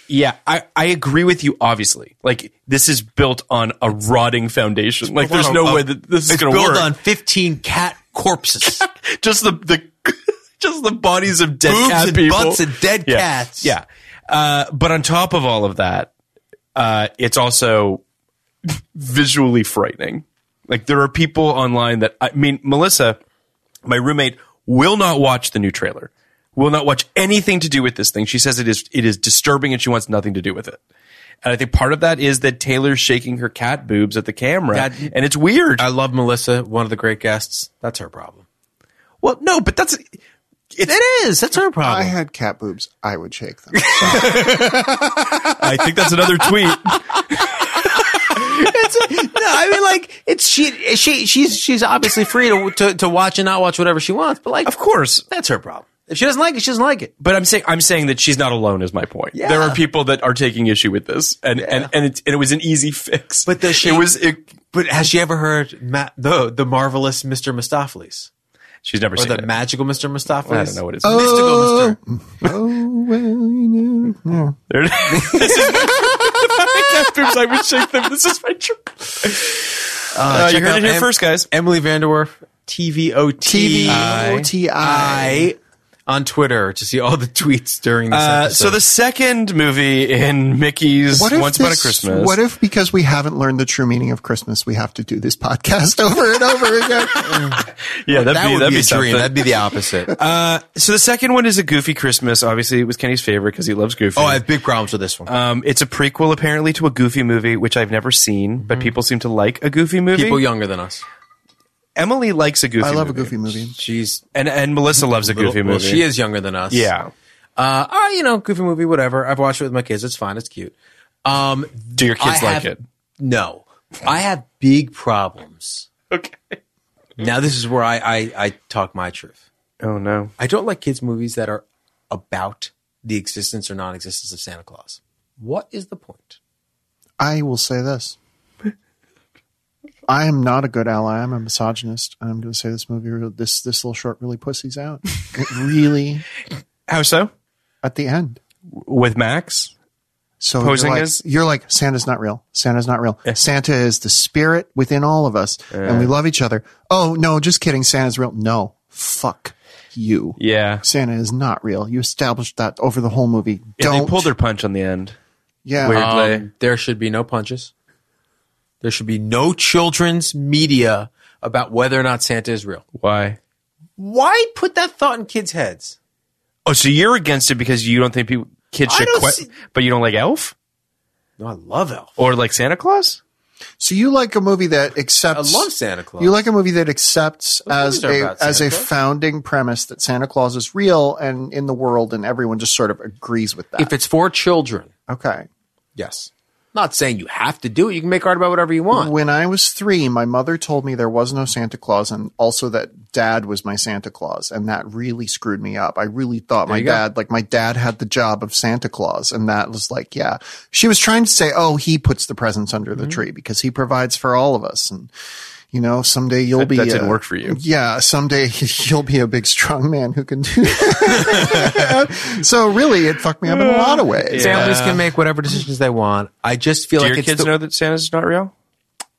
Speaker 3: yeah, I, I agree with you. Obviously, like this is built on a rotting foundation. Like there's no way that this is
Speaker 2: It's
Speaker 3: going to
Speaker 2: built
Speaker 3: work.
Speaker 2: on 15 cat corpses.
Speaker 3: just the the just the bodies of dead
Speaker 2: Boobs
Speaker 3: cat
Speaker 2: and
Speaker 3: people.
Speaker 2: butts and dead
Speaker 3: yeah.
Speaker 2: cats.
Speaker 3: Yeah, uh, but on top of all of that, uh, it's also visually frightening. Like there are people online that I mean, Melissa, my roommate, will not watch the new trailer. Will not watch anything to do with this thing. She says it is it is disturbing and she wants nothing to do with it. And I think part of that is that Taylor's shaking her cat boobs at the camera,
Speaker 2: That-
Speaker 3: and it's weird.
Speaker 2: I love Melissa, one of the great guests. That's her problem.
Speaker 3: well, no, but that's it's,
Speaker 2: It is. That's her
Speaker 4: I
Speaker 2: problem.
Speaker 4: had cat boobs. I would shake them.
Speaker 3: I think that's another tweet.
Speaker 2: no, I mean, like it's she. She she's she's obviously free to, to to watch and not watch whatever she wants. But like,
Speaker 3: Of course.
Speaker 2: that's her problem. If she doesn't like it, she doesn't like it.
Speaker 3: But I'm saying I'm saying that she's not alone is my point.
Speaker 2: Yeah.
Speaker 3: There are people that are taking issue with this and and and it, and it was an easy fix.
Speaker 2: But does she-
Speaker 3: it was it,
Speaker 2: But has she ever heard Ma- the the marvelous Mr. Mistopheles
Speaker 3: she's never
Speaker 2: or
Speaker 3: seen
Speaker 2: the
Speaker 3: it.
Speaker 2: magical Mr. Mistopheles?
Speaker 3: I don't know what it's.
Speaker 2: Mystical Mr.
Speaker 4: oh well, you know. Yeah.
Speaker 3: There it is. this is my cat boobs. I would shake them. This is my trip. Uh, you
Speaker 2: check
Speaker 3: heard
Speaker 2: out
Speaker 3: it here
Speaker 2: Em-
Speaker 3: first, guys.
Speaker 2: Emily Vanderwerf, TVOT.
Speaker 4: TVOTI.
Speaker 2: I on Twitter to see all the tweets during this
Speaker 3: Uh,
Speaker 2: episode.
Speaker 3: so the second movie in Mickey's
Speaker 4: What if
Speaker 3: Once Upon a
Speaker 4: this-
Speaker 3: Christmas.
Speaker 4: What if because we haven't learned the true meaning of Christmas, we have to do this podcast over and over again?
Speaker 3: yeah, that'd
Speaker 2: that
Speaker 3: be that'd
Speaker 2: would be,
Speaker 3: be,
Speaker 2: a
Speaker 3: something. Uh,
Speaker 2: dream. That'd be the opposite.
Speaker 3: so the second one is a Goofy Christmas. Obviously, it was Kenny's favorite because he loves Goofy.
Speaker 2: oh, I have big problems with this one.
Speaker 3: Um, it's a prequel apparently to a Goofy movie, which I've never seen, but people seem to like a Goofy movie.
Speaker 2: Mm-hmm. People younger than us.
Speaker 3: Emily likes a Goofy.
Speaker 4: I love a
Speaker 3: movie.
Speaker 4: goofy movie.
Speaker 2: She's
Speaker 3: and and Melissa loves a Goofy
Speaker 2: well,
Speaker 3: movie.
Speaker 2: she is younger than us.
Speaker 3: yeah.
Speaker 2: Uh, all right, you know, goofy movie, whatever. I've watched it with my kids. It's fine. It's cute. Um,
Speaker 3: Do your kids
Speaker 2: I
Speaker 3: like
Speaker 2: have-
Speaker 3: it?
Speaker 2: No, I have big problems.
Speaker 3: Okay.
Speaker 2: Now this is where I, I, I talk my truth.
Speaker 3: Oh no.
Speaker 2: I don't like kids movies that are about the existence or non-existence of Santa Claus. What is the point?
Speaker 4: I will say this. I am not a good ally. I'm a misogynist. I'm going to say this movie, re- this this little short, really pussies out. It really
Speaker 3: How so?
Speaker 4: at the end.
Speaker 3: With Max?
Speaker 4: So
Speaker 3: Posing
Speaker 4: you're like,
Speaker 3: as-
Speaker 4: you're like Santa's not real. Santa's not real. Santa is the spirit within all of us, and we love each other. Oh no, just kidding. Santa's real. No, fuck you.
Speaker 3: Yeah.
Speaker 4: Santa is not real. You established that over the whole movie.
Speaker 3: Yeah,
Speaker 4: Don't
Speaker 3: they pulled their punch on the end.
Speaker 4: yeah.
Speaker 3: Weirdly.
Speaker 2: Um, there should be no punches. There should be no children's media about whether or not Santa is real.
Speaker 3: Why?
Speaker 2: Why put that thought in kids' heads?
Speaker 3: Oh, so you're against it because you don't think people kids
Speaker 2: I
Speaker 3: should
Speaker 2: don't
Speaker 3: quit,
Speaker 2: see-
Speaker 3: but you don't like Elf
Speaker 2: No, I love Elf.
Speaker 3: or like Santa Claus?
Speaker 4: So you like a movie that accepts?
Speaker 2: I love Santa Claus.
Speaker 4: You like a movie that accepts as
Speaker 2: movies are
Speaker 4: a
Speaker 2: about
Speaker 4: as
Speaker 2: Santa
Speaker 4: a
Speaker 2: Claus.
Speaker 4: founding premise that Santa Claus is real and in the world, and everyone just sort of agrees with that.
Speaker 2: if it's for children,
Speaker 4: okay.
Speaker 2: yes. Not saying you have to do it. You can make art about whatever you want.
Speaker 4: When I was three, my mother told me there was no Santa Claus, and also that dad was my Santa Claus, and that really screwed me up. I really thought my
Speaker 2: you go.
Speaker 4: dad, like my dad, had the job of Santa Claus, and that was like, yeah. She was trying to say, oh, he puts the presents under
Speaker 3: Mm-hmm.
Speaker 4: the tree because he provides for all of us, and you know, someday you'll
Speaker 3: That-
Speaker 4: be
Speaker 3: that didn't
Speaker 4: uh,
Speaker 3: work for you.
Speaker 4: Yeah, someday you'll be a big strong man who can do. that. so really, it fucked me up in a lot of ways.
Speaker 2: Families can make whatever decisions they want. I just feel
Speaker 3: Do
Speaker 2: like
Speaker 3: your
Speaker 2: it's
Speaker 3: kids
Speaker 2: the,
Speaker 3: know that Santa's not real?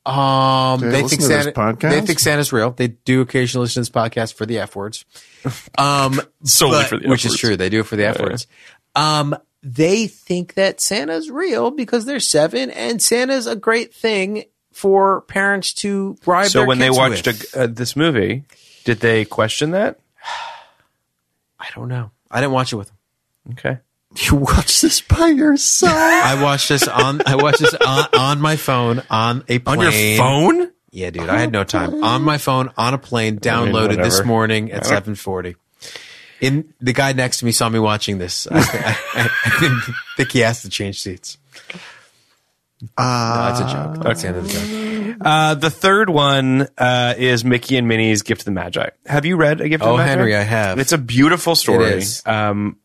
Speaker 2: Um,
Speaker 4: Do they
Speaker 2: they
Speaker 4: listen
Speaker 2: think
Speaker 4: to this
Speaker 2: Santa.
Speaker 4: podcast?
Speaker 2: They think Santa's real. They do occasionally listen to this podcast for the f words. Um,
Speaker 3: Solely
Speaker 2: but-
Speaker 3: for the F
Speaker 2: which is
Speaker 3: words.
Speaker 2: true. They do it for the f words. Um, they think that Santa's real because they're seven, and Santa's a great thing for parents to bribe.
Speaker 3: So
Speaker 2: their
Speaker 3: when they
Speaker 2: kids
Speaker 3: watched
Speaker 2: with.
Speaker 3: a, uh, this movie, did they question that?
Speaker 2: I don't know. I didn't watch it with them.
Speaker 3: Okay.
Speaker 4: You watch this by yourself.
Speaker 2: I watched this on. I watched this on, on my phone on a
Speaker 3: On
Speaker 2: plane.
Speaker 3: your phone?
Speaker 2: Yeah, dude. I had no time. On my phone, on a plane, downloaded this
Speaker 3: whatever.
Speaker 2: morning at seven forty. In the guy next to me saw me watching this. I, I, I, didn't think he asked to change seats. Uh, no, it's a joke. That's the end of the joke.
Speaker 3: Uh, the third one uh, is Mickey and Minnie's Gift of the Magi. Have you read A Gift
Speaker 2: Oh,
Speaker 3: of the Magi?
Speaker 2: Henry, I have.
Speaker 3: It's a beautiful story.
Speaker 2: It is.
Speaker 3: Um,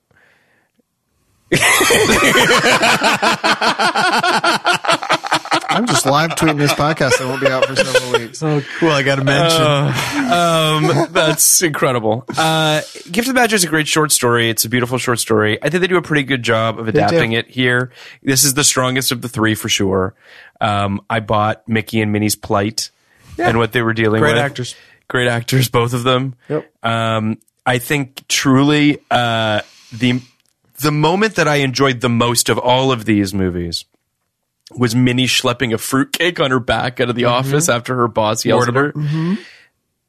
Speaker 4: I'm just live tweeting this podcast. I won't be out for several weeks.
Speaker 2: Oh, cool. I got to mention.
Speaker 3: um, that's incredible. Uh, Gift of the Magi is a great short story. It's a beautiful short story. I think they do a pretty good job of adapting it here. This is the strongest of the three for sure. Um, I bought Mickey and Minnie's plight and what they were dealing
Speaker 2: Great
Speaker 3: with.
Speaker 2: actors.
Speaker 3: great actors, both of them. Yep. Um, I think truly uh, the the moment that I enjoyed the most of all of these movies was Minnie schlepping a fruitcake on her back out of the office after her boss yelled at her.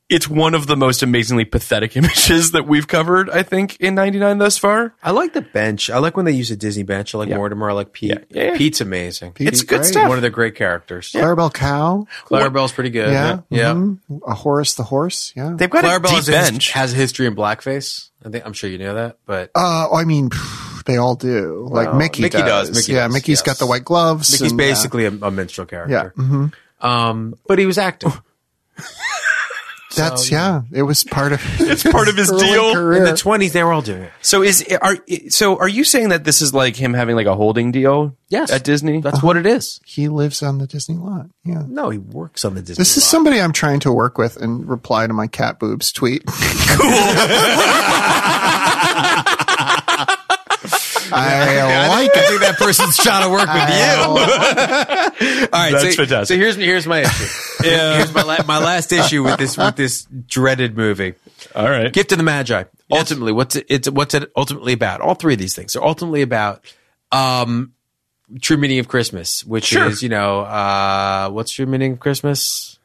Speaker 3: It's one of the most amazingly pathetic images that we've covered, I think, in '99 thus far.
Speaker 2: I like the bench. I like when they use a Disney bench. I like Mortimer. I like Pete.
Speaker 3: Yeah, yeah.
Speaker 2: Pete's amazing.
Speaker 3: It's good
Speaker 4: great.
Speaker 3: stuff.
Speaker 2: One of their great characters.
Speaker 4: Clarabelle Cow.
Speaker 2: Clarabelle's pretty good.
Speaker 4: Yeah.
Speaker 2: Yeah.
Speaker 4: mhm. A Horace the Horse. Yeah.
Speaker 3: They've got
Speaker 2: Clarabelle
Speaker 3: a deep
Speaker 2: has, a his-
Speaker 3: bench.
Speaker 2: has a history in blackface. I think I'm sure you know that, but
Speaker 4: uh, I mean, pff, they all do. Like Mickey,
Speaker 2: Mickey
Speaker 4: does.
Speaker 2: does, Mickey
Speaker 4: yeah.
Speaker 2: does,
Speaker 4: Mickey's
Speaker 2: yes.
Speaker 4: got the white gloves.
Speaker 2: Mickey's
Speaker 4: and,
Speaker 2: basically a, a minstrel
Speaker 4: Uh, yeah.
Speaker 2: character.
Speaker 4: hmm
Speaker 2: Um, but he was acting.
Speaker 4: That's, yeah. It was part of It's
Speaker 3: part of his deal.
Speaker 2: In the 20s, they were all doing it.
Speaker 3: So is are so are you saying that this is like him having like a holding deal?
Speaker 2: Yes.
Speaker 3: at Disney.
Speaker 2: That's what it is.
Speaker 4: he lives on the Disney lot. Yeah.
Speaker 2: No, he works on the Disney.
Speaker 4: This is
Speaker 2: lot.
Speaker 4: somebody I'm trying to work with and reply to my cat boobs tweet. Cool. I like
Speaker 2: I
Speaker 4: it.
Speaker 2: think that person's trying to work with you. All right,
Speaker 3: That's
Speaker 2: so,
Speaker 3: fantastic.
Speaker 2: So here's here's my issue. Here's my, la- my last issue with this with this dreaded movie.
Speaker 3: All right.
Speaker 2: Gift of the Magi. Ultimately, what's it, it's what's it ultimately about? All three of these things are ultimately about um true meaning of Christmas, which is you know uh what's true meaning of Christmas?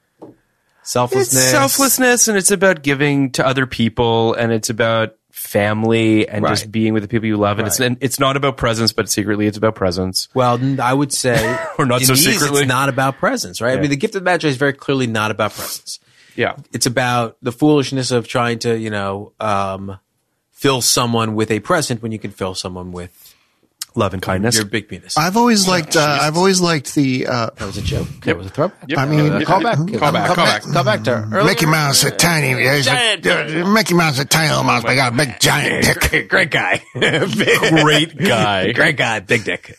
Speaker 2: Selflessness.
Speaker 3: It's selflessness, and it's about giving to other people, and it's about family and just
Speaker 2: Right.
Speaker 3: being with the people you love. And it's and it's not about presents, but secretly it's about presents.
Speaker 2: Well, n- I would say,
Speaker 3: Or not
Speaker 2: in
Speaker 3: so
Speaker 2: these,
Speaker 3: secretly.
Speaker 2: it's not about presents, right? I mean, the gift of the Magi is very clearly not about presents.
Speaker 3: Yeah,
Speaker 2: It's about the foolishness of trying to, you know, um, fill someone with a present when you can fill someone with
Speaker 3: love and kindness.
Speaker 5: You're a big penis.
Speaker 4: I've always liked. Uh, I've always liked the uh,
Speaker 2: That was a joke. That was a throwback.
Speaker 4: I mean, uh,
Speaker 2: Call back.
Speaker 5: Call back, call back.
Speaker 2: Call back to earlier.
Speaker 4: Mm-hmm. Mickey Mouse, a tiny, is a- uh, Mickey Mouse, a tiny little mouse, but I got a big giant dick.
Speaker 2: Great, great guy.
Speaker 3: Great guy.
Speaker 2: great guy. Big dick.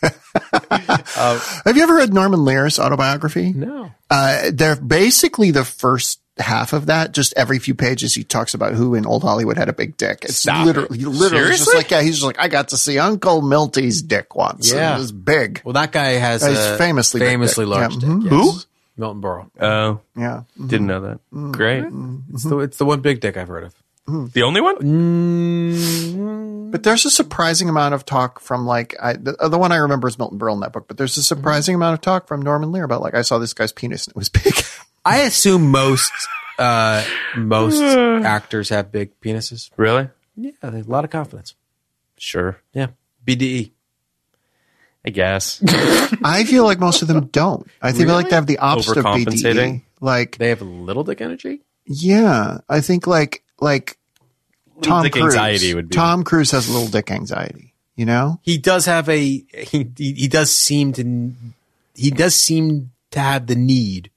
Speaker 4: Have you ever read Norman Lear's autobiography?
Speaker 2: No.
Speaker 4: Uh, they're basically the first half of that. Just every few pages, he talks about who in old Hollywood had a big dick. It's literally, literally just
Speaker 3: Seriously?
Speaker 4: like, yeah, he's just like, I got to see Uncle Milty's dick once.
Speaker 2: Yeah.
Speaker 4: It was big.
Speaker 2: Well, that guy has
Speaker 4: He's
Speaker 2: a
Speaker 4: famously big
Speaker 2: famously
Speaker 4: dick.
Speaker 2: large
Speaker 4: Yeah.
Speaker 2: dick.
Speaker 4: Mhm.
Speaker 2: Yes.
Speaker 4: Who? Mm-hmm.
Speaker 2: Milton Berle.
Speaker 3: Oh,
Speaker 4: Yeah.
Speaker 3: didn't know that. Great.
Speaker 2: It's the, it's the one big dick I've heard of.
Speaker 3: The only one?
Speaker 4: But there's a surprising amount of talk from like, I, the, uh, the one I remember is Milton Berle in that book, but
Speaker 3: Mm-hmm.
Speaker 4: there's a surprising amount of talk from Norman Lear about like, I saw this guy's penis and it was big.
Speaker 2: I assume most uh, most actors have big penises.
Speaker 3: Really?
Speaker 2: Yeah, they have a lot of confidence.
Speaker 3: Sure.
Speaker 2: Yeah, E. BDE.
Speaker 3: I guess.
Speaker 4: I feel like most of them don't. I feel like they have the opposite of BDE.
Speaker 3: Overcompensating?
Speaker 4: Like,
Speaker 2: They have a little dick energy.
Speaker 4: yeah, I think like, like Tom
Speaker 3: dick
Speaker 4: Cruise.
Speaker 3: anxiety would be-
Speaker 4: Tom Cruise has a little dick anxiety, you know?
Speaker 2: He does have a he, he. He does seem to. He does seem to have the need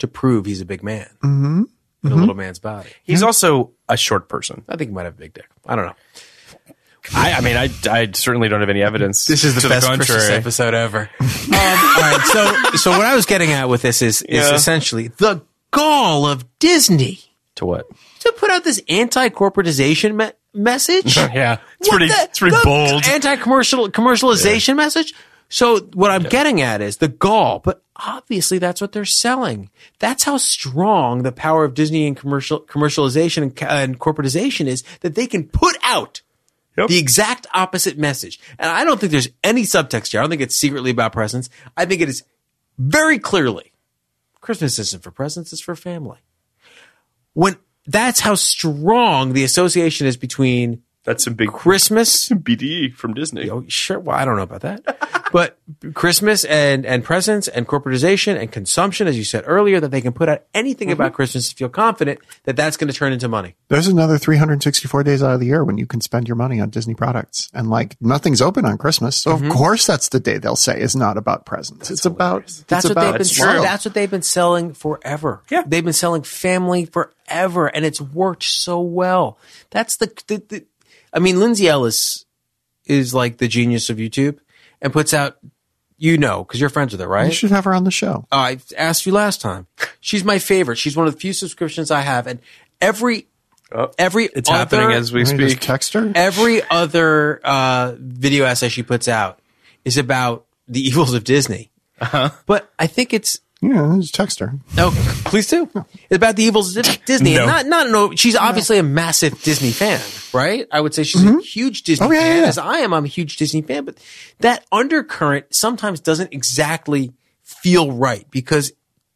Speaker 2: to prove he's a big man in a little man's body.
Speaker 4: Hmm?
Speaker 3: He's also a short person.
Speaker 2: I think he might have a big dick. I don't know.
Speaker 3: I, I mean, I, I certainly don't have any evidence.
Speaker 2: This is the
Speaker 3: to
Speaker 2: best Christmas
Speaker 3: contrary.
Speaker 2: episode ever. um, all right, so so what I was getting at with this is is
Speaker 3: Yeah.
Speaker 2: essentially the gall of Disney
Speaker 3: To what?
Speaker 2: to put out this anti-corporatization me- message.
Speaker 3: Yeah, it's
Speaker 2: What
Speaker 3: pretty.
Speaker 2: the-
Speaker 3: it's pretty
Speaker 2: the
Speaker 3: bold.
Speaker 2: Anti-commercial commercialization message. So what I'm getting at is the gall, but obviously that's what they're selling. That's how strong the power of Disney and commercial commercialization and, ca- and corporatization is that they can put out
Speaker 3: Yep.
Speaker 2: the exact opposite message. And I don't think there's any subtext here. I don't think it's secretly about presents. I think it is very clearly Christmas isn't for presents, it's for family. When that's how strong the association is between
Speaker 3: That's some big
Speaker 2: Christmas
Speaker 3: BDE from Disney.
Speaker 2: Oh, sure. Well, I don't know about that. but Christmas and, and presents and corporatization and consumption, as you said earlier, that they can put out anything about Christmas to feel confident that that's going to turn into money.
Speaker 4: There's another 364 days out of the year when you can spend your money on Disney products and like nothing's open on Christmas. So
Speaker 3: Mm-hmm.
Speaker 4: of course that's the day they'll say is not about presents. it's about, it's
Speaker 2: That's what
Speaker 4: about
Speaker 2: they've been
Speaker 4: love.
Speaker 2: selling. That's what they've been selling forever.
Speaker 3: Yeah.
Speaker 2: They've been selling family forever and it's worked so well. That's the, the, the I mean, Lindsay Ellis is like the genius of YouTube and puts out, you know, cause you're friends with her, right?
Speaker 4: You should have her on the show.
Speaker 2: I asked you last time. She's my favorite. She's one of the few subscriptions I have, and every every
Speaker 3: Oh, It's
Speaker 2: other,
Speaker 3: happening as we
Speaker 4: Can we just
Speaker 3: speak.
Speaker 4: text her.
Speaker 2: every other uh, video essay she puts out is about the evils of Disney. Uh-huh. But I think it's
Speaker 4: Yeah, just text her.
Speaker 2: no, please do It's about the evils of Di- Disney. And not not no. She's obviously a massive Disney fan, right? I would say she's a huge Disney
Speaker 4: Oh, yeah,
Speaker 2: fan,
Speaker 4: yeah, yeah.
Speaker 2: as I am. I'm a huge Disney fan, but that undercurrent sometimes doesn't exactly feel right because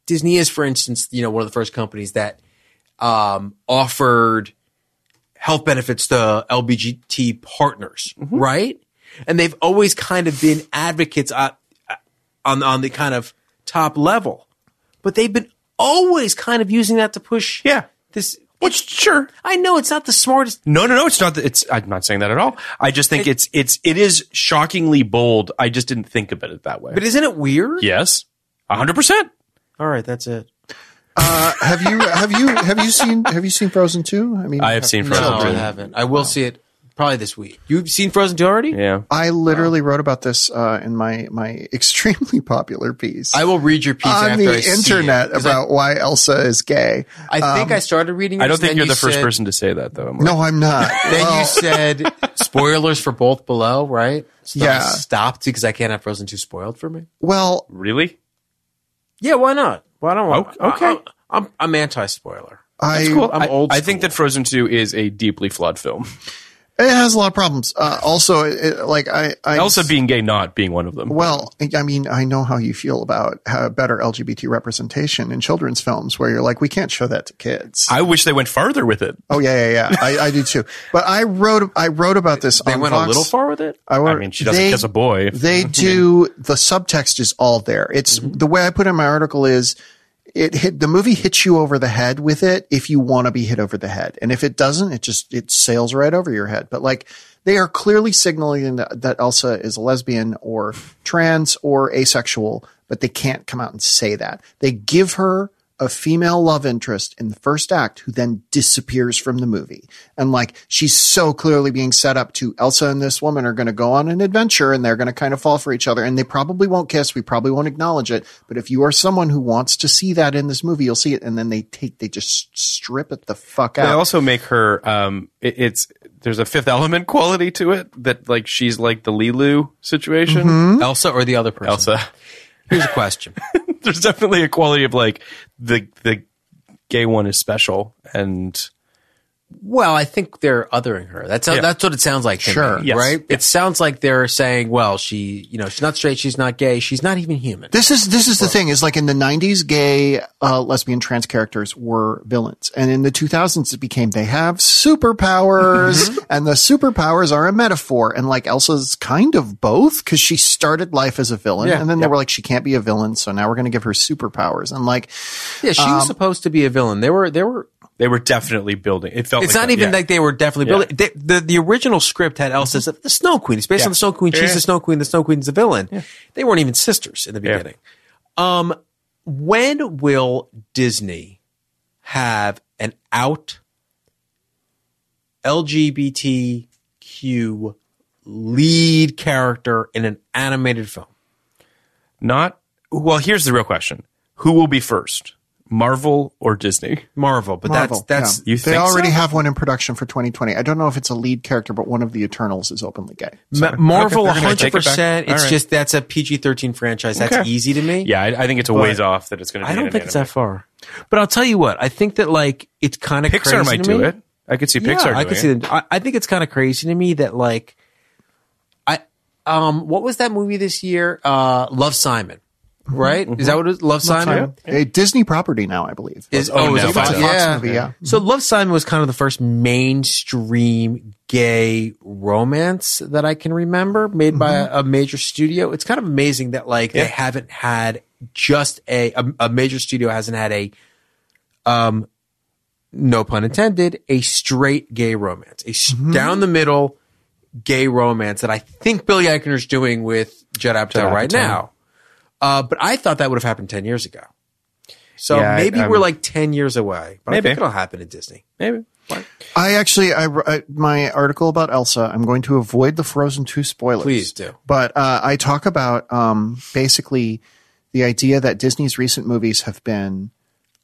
Speaker 2: Disney is, for instance, you know, one of the first companies that um, offered health benefits to LBGT partners,
Speaker 4: Mm-hmm.
Speaker 2: right? And they've always kind of been advocates uh, on on the kind of top level, but they've been always kind of using that to push.
Speaker 3: Yeah.
Speaker 2: this.
Speaker 3: Which sure.
Speaker 2: I know it's not the smartest.
Speaker 3: No, no, no. It's not. That it's. I'm not saying that at all. I just think it's. It's. It is shockingly bold. I just didn't think about it that way.
Speaker 2: But isn't it weird?
Speaker 3: yes, hundred percent.
Speaker 2: All right, that's it.
Speaker 4: Uh, have you have you have you seen have you seen Frozen 2? I mean
Speaker 3: I have seen Frozen
Speaker 2: No, I
Speaker 3: two.
Speaker 2: haven't. I will see it probably this week. You've seen Frozen 2 already?
Speaker 3: Yeah.
Speaker 4: I literally wrote about this uh, in my my extremely popular piece
Speaker 2: I will read your piece
Speaker 4: on
Speaker 2: after
Speaker 4: the
Speaker 2: I see it,
Speaker 4: internet
Speaker 2: 'cause
Speaker 4: about um, why Elsa is gay.
Speaker 2: I, I think I started reading.
Speaker 3: I
Speaker 2: yours,
Speaker 3: don't think
Speaker 2: then
Speaker 3: you're the
Speaker 2: you
Speaker 3: first
Speaker 2: said-
Speaker 3: person to say that though. I'm
Speaker 4: No, I'm not.
Speaker 2: Then
Speaker 4: Well,
Speaker 2: you said spoilers for both below, right? So then I
Speaker 4: Yeah.
Speaker 2: stopped because I can't have Frozen 2 spoiled for me.
Speaker 4: well,
Speaker 3: Really?
Speaker 2: Yeah, why not? Why don't
Speaker 3: O- okay.
Speaker 2: I, I, am I'm anti spoiler.
Speaker 4: I
Speaker 2: I'm
Speaker 3: I,
Speaker 2: old
Speaker 3: I think that Frozen Two is a deeply flawed film.
Speaker 4: it has a lot of problems. Uh, also, it, it- like I, I
Speaker 3: Elsa being gay, not being one of them.
Speaker 4: Well, I- I mean, I know how you feel about how better LGBT representation in children's films, where you're like, we can't show that to kids.
Speaker 3: I wish they went farther with it.
Speaker 4: oh yeah, yeah, yeah. I, I do too. But I wrote, I wrote about this.
Speaker 2: They
Speaker 4: on
Speaker 2: went
Speaker 4: Fox.
Speaker 2: a little far with it.
Speaker 4: wrote-
Speaker 3: I mean, she doesn't
Speaker 4: they-
Speaker 3: kiss a boy.
Speaker 4: They do. The subtext is all there. It's
Speaker 3: Mm-hmm.
Speaker 4: the way I put it in my article is it hit the movie hits you over the head with it if you want to be hit over the head, and if it doesn't, it just it sails right over your head. But like They are clearly signaling that that Elsa is a lesbian or trans or asexual, but they can't come out and say that. They give her a female love interest in the first act who then disappears from the movie. And like, she's so clearly being set up to Elsa and this woman are going to go on an adventure and they're going to kind of fall for each other and they probably won't kiss. We probably won't acknowledge it. But if you are someone who wants to see that in this movie, you'll see it. And then they take, they just strip it the fuck
Speaker 3: They
Speaker 4: out.
Speaker 3: also make her. Um, it, it's there's a fifth element quality to it that like she's like the Lilu situation.
Speaker 4: Mm-hmm.
Speaker 2: Elsa or the other person?
Speaker 3: Elsa.
Speaker 2: Here's a question.
Speaker 3: there's definitely a quality of like the the gay one is special and
Speaker 2: well, I think they're othering her. That's
Speaker 3: Yeah.
Speaker 2: that's what it sounds like. to me,
Speaker 4: Sure.
Speaker 3: Yes.
Speaker 2: right? It sounds like they're saying, well, she, you know, she's not straight, she's not gay, she's not even human.
Speaker 4: This is this is the thing is like in the 90s gay uh, lesbian trans characters were villains and in the 2000s it became they have
Speaker 2: Mm-hmm.
Speaker 4: superpowers and the superpowers are a metaphor and like Elsa's kind of both cuz she started life as a villain
Speaker 2: Yeah.
Speaker 4: and then they
Speaker 2: Yep.
Speaker 4: were like she can't be a villain so now we're going to give her superpowers and like
Speaker 2: yeah, she was supposed to be a villain. They were, they were.
Speaker 3: they were definitely building. It felt
Speaker 2: It's
Speaker 3: like
Speaker 2: not
Speaker 3: that,
Speaker 2: even
Speaker 3: yeah.
Speaker 2: like they were definitely
Speaker 3: Yeah.
Speaker 2: building. They, the the original script had Elsa as the Snow Queen. It's based
Speaker 3: Yeah.
Speaker 2: on the Snow Queen. She's
Speaker 3: Yeah.
Speaker 2: the Snow Queen. The Snow Queen's the villain. They weren't even sisters in the
Speaker 3: Yeah.
Speaker 2: beginning. Um, when will Disney have an out LGBTQ lead character in an animated film?
Speaker 3: not. Well, here's the real question: Who will be first, Marvel or Disney?
Speaker 2: Marvel, but
Speaker 4: Marvel,
Speaker 2: that's that's
Speaker 4: yeah.
Speaker 3: You
Speaker 4: they
Speaker 3: think
Speaker 4: already
Speaker 3: so?
Speaker 4: have one in production for 2020. I don't know if it's a lead character but one of the Eternals is openly gay.
Speaker 2: Ma- Marvel
Speaker 3: Okay, we're gonna take it back.
Speaker 2: 100%. It's
Speaker 3: All right.
Speaker 2: just that's a PG-13 franchise. That's
Speaker 3: Okay.
Speaker 2: easy to me.
Speaker 3: Yeah, I, I think it's a ways off that it's going to. be
Speaker 2: I don't
Speaker 3: in
Speaker 2: think
Speaker 3: an
Speaker 2: it's
Speaker 3: anime.
Speaker 2: that far. But I'll tell you what, I think that like it's kind of
Speaker 3: Pixar might do it. I could see Pixar. doing
Speaker 2: I can
Speaker 3: it.
Speaker 2: see them. I, I think it's kind of crazy to me that like I um what was that movie this year? Uh Love Simon. Right? Is that what it was? Mm-hmm. Love, Simon?
Speaker 4: A Disney property now, I believe.
Speaker 2: Is
Speaker 3: Oh,
Speaker 2: oh, is
Speaker 3: no,
Speaker 2: it
Speaker 3: Fox-
Speaker 2: Fox?
Speaker 3: Fox
Speaker 2: yeah.
Speaker 4: movie, yeah.
Speaker 2: So Love Simon was kind of the first mainstream gay romance that I can remember made by
Speaker 3: Mm-hmm.
Speaker 2: a, a major studio. It's kind of amazing that like they haven't had just a, a a major studio hasn't had a um no pun intended a straight gay romance. A s-
Speaker 3: Mm-hmm.
Speaker 2: down the middle gay romance that I think Billy Eichner's doing with Judd Apatow right now. Uh, but I thought that would have happened 10 years ago. So
Speaker 3: Yeah, I-
Speaker 2: maybe
Speaker 3: I'm-
Speaker 2: we're like 10 years away, but
Speaker 3: Maybe.
Speaker 2: I think it'll happen at Disney.
Speaker 3: Maybe.
Speaker 4: I actually, I, I my article about Elsa. I'm going to avoid the Frozen Two spoilers.
Speaker 2: Please do.
Speaker 4: But uh, I talk about um, basically the idea that Disney's recent movies have been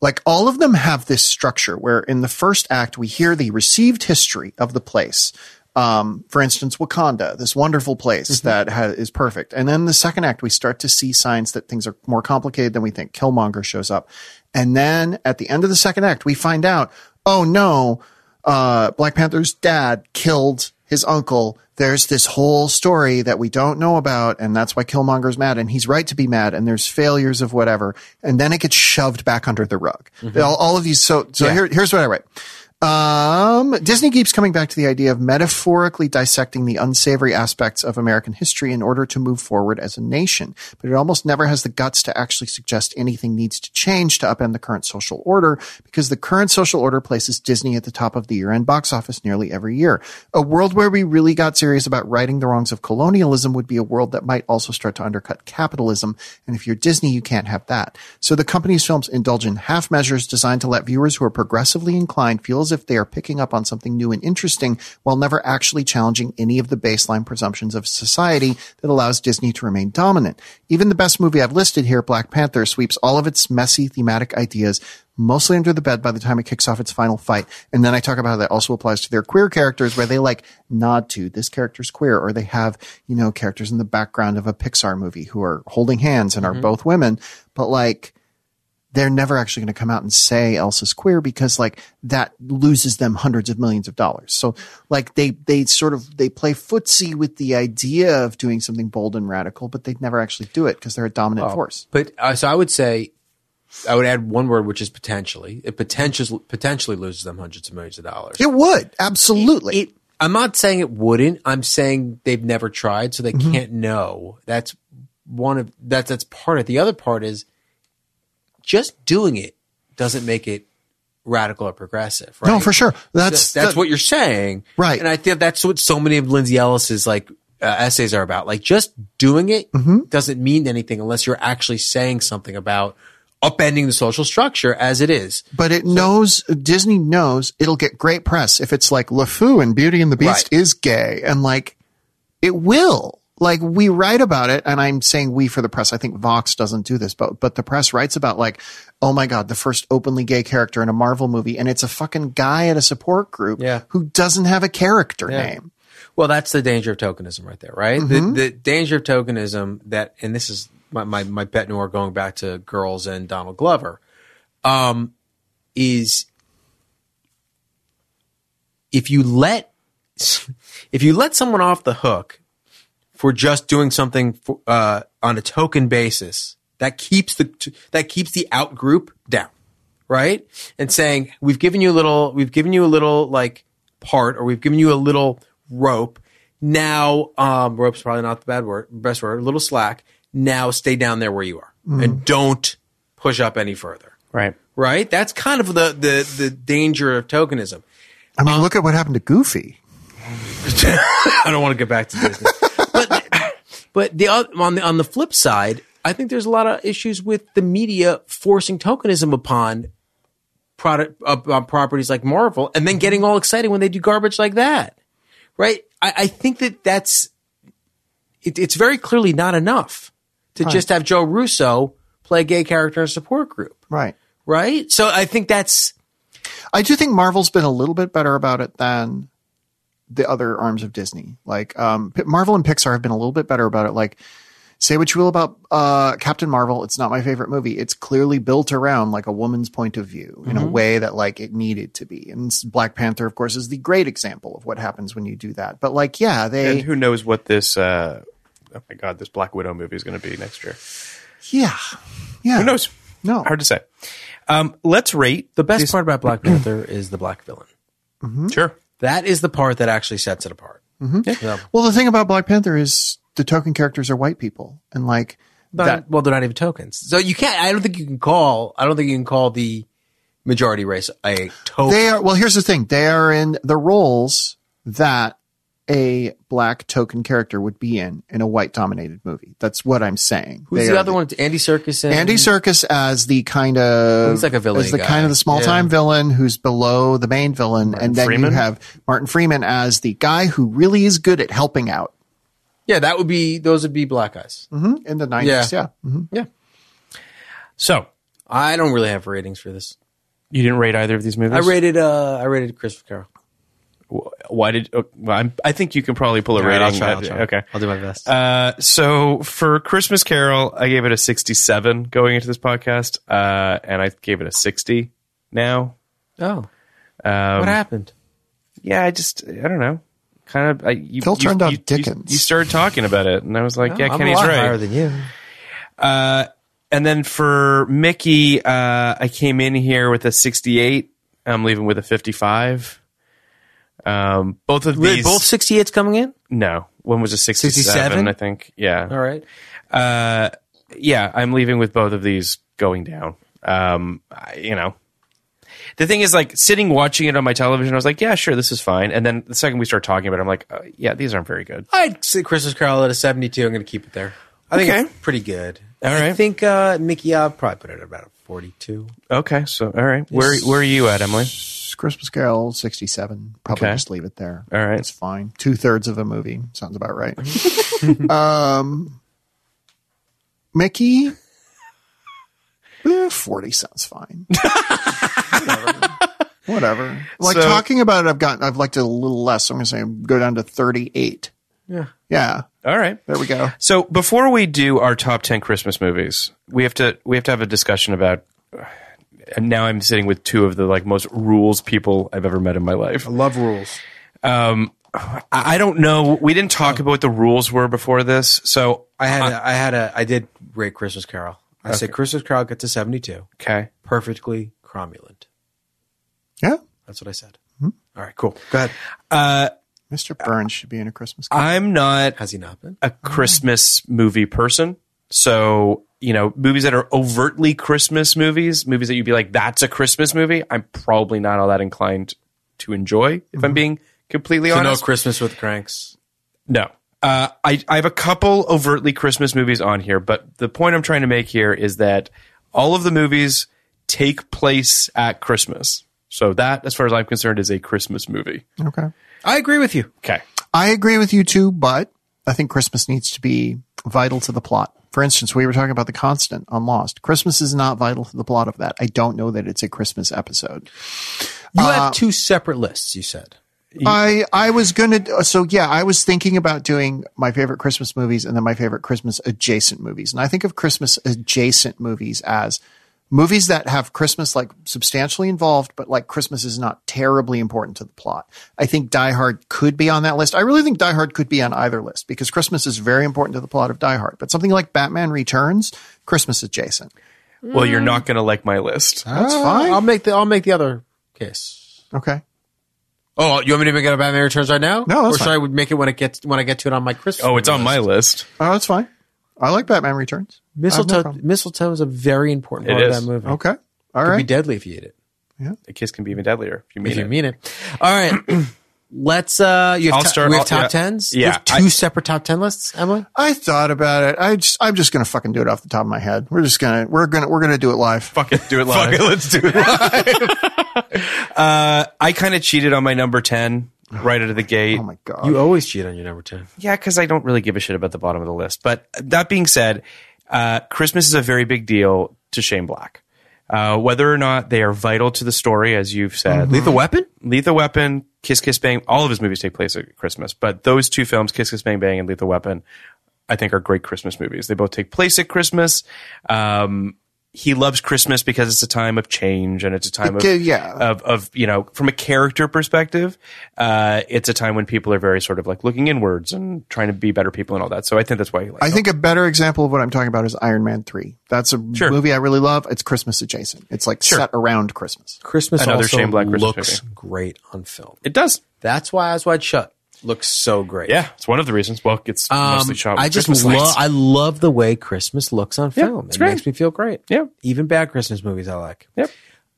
Speaker 4: like all of them have this structure where in the first act we hear the received history of the place. Um, for instance, Wakanda, this wonderful place that ha- is perfect. And then the second act, we start to see signs that things are more complicated than we think. Killmonger shows up. And then at the end of the second act, we find out, oh no, uh, Black Panther's dad killed his uncle. There's this whole story that we don't know about, and that's why Killmonger's mad, and he's right to be mad, and there's failures of whatever, and then it gets shoved back under the rug. All, all of these. So, so here, here's what I write. Um, Disney keeps coming back to the idea of metaphorically dissecting the unsavory aspects of American history in order to move forward as a nation, but it almost never has the guts to actually suggest anything needs to change to upend the current social order because the current social order places Disney at the top of the year end box office nearly every year. A world where we really got serious about righting the wrongs of colonialism would be a world that might also start to undercut capitalism. And if you're Disney, you can't have that. So the company's films indulge in half measures designed to let viewers who are progressively inclined feel as if they are picking up on something new and interesting while never actually challenging any of the baseline presumptions of society that allows Disney to remain dominant. Even the best movie I've listed here, Black Panther, sweeps all of its messy thematic ideas mostly under the bed by the time it kicks off its final fight. And then I talk about how that also applies to their queer characters where they like nod to this character's queer or they have, you know, characters in the background of a Pixar movie who are holding hands and are both women, but like they're never actually going to come out and say Elsa's queer because like that loses them hundreds of millions of dollars. So like they they sort of they play footsie with the idea of doing something bold and radical, but they'd never actually do it because they're a dominant force.
Speaker 2: But uh, so I would say, I would add one word, which is potentially. It potentially, potentially loses them hundreds of millions of dollars.
Speaker 4: It would absolutely.
Speaker 2: It- I'm not saying it wouldn't. I'm saying they've never tried, so they
Speaker 4: Mm-hmm.
Speaker 2: can't know. That's one of that's that's part of it. The other part is just doing it doesn't make it radical or progressive, right?
Speaker 4: No, for sure. That's
Speaker 2: that's, that's what you're saying,
Speaker 4: Right.
Speaker 2: And I think that's what so many of Lindsay Ellis's like uh, essays are about. Like just doing it doesn't mean anything unless you're actually saying something about upending the social structure as it is.
Speaker 4: But it knows Disney knows it'll get great press if it's like LeFou and Beauty and the Beast is gay and like it will. Like we write about it, and I'm saying we for the press. I think Vox doesn't do this, but but the press writes about like, oh my god, the first openly gay character in a Marvel movie, and it's a fucking guy at a support group
Speaker 2: Yeah.
Speaker 4: who doesn't have a character name.
Speaker 2: Well, that's the danger of tokenism right there, right? The, the danger of tokenism that, and this is my, my, my bet noir going back to girls and Donald Glover, um, is if you let, if you let someone off the hook for just doing something for, uh, on a token basis, that keeps the, that keeps the out group down right? And saying, we've given you a little, we've given you a little like part, or we've given you a little rope. Now, um, rope's probably not the bad word, best word, a little slack. Now stay down there where you are and don't push up any further,
Speaker 3: Right.
Speaker 2: right? That's kind of the, the, the danger of tokenism.
Speaker 4: I mean, look at what happened to Goofy.
Speaker 2: I don't want to get back to Disney. but but the oth- on the on the flip side, I think there's a lot of issues with the media forcing tokenism upon product up, on properties like Marvel, and then getting all excited when they do garbage like that, right? I, I think that that's it, it's very clearly not enough to just have Joe Russo play a gay character in a support group,
Speaker 4: Right.
Speaker 2: right? So I think that's
Speaker 4: I do think Marvel's been a little bit better about it than the other arms of Disney. Like um, P- Marvel and Pixar have been a little bit better about it. Like say what you will about uh, Captain Marvel, it's not my favorite movie. It's clearly built around like a woman's point of view in
Speaker 3: Mm-hmm.
Speaker 4: a way that like it needed to be. And s- Black Panther, of course, is the great example of what happens when you do that. But like, yeah, they,
Speaker 3: And who knows what this? Uh, oh my God, this Black Widow movie is going to be next year.
Speaker 4: yeah, yeah.
Speaker 3: Who knows?
Speaker 4: No.
Speaker 3: hard to say. Um, let's rate
Speaker 2: the best part about Black Panther is the black villain.
Speaker 4: Mm-hmm.
Speaker 3: Sure.
Speaker 2: That is the part that actually sets it apart.
Speaker 4: Well, the thing about Black Panther is the token characters are white people, and like
Speaker 2: Not- well, they're not even tokens. So you can't. I don't think you can call. I don't think you can call the majority race a token.
Speaker 4: They are well. Here's the thing: they are in the roles that a black token character would be in in a white dominated movie. That's what I'm saying.
Speaker 2: Who's
Speaker 4: They
Speaker 2: the
Speaker 4: are
Speaker 2: other one? It's Andy Circus. And,
Speaker 4: Andy Circus as the kind of
Speaker 2: He's like a villain
Speaker 4: as the
Speaker 2: guy.
Speaker 4: kind of the small time villain who's below the main villain, and then
Speaker 3: Freeman?
Speaker 4: you have Martin Freeman as the guy who really is good at helping out
Speaker 2: Yeah, that would be. Those would be black guys.
Speaker 4: Mhm, in the nineties.
Speaker 2: Yeah.
Speaker 4: Yeah, Mm-hmm.
Speaker 2: Yeah.
Speaker 3: So
Speaker 2: I don't really have ratings for this.
Speaker 3: you didn't rate either of these movies.
Speaker 2: I rated. Uh, I rated Christopher Carol.
Speaker 3: Why did? oh, well, I'm, I think you can probably pull a rating. Okay.
Speaker 2: I'll do my best.
Speaker 3: Uh, so for Christmas Carol, I gave it a 67 going into this podcast, uh, and I gave it a 60 now.
Speaker 2: oh,
Speaker 3: Um,
Speaker 2: what happened?
Speaker 3: Yeah, I just I don't know. Kind of. I, you,
Speaker 4: Phil
Speaker 3: you-
Speaker 4: turned on
Speaker 3: you- you-
Speaker 4: Dickens.
Speaker 3: You, started talking about it, and I was like, "Yeah,
Speaker 2: Oh, I'm
Speaker 3: Kenny's
Speaker 2: a lot
Speaker 3: right."
Speaker 2: higher than you.
Speaker 3: Uh, and then for Mickey, uh, I came in here with a 68. I'm leaving with a 55. Um, both of
Speaker 2: Wait,
Speaker 3: these.
Speaker 2: both 68s coming in.
Speaker 3: no, one was a 67,
Speaker 2: 67?
Speaker 3: I think. Yeah.
Speaker 2: All right.
Speaker 3: Uh, yeah, I'm leaving with both of these going down. Um, I, you know, the thing is, like sitting watching it on my television, I was like, yeah, sure, this is fine. And then the second we start talking about it, I'm like, uh, yeah, these aren't very good.
Speaker 2: I'd say Christmas Carol at a 72. I'm going to keep it there. I think
Speaker 3: Okay.
Speaker 2: it's pretty good.
Speaker 3: All
Speaker 2: I
Speaker 3: right.
Speaker 2: think uh, Mickey. I'll probably put it at about a 42.
Speaker 3: Okay, so all right, where where are you at, Emily?
Speaker 4: Christmas Carol sixty seven. Probably
Speaker 3: Okay.
Speaker 4: just leave it there.
Speaker 3: All right.
Speaker 4: it's fine. Two thirds of a movie sounds about right. um, Mickey, eh, forty sounds fine. Whatever. Whatever. Like
Speaker 3: So-
Speaker 4: talking about it, I've gotten. I've liked it a little less. So I'm gonna say go down to thirty eight.
Speaker 2: Yeah.
Speaker 4: Yeah.
Speaker 3: All right.
Speaker 4: There we go.
Speaker 3: So before we do our top ten Christmas movies, we have to we have to have a discussion about. And now I'm sitting with two of the like most rules people I've ever met in my life.
Speaker 2: Love rules.
Speaker 3: I I don't know. We didn't talk about what the rules were before this, so
Speaker 2: I had a, I had a I did rate Christmas Carol. I said Christmas Carol gets a seventy two,
Speaker 3: okay.
Speaker 2: perfectly cromulent.
Speaker 4: Yeah.
Speaker 2: That's what I said.
Speaker 3: Hmm.
Speaker 2: All right, cool. Go ahead.
Speaker 4: Mr. Burns should be in a Christmas.
Speaker 3: I'm not
Speaker 2: Oh. Has he not been?
Speaker 3: a Christmas movie person, so you know, movies that are overtly Christmas movies, movies that you'd be like, that's a Christmas movie, I'm probably not all that inclined to enjoy, if
Speaker 2: Mm-hmm.
Speaker 3: I'm being completely
Speaker 5: So no
Speaker 3: honest.
Speaker 5: Christmas with cranks.
Speaker 3: No. Uh, I, I have a couple overtly Christmas movies on here, but the point I'm trying to make here is that all of the movies take place at Christmas. So that, as far as I'm concerned, is a Christmas movie.
Speaker 4: Okay.
Speaker 5: I agree with you.
Speaker 3: Okay.
Speaker 4: I agree with you too, but I think Christmas needs to be vital to the plot. For instance, we were talking about the constant on Lost. Christmas is not vital to the plot of that. I don't know that it's a Christmas episode.
Speaker 2: You
Speaker 3: Uh,
Speaker 2: have two separate lists, you said.
Speaker 4: I I was gonna so yeah I was thinking about doing my favorite Christmas movies and then my favorite Christmas adjacent movies and I think of Christmas adjacent movies as movies that have Christmas like substantially involved but like Christmas is not terribly important to the plot. I think Die Hard could be on that list. I really think Die Hard could be on either list because Christmas is very important to the plot of Die Hard. But something like Batman Returns, Christmas adjacent.
Speaker 3: Well, you're not going to like my list.
Speaker 4: That's fine.
Speaker 2: Ah, I'll make the I'll make the other case.
Speaker 4: okay.
Speaker 2: Oh, you want me to make it a Batman Returns right now?
Speaker 4: No, that's
Speaker 2: or should
Speaker 4: fine.
Speaker 2: I would make it when it gets when I get to it on my Christmas?
Speaker 3: Oh, it's on my list.
Speaker 4: Oh, that's fine. I like Batman Returns. I have no
Speaker 2: mistletoe.
Speaker 4: problem.
Speaker 2: mistletoe is a very important
Speaker 3: It
Speaker 2: part
Speaker 3: is.
Speaker 2: of that movie.
Speaker 4: Okay. All
Speaker 2: Could be
Speaker 4: right.
Speaker 2: deadly if you eat it.
Speaker 3: A kiss can be even deadlier if you mean
Speaker 2: if you
Speaker 3: it.
Speaker 2: mean it. All right. Let's uh you have,
Speaker 3: I'll
Speaker 2: to-
Speaker 3: start-
Speaker 2: we
Speaker 3: I'll-
Speaker 2: have top
Speaker 3: yeah.
Speaker 2: tens?
Speaker 3: Yeah,
Speaker 2: You have two
Speaker 3: I-
Speaker 2: separate top ten lists, Emily?
Speaker 4: I thought about it. I just, I'm just gonna fucking do it off the top of my head. We're just gonna, we're gonna, we're gonna do it live.
Speaker 3: Fuck it, do it live. let's do it uh, I kind of cheated on my number 10 right out of the gate.
Speaker 4: Oh my god.
Speaker 2: You always cheat on your number ten.
Speaker 3: Yeah, because I don't really give a shit about the bottom of the list. But that being said, uh, Christmas is a very big deal to Shane Black. Uh, whether or not they are vital to the story, as you've said,
Speaker 2: Lethal Weapon?
Speaker 3: Lethal Weapon, Kiss Kiss Bang, all of his movies take place at Christmas. But those two films, Kiss Kiss Bang Bang and Lethal Weapon, I think are great Christmas movies. They both take place at Christmas. Um, he loves Christmas because it's a time of change and it's a time of,
Speaker 4: Okay, yeah.
Speaker 3: of, of, you know, from a character perspective, uh, it's a time when people are very sort of like looking inwards and trying to be better people and all that. So I think that's why he likes
Speaker 4: I think a better example of what I'm talking about is Iron Man 3. That's a
Speaker 3: Sure.
Speaker 4: movie I really love. It's Christmas adjacent. It's like set around Christmas.
Speaker 2: Christmas
Speaker 3: Another
Speaker 2: also
Speaker 3: Shane Black Christmas
Speaker 2: looks great on film.
Speaker 3: it does.
Speaker 2: That's why Eyes Wide Shut looks so great.
Speaker 3: Yeah. It's one of the reasons. Well, it's
Speaker 2: Um,
Speaker 3: mostly shot. With
Speaker 2: I just
Speaker 3: Christmas
Speaker 2: love
Speaker 3: lights.
Speaker 2: I love the way Christmas looks on
Speaker 3: Yeah,
Speaker 2: film.
Speaker 3: it's
Speaker 2: It
Speaker 3: great.
Speaker 2: makes me feel great.
Speaker 3: Yeah.
Speaker 2: Even bad Christmas movies I like.
Speaker 3: Yep.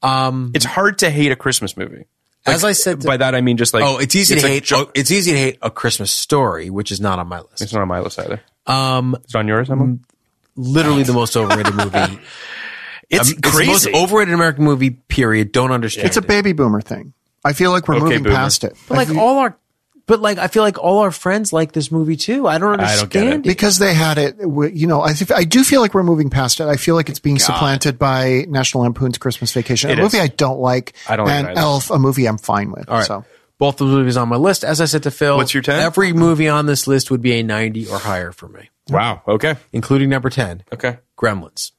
Speaker 2: Um
Speaker 3: It's hard to hate a Christmas movie.
Speaker 2: as I said to-
Speaker 3: By that I mean just like
Speaker 2: Oh, it's easy to
Speaker 3: like
Speaker 2: hate
Speaker 3: jo-
Speaker 2: oh, it's easy to hate a Christmas story, which is not on my
Speaker 3: It's
Speaker 2: list.
Speaker 3: not on my list either.
Speaker 2: Um
Speaker 3: It's on yours, Emma?
Speaker 2: literally the most overrated movie
Speaker 3: It's
Speaker 2: Um, It's the most overrated American movie. Period. Don't understand.
Speaker 4: It's a baby boomer thing. I feel like we're
Speaker 3: Okay,
Speaker 4: moving
Speaker 3: boomer.
Speaker 4: past it.
Speaker 2: But like all our, but like I feel like all our friends like this movie too. I don't
Speaker 3: I don't
Speaker 2: understand.
Speaker 3: get it.
Speaker 2: it.
Speaker 4: because they had it, w- you know, I, th- I do feel like we're moving past it. I feel like it's being supplanted by National Lampoon's Christmas Vacation,
Speaker 3: It
Speaker 4: a
Speaker 3: is.
Speaker 4: movie I don't like,
Speaker 3: I don't like
Speaker 4: and
Speaker 3: it either.
Speaker 4: Elf, a movie I'm fine with.
Speaker 2: All right.
Speaker 4: So
Speaker 2: Both those movies on my list. As I said to Phil,
Speaker 3: What's your 10?
Speaker 2: Every movie on this list would be a ninety or higher for me,
Speaker 3: Wow. Okay.
Speaker 2: including number ten,
Speaker 3: Okay.
Speaker 2: Gremlins.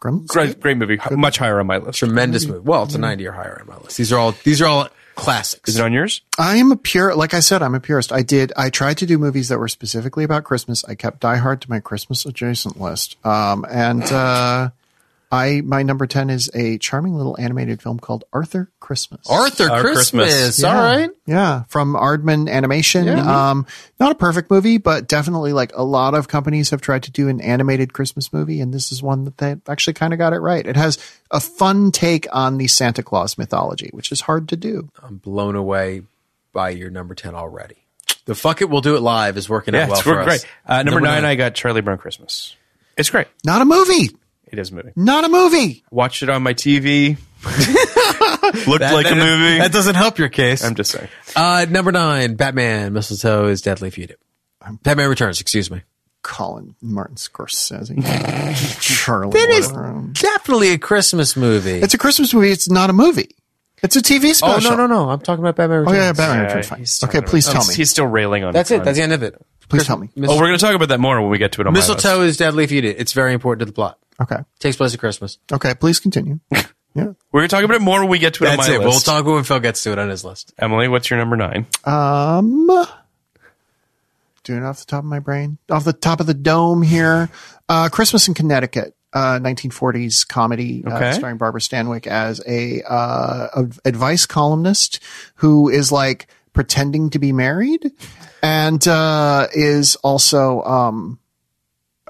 Speaker 4: Grim,
Speaker 3: Great, great movie. H- Much higher on my list.
Speaker 2: Tremendous movie. Well, it's a ninety or higher on my list. These are all these are all classics.
Speaker 3: Is it on yours?
Speaker 4: I am a pure, like I said, I'm a purist. I did, I tried to do movies that were specifically about Christmas. I kept Die Hard to my Christmas adjacent list. Um, and, uh, I, my number 10 is a charming little animated film called Arthur Christmas.
Speaker 2: Arthur
Speaker 3: Our
Speaker 2: Christmas.
Speaker 3: Christmas.
Speaker 2: All
Speaker 4: Yeah.
Speaker 2: right.
Speaker 4: Yeah. From Aardman Animation. Um, not a perfect movie, but definitely like a lot of companies have tried to do an animated Christmas movie. And this is one that they actually kind of got it right. It has a fun take on the Santa Claus mythology, which is hard to do.
Speaker 2: I'm blown away by your number ten already. The fuck it, we'll do it live is working
Speaker 3: Yeah,
Speaker 2: out well
Speaker 3: it's
Speaker 2: for us.
Speaker 3: great. Uh, number, nine, I got Charlie Brown Christmas. It's great.
Speaker 4: Not a movie.
Speaker 3: It is a movie.
Speaker 4: Not a movie.
Speaker 3: Watched it on my TV. Looked like a movie.
Speaker 2: That doesn't help your case.
Speaker 3: I'm just saying.
Speaker 2: Uh, number nine, Batman Mistletoe is deadly if you do. Batman Returns, excuse me.
Speaker 4: Colin Martin Scorsese. Charlie. Brown.
Speaker 2: Definitely a Christmas movie.
Speaker 4: It's a Christmas movie. It's not a movie. It's a TV special.
Speaker 2: oh, no, no, no. I'm talking about Batman
Speaker 4: Oh,
Speaker 2: Returns.
Speaker 4: yeah, yeah, Batman
Speaker 3: Yeah,
Speaker 4: Returns.
Speaker 3: he's
Speaker 4: Fine.
Speaker 3: talking
Speaker 4: Okay,
Speaker 3: about-
Speaker 4: please tell
Speaker 3: he's-
Speaker 4: me.
Speaker 3: He's still railing on
Speaker 2: That's
Speaker 3: on-
Speaker 2: it. That's the end of it.
Speaker 4: Please tell me.
Speaker 3: Oh, we're going to talk about that more when we get to it on my
Speaker 2: Mistletoe
Speaker 3: list.
Speaker 2: is deadly if you do. It's very important to the plot.
Speaker 4: Okay.
Speaker 2: Takes place at Christmas.
Speaker 4: Okay, please continue. Yeah.
Speaker 3: We're going to talk about it more when we get to it
Speaker 2: That's
Speaker 3: on
Speaker 2: it.
Speaker 3: my
Speaker 2: We'll
Speaker 3: list.
Speaker 2: talk about when Phil gets to it on his list.
Speaker 3: Emily, what's your number nine?
Speaker 4: Um, doing it off the top of my brain, off the top of the dome here. Uh, Christmas in Connecticut, uh, 1940s comedy
Speaker 3: Okay.
Speaker 4: uh, starring Barbara Stanwyck as a uh, ad- advice columnist who is like pretending to be married and uh, is also um,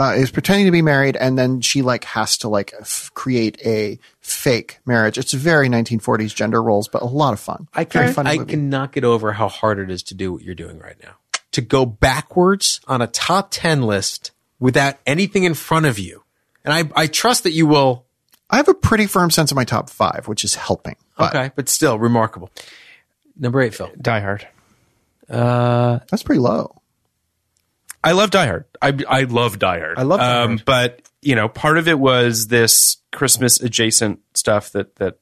Speaker 4: uh, is pretending to be married, and then she like has to like f- create a fake marriage. It's very 1940s gender roles, but a lot of fun.
Speaker 2: I
Speaker 4: very
Speaker 2: can,
Speaker 4: funny
Speaker 2: I
Speaker 4: movie.
Speaker 2: cannot get over how hard it is to do what you're doing right now. To go backwards on a top 10 list without anything in front of you. And I, I trust that you will.
Speaker 4: I have a pretty firm sense of my top five, which is helping. But
Speaker 2: Okay. But still, remarkable. Number eight, Phil.
Speaker 3: Die Hard.
Speaker 4: that's pretty low.
Speaker 3: I love Die Hard. I I love Die Hard. I
Speaker 2: love Die
Speaker 3: Um,
Speaker 2: Hard.
Speaker 3: but you know, part of it was this Christmas adjacent stuff that that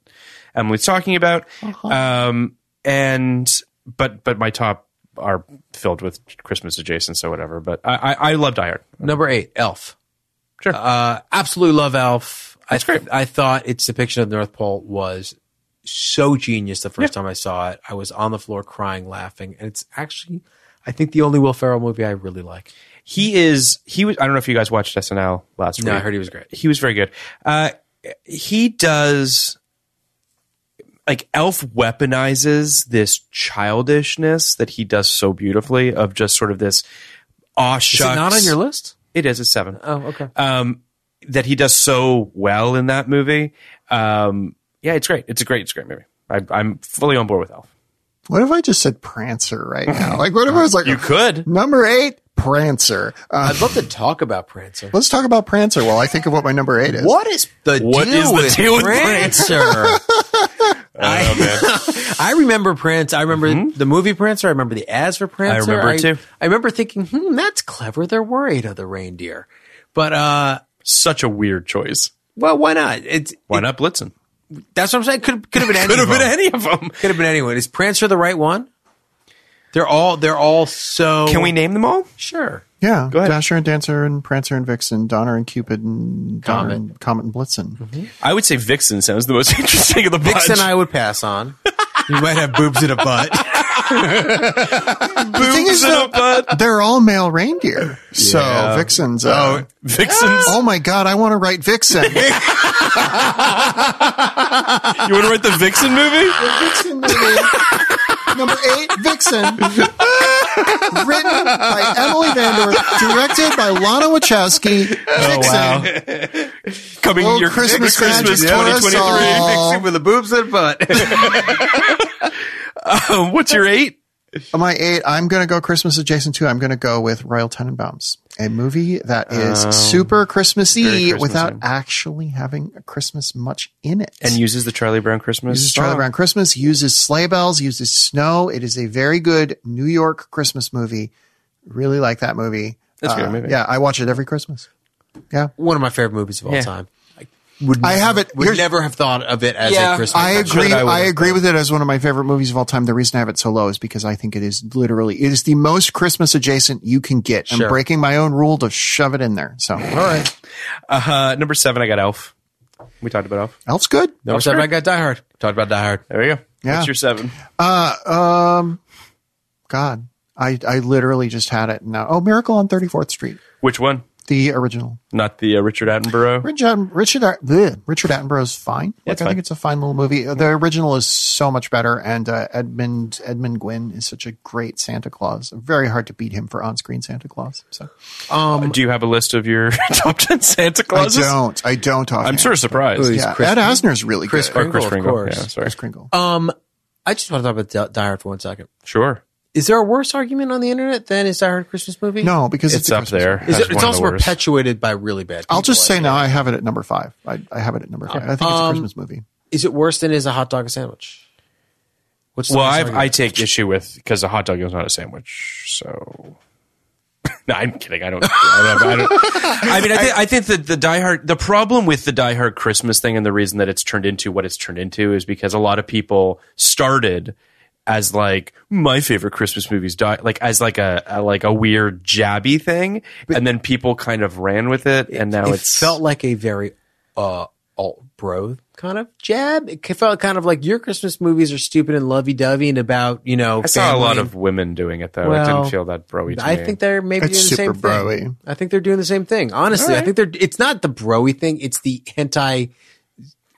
Speaker 3: Emily's talking about.
Speaker 2: Uh-huh.
Speaker 3: Um, and but but my top are filled with Christmas adjacent, so whatever. But I I, I love Die Hard.
Speaker 2: Number eight, Elf.
Speaker 3: Sure.
Speaker 2: Uh, absolutely love Elf.
Speaker 3: That's
Speaker 2: I th-
Speaker 3: great.
Speaker 2: I thought its depiction of the North Pole was so genius the first time I saw it. I was on the floor crying, laughing. And it's actually, I think, the only Will Ferrell movie I really like.
Speaker 3: He is he was I don't know if you guys watched SNL last
Speaker 2: No,
Speaker 3: week.
Speaker 2: I heard he was great.
Speaker 3: He was very good. Uh, he does like Elf weaponizes this childishness that he does so beautifully of just sort of this aw
Speaker 2: Is
Speaker 3: shucks.
Speaker 2: it not on your list?
Speaker 3: It is. It's seven.
Speaker 2: Oh, okay.
Speaker 3: Um, that he does so well in that movie. Um, yeah, it's great. It's a great. It's a great movie. I, I'm fully on board with Elf.
Speaker 4: What if I just said Prancer right now? Like, what if I was like,
Speaker 3: You could.
Speaker 4: number eight, Prancer. Uh,
Speaker 2: I'd love to talk about Prancer.
Speaker 4: let's talk about Prancer while I think of what my number eight is.
Speaker 2: What is the
Speaker 3: What
Speaker 2: deal
Speaker 3: is the
Speaker 2: with
Speaker 3: deal with
Speaker 2: Prancer? I, I remember Prince. I remember the movie Prancer. I remember the ads for Prancer.
Speaker 3: Mm-hmm. remember it too.
Speaker 2: I remember thinking, hmm, that's clever. There were eight other reindeer, but uh,
Speaker 3: Such a weird choice.
Speaker 2: well, why not? It's
Speaker 3: Why not Blitzen?
Speaker 2: that's what I'm saying. Could could have been any.
Speaker 3: Could have
Speaker 2: of
Speaker 3: been
Speaker 2: them.
Speaker 3: any of them.
Speaker 2: Could have been anyone. Is Prancer the right one? They're all. They're all so.
Speaker 3: Can we name them all?
Speaker 2: Sure.
Speaker 4: Yeah,
Speaker 3: ahead.
Speaker 4: Dasher and Dancer and Prancer and Vixen, Donner and Cupid and Donner
Speaker 2: Comet.
Speaker 4: and Comet and Blitzen.
Speaker 3: I would say Vixen sounds the most interesting of the bunch.
Speaker 2: Vixen, I would pass on. you might have boobs in a butt.
Speaker 4: The thing is, though, they're all male reindeer. So Vixen's. Uh, oh.
Speaker 3: Vixen's.
Speaker 4: my God, I want to write Vixen.
Speaker 3: You want to write the Vixen movie?
Speaker 4: Vixen movie. Number eight, Vixen. Written by Emily Vandor, directed by Lana Wachowski. Vixen.
Speaker 3: Coming
Speaker 4: Oh,
Speaker 3: your
Speaker 4: Christmas
Speaker 3: Christmas, Christmas
Speaker 4: magic for us
Speaker 3: 2023.
Speaker 4: all.
Speaker 2: Vixen with the boobs in a butt.
Speaker 3: Um, what's your eight?
Speaker 4: My eight, I'm going to go Christmas adjacent too. I'm going to go with Royal Tenenbaums, a movie that is
Speaker 3: Oh.
Speaker 4: super Christmassy without actually having a Christmas much in it.
Speaker 3: And uses the Charlie Brown Christmas.
Speaker 4: uses Charlie
Speaker 3: song.
Speaker 4: Brown Christmas, uses sleigh bells, uses snow. It is a very good New York Christmas movie. Really like that movie.
Speaker 3: That's a
Speaker 4: Uh,
Speaker 3: good movie.
Speaker 4: Yeah, I watch it every Christmas.
Speaker 2: one of my favorite movies of all
Speaker 3: Yeah.
Speaker 2: time. I would,
Speaker 4: I have it-
Speaker 2: Would
Speaker 4: here's-
Speaker 2: never have thought of it as a Christmas.
Speaker 4: I
Speaker 2: movie.
Speaker 4: agree.
Speaker 3: that I would
Speaker 4: I,
Speaker 3: have
Speaker 4: agree with it as one of my favorite movies of all time. The reason I have it so low is because I think it is literally it is the most Christmas adjacent you can get. I'm
Speaker 2: Sure.
Speaker 4: breaking my own rule to shove it in there. So all right,
Speaker 3: Uh, number seven, I got Elf. We talked about Elf.
Speaker 4: Elf's good.
Speaker 2: Number seven, I got Die Hard. Talked about Die Hard.
Speaker 3: There you go.
Speaker 4: Yeah.
Speaker 3: What's your seven?
Speaker 4: Uh, um, God, I I literally just had it now. Oh, Miracle on 34th Street,
Speaker 3: Which one?
Speaker 4: the original.
Speaker 3: Not the uh, Richard Attenborough.
Speaker 4: Richard Richard At- bleh, Richard Attenborough's fine. Like,
Speaker 3: it's
Speaker 4: I think
Speaker 3: fine.
Speaker 4: it's a fine little movie. The original is so much better, and uh, Edmund Edmund Gwynn is such a great Santa Claus. Very hard to beat him for on-screen Santa Claus. So Um,
Speaker 3: Do you have a list of your top ten Santa
Speaker 4: I
Speaker 3: Clauses?
Speaker 4: don't. I don't. Offhand.
Speaker 3: I'm sort of surprised. Oh,
Speaker 4: Yeah, Ed Asner's really
Speaker 2: Chris
Speaker 4: good.
Speaker 2: Kringle,
Speaker 3: Chris
Speaker 2: of
Speaker 3: Kringle,
Speaker 2: course.
Speaker 3: yeah, sorry.
Speaker 4: Chris Kringle.
Speaker 2: Um, I just want to talk about Die Hard for one second.
Speaker 3: Sure.
Speaker 2: Is there a worse argument on the internet than is Die Hard a Christmas movie?
Speaker 4: no, because
Speaker 3: It's,
Speaker 4: it's, a
Speaker 3: up
Speaker 4: Christmas
Speaker 3: there.
Speaker 4: movie.
Speaker 2: Is
Speaker 3: as
Speaker 2: it,
Speaker 3: one
Speaker 2: it's
Speaker 3: of
Speaker 2: also
Speaker 3: the worst.
Speaker 2: perpetuated by really bad.
Speaker 4: I'll
Speaker 2: people,
Speaker 4: just
Speaker 2: I
Speaker 4: say
Speaker 2: think.
Speaker 4: now I have it at number five. I, I have it at number five. I think it's a
Speaker 2: Um,
Speaker 4: Christmas movie.
Speaker 2: Is it worse than is a hot dog a sandwich? What's the
Speaker 3: Well,
Speaker 2: worst
Speaker 3: I've,
Speaker 2: argument?
Speaker 3: I take issue with because a hot dog is not a sandwich. So, no, I'm kidding. I don't. I, don't, I, don't, I mean, I, think I think that the Die Hard. The problem with the Die Hard Christmas thing and the reason that it's turned into what it's turned into is because a lot of people started as like my favorite Christmas movies die like as like a, a like a weird jabby thing, and then people kind of ran with it, and now
Speaker 2: it
Speaker 3: it's
Speaker 2: felt like a very uh, alt bro kind of jab. It felt kind of like your Christmas movies are stupid and lovey dovey and about you know.
Speaker 3: I saw a lot
Speaker 2: family.
Speaker 3: of women doing it though. it
Speaker 2: Well,
Speaker 3: didn't feel that broy to
Speaker 2: I
Speaker 3: me.
Speaker 2: think they're maybe
Speaker 4: It's
Speaker 2: doing
Speaker 4: super
Speaker 2: the same
Speaker 4: bro-y.
Speaker 2: thing. I think they're doing the same thing. Honestly, I think they're. It's not the broy thing. It's the anti.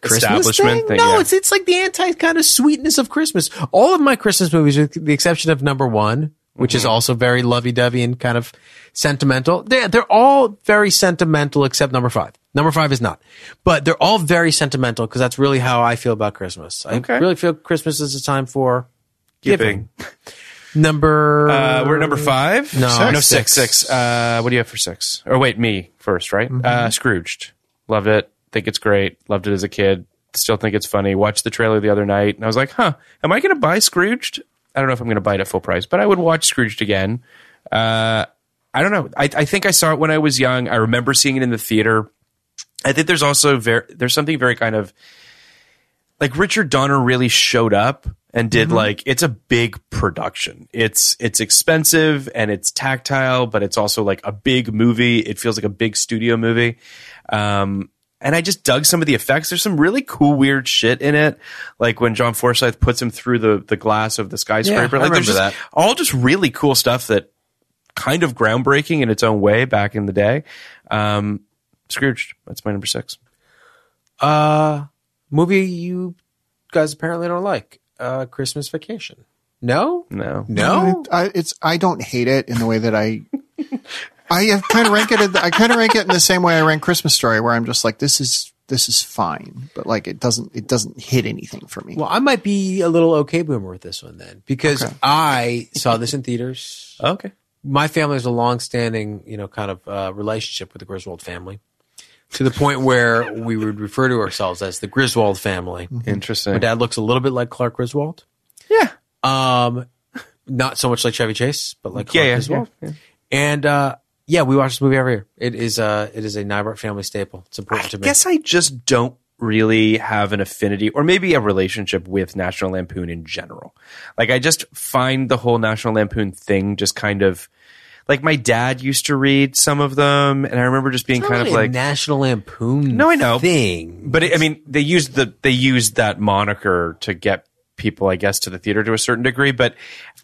Speaker 2: Christmas
Speaker 3: Establishment
Speaker 2: thing?
Speaker 3: thing,
Speaker 2: No,
Speaker 3: yeah.
Speaker 2: it's it's like the anti kind of sweetness of Christmas. All of my Christmas movies, with the exception of number one, which
Speaker 3: Mm-hmm.
Speaker 2: is also very lovey-dovey and kind of sentimental. They're, they're all very sentimental except number five. Number five is not, but they're all very sentimental because that's really how I feel about Christmas. I
Speaker 3: Okay.
Speaker 2: really feel Christmas is a time for
Speaker 3: Giving.
Speaker 2: number.
Speaker 3: Uh, we're at number five.
Speaker 2: No,
Speaker 3: no,
Speaker 2: six.
Speaker 3: six, six. Uh, what do you have for six? Or wait, me first, right?
Speaker 4: Mm-hmm.
Speaker 3: Uh, Scrooged. Loved it. Think it's great. Loved it as a kid. Still think it's funny. Watched the trailer the other night, and I was like, "Huh? Am I going to buy Scrooged? I don't know if I'm going to buy it at full price, but I would watch Scrooged again. Uh, I don't know. I, I think I saw it when I was young. I remember seeing it in the theater. I think there's also very there's something very kind of like Richard Donner really showed up and did like it's a big production. It's it's expensive and it's tactile, but it's also like a big movie. It feels like a big studio movie. Um and I just dug some of the effects. There's some really cool, weird shit in it, like when John Forsythe puts him through the, the glass of the skyscraper.
Speaker 2: I
Speaker 3: like there's
Speaker 2: remember
Speaker 3: just all just really cool stuff that kind of groundbreaking in its own way back in the day. Um, Scrooged, that's my number six.
Speaker 2: Uh, movie you guys apparently don't like. Uh, Christmas Vacation. No,
Speaker 3: No,
Speaker 2: no.
Speaker 4: I, it's I don't hate it in the way that I. I have kind of rank it. in the- I kind of rank it in the same way I rank Christmas Story, where I'm just like, this is this is fine, but like it doesn't it doesn't hit anything for me.
Speaker 2: Well, I might be a little okay boomer with this one then, because I saw this in theaters.
Speaker 3: okay.
Speaker 2: my family has a long-standing, you know, kind of uh, relationship with the Griswold family, to the point where we would refer to ourselves as the Griswold family.
Speaker 4: Mm-hmm.
Speaker 3: Interesting.
Speaker 2: My dad looks a little bit like Clark Griswold.
Speaker 3: Yeah.
Speaker 2: Um, not so much like Chevy Chase, but like Clark
Speaker 3: Yeah, yeah,
Speaker 2: Griswold. And uh, yeah, we watch this movie every year. It is uh, it is a Nybart family staple. It's important
Speaker 3: I
Speaker 2: to me.
Speaker 3: guess I just don't really have an affinity or maybe a relationship with National Lampoon in general. Like I just find the whole National Lampoon thing just kind of like my dad used to read some of them and I remember just being
Speaker 2: It's not
Speaker 3: kind of
Speaker 2: really a
Speaker 3: like
Speaker 2: National Lampoon.
Speaker 3: No, I know.
Speaker 2: thing.
Speaker 3: But it, I mean, they used the they used that moniker to get people, I guess, to the theater to a certain degree. But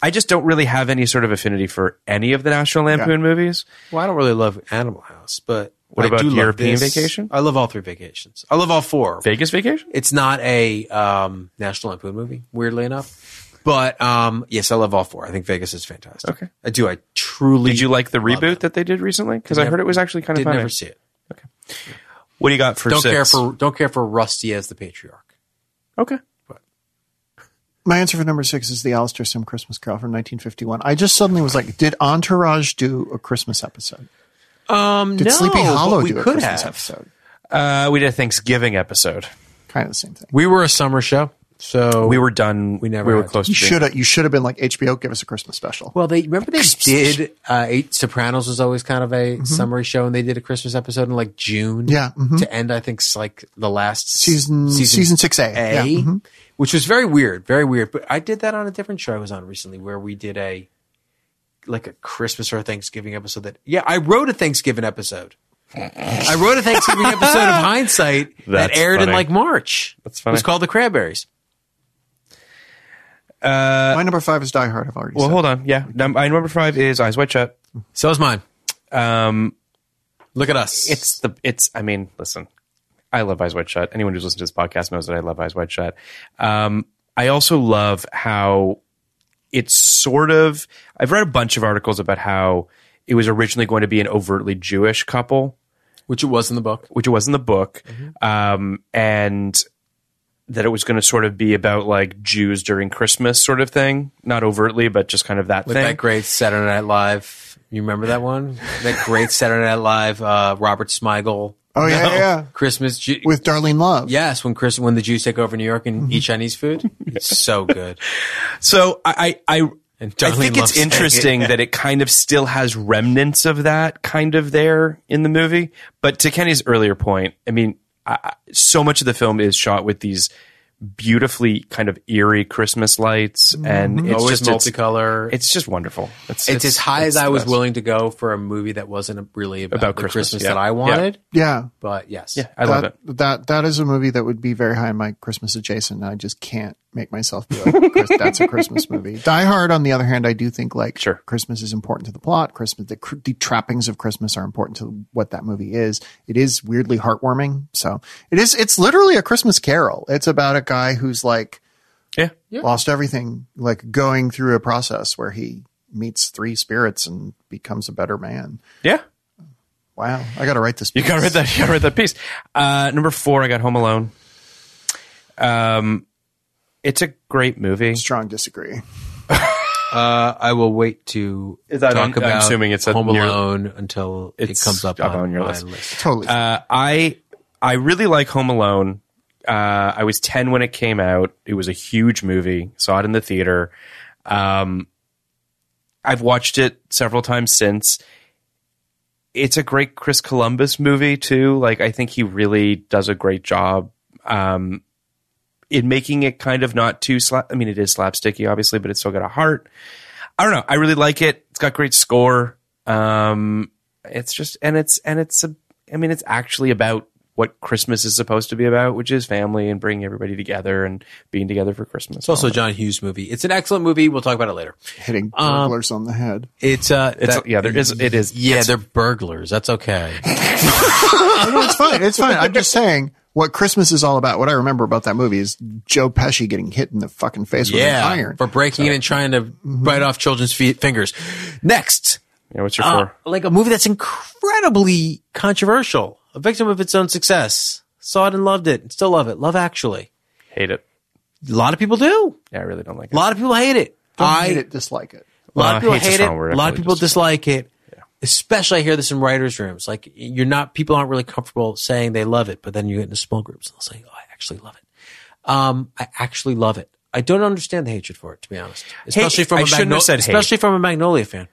Speaker 3: I just don't really have any sort of affinity for any of the National Lampoon movies.
Speaker 2: Well, I don't really love Animal House, but
Speaker 3: What
Speaker 2: I
Speaker 3: about
Speaker 2: do love
Speaker 3: European
Speaker 2: this.
Speaker 3: Vacation?
Speaker 2: I love all three vacations. I love all four.
Speaker 3: Vegas Vacation.
Speaker 2: It's not a um, National Lampoon movie, weirdly enough. But um, yes, I love all four. I think Vegas is fantastic.
Speaker 3: Okay.
Speaker 2: I do. I truly.
Speaker 3: Did you like the
Speaker 2: Love
Speaker 3: reboot
Speaker 2: it.
Speaker 3: that they did recently? Because I
Speaker 2: Never-
Speaker 3: heard it was actually kind of
Speaker 2: Did
Speaker 3: funny.
Speaker 2: never see it.
Speaker 3: What do you got for
Speaker 2: Don't
Speaker 3: six?
Speaker 2: care for don't care for Rusty as the patriarch.
Speaker 3: okay.
Speaker 4: My answer for number six is the Alistair Sim Christmas Carol from 1951. I just suddenly was like, did Entourage do a Christmas episode?
Speaker 2: Um,
Speaker 4: Did
Speaker 2: no,
Speaker 4: Sleepy Hollow
Speaker 2: but we
Speaker 4: do a
Speaker 2: could
Speaker 4: Christmas
Speaker 2: have.
Speaker 4: episode?
Speaker 3: Uh, we did a Thanksgiving episode.
Speaker 4: Kind of the same thing.
Speaker 2: We were a summer show, so
Speaker 3: We were done.
Speaker 2: Oh, We never
Speaker 3: We were
Speaker 2: had.
Speaker 3: close.
Speaker 4: You
Speaker 3: to being-
Speaker 4: should have. You should have been like HBO. Give us a Christmas special.
Speaker 2: Well, they remember they did. Uh, eight Sopranos was always kind of a summery show, and they did a Christmas episode in like June.
Speaker 4: Yeah, mhm.
Speaker 2: to end, I think s- like the last s-
Speaker 4: Season- season 6A, yeah, mhm.
Speaker 2: which was very weird, very weird. But I did that on a different show I was on recently, where we did a like a Christmas or Thanksgiving episode. That yeah, I wrote a Thanksgiving episode. I wrote a Thanksgiving episode of Hindsight that
Speaker 3: That's
Speaker 2: aired in
Speaker 3: funny.
Speaker 2: like March.
Speaker 3: That's
Speaker 2: It was
Speaker 3: funny.
Speaker 2: called The Cranberries. Uh,
Speaker 4: My number five is Die Hard. I've already.
Speaker 3: Well,
Speaker 4: said.
Speaker 3: hold on. Yeah, Num- my number five is Eyes Wide Shut.
Speaker 2: So is mine.
Speaker 3: Um,
Speaker 2: Look at us.
Speaker 3: It's the it's. I mean, listen, I love Eyes Wide Shut. Anyone who's listened to this podcast knows that I love Eyes Wide Shut. Um, I also love how it's sort of. I've read a bunch of articles about how it was originally going to be an overtly Jewish couple,
Speaker 2: which it was in the book.
Speaker 3: which it was in the book,
Speaker 2: Mm-hmm.
Speaker 3: um, and that it was going to sort of be about like Jews during Christmas, sort of thing. Not overtly, but just kind of that
Speaker 2: with
Speaker 3: thing.
Speaker 2: that great Saturday Night Live. You remember that one? that great Saturday Night Live. Uh, Robert Smigel
Speaker 4: Oh yeah, yeah, yeah.
Speaker 2: Christmas. Ju-
Speaker 4: With Darlene Love. Mm-hmm.
Speaker 2: yes, when Chris when the Jews take over New York and eat Chinese food, it's so good.
Speaker 3: So I, I, I
Speaker 2: And
Speaker 3: I
Speaker 2: Darlene
Speaker 3: think
Speaker 2: loves
Speaker 3: it's
Speaker 2: saying it.
Speaker 3: interesting that it kind of still has remnants of that kind of there in the movie. But to Kenny's earlier point, I mean, I, I- so much of the film is shot with these beautifully kind of eerie Christmas lights, and it's
Speaker 2: Mm-hmm. Always
Speaker 3: just it's-
Speaker 2: multicolor.
Speaker 3: It's, just wonderful. It's,
Speaker 2: it's, as high
Speaker 3: it's
Speaker 2: as I
Speaker 3: the
Speaker 2: was
Speaker 3: best.
Speaker 2: willing to go for a movie that wasn't really about,
Speaker 3: About
Speaker 2: the
Speaker 3: Christmas,
Speaker 2: Christmas,
Speaker 3: yeah.
Speaker 2: that I wanted.
Speaker 4: Yeah.
Speaker 2: But yes,
Speaker 3: Yeah, I love
Speaker 4: that,
Speaker 3: it.
Speaker 4: That that is a movie that would be very high in my Christmas adjacent. And I just can't make myself be like, "Chris, that's a Christmas movie. Die Hard, on the other hand, I do think like
Speaker 3: Sure.
Speaker 4: Christmas is important to the plot. Christmas, the, cr- the trappings of Christmas are important to what that movie is. It is weirdly heartwarming. So it is. It's literally a Christmas Carol. It's about a guy who's like
Speaker 3: Yeah.
Speaker 4: lost everything, like going through a process where he meets three spirits and becomes a better man.
Speaker 3: Yeah.
Speaker 4: Wow. I got to write this.
Speaker 3: You gotta
Speaker 4: piece.
Speaker 3: read that. You gotta read that piece. Uh, number four, I got Home Alone. Um, it's a great movie.
Speaker 4: Strong disagree.
Speaker 2: Uh, I will wait to
Speaker 3: Is that
Speaker 2: talk
Speaker 3: on- I'm
Speaker 2: about
Speaker 3: assuming it's on
Speaker 2: Home
Speaker 3: your-
Speaker 2: Alone until it
Speaker 3: It's
Speaker 2: comes up, on, your list.
Speaker 4: Totally.
Speaker 3: Uh, I I really like Home Alone. Uh, I was ten when it came out. It was a huge movie. Saw it in the theater. Um, I've watched it several times since. It's a great Chris Columbus movie too. Like I think he really does a great job um, in making it kind of not too slap. I mean, it is slapsticky, obviously, but it's still got a heart. I don't know. I really like it. It's got great score. Um, it's just and it's and it's a. I mean, it's actually about what Christmas is supposed to be about, which is family and bringing everybody together and being together for Christmas.
Speaker 2: It's also a John Hughes movie. It's an excellent movie. We'll talk about it later.
Speaker 4: Hitting
Speaker 2: Um,
Speaker 4: burglars on the head.
Speaker 2: It's uh,
Speaker 3: It's-
Speaker 2: that-
Speaker 3: yeah, there is- it is-
Speaker 2: Yeah,
Speaker 3: it's-
Speaker 2: they're burglars. That's okay.
Speaker 4: No, no, it's fine. It's fine. I'm just saying what Christmas is all about. What I remember about that movie is Joe Pesci getting hit in the fucking face
Speaker 2: yeah,
Speaker 4: with an iron. Mm-hmm.
Speaker 2: for breaking in and trying to bite off children's feet, fingers. Next,
Speaker 3: yeah, what's your
Speaker 2: uh,
Speaker 3: four?
Speaker 2: like a movie that's incredibly controversial, a victim of its own success. Saw it and loved it, and still love it. Love Actually.
Speaker 3: Hate it.
Speaker 2: A lot of people do.
Speaker 3: Yeah, I really don't like
Speaker 2: A
Speaker 3: it.
Speaker 2: lot of people hate it.
Speaker 4: Don't
Speaker 2: I
Speaker 4: hate it, dislike it.
Speaker 2: A lot
Speaker 3: Uh,
Speaker 2: of people
Speaker 3: hate's a
Speaker 2: hate it.
Speaker 3: strong word. I
Speaker 2: a lot of
Speaker 3: probably
Speaker 2: people
Speaker 3: just-
Speaker 2: dislike it. Especially, I hear this in writers' rooms. Like, you're not people aren't really comfortable saying they love it, but then you get into small groups and they'll say, "Oh, I actually love it. Um, I actually love it." I don't understand the hatred for it, to be honest. Especially from
Speaker 3: I
Speaker 2: a
Speaker 3: shouldn't have said hate.
Speaker 2: especially from a Magnolia fan.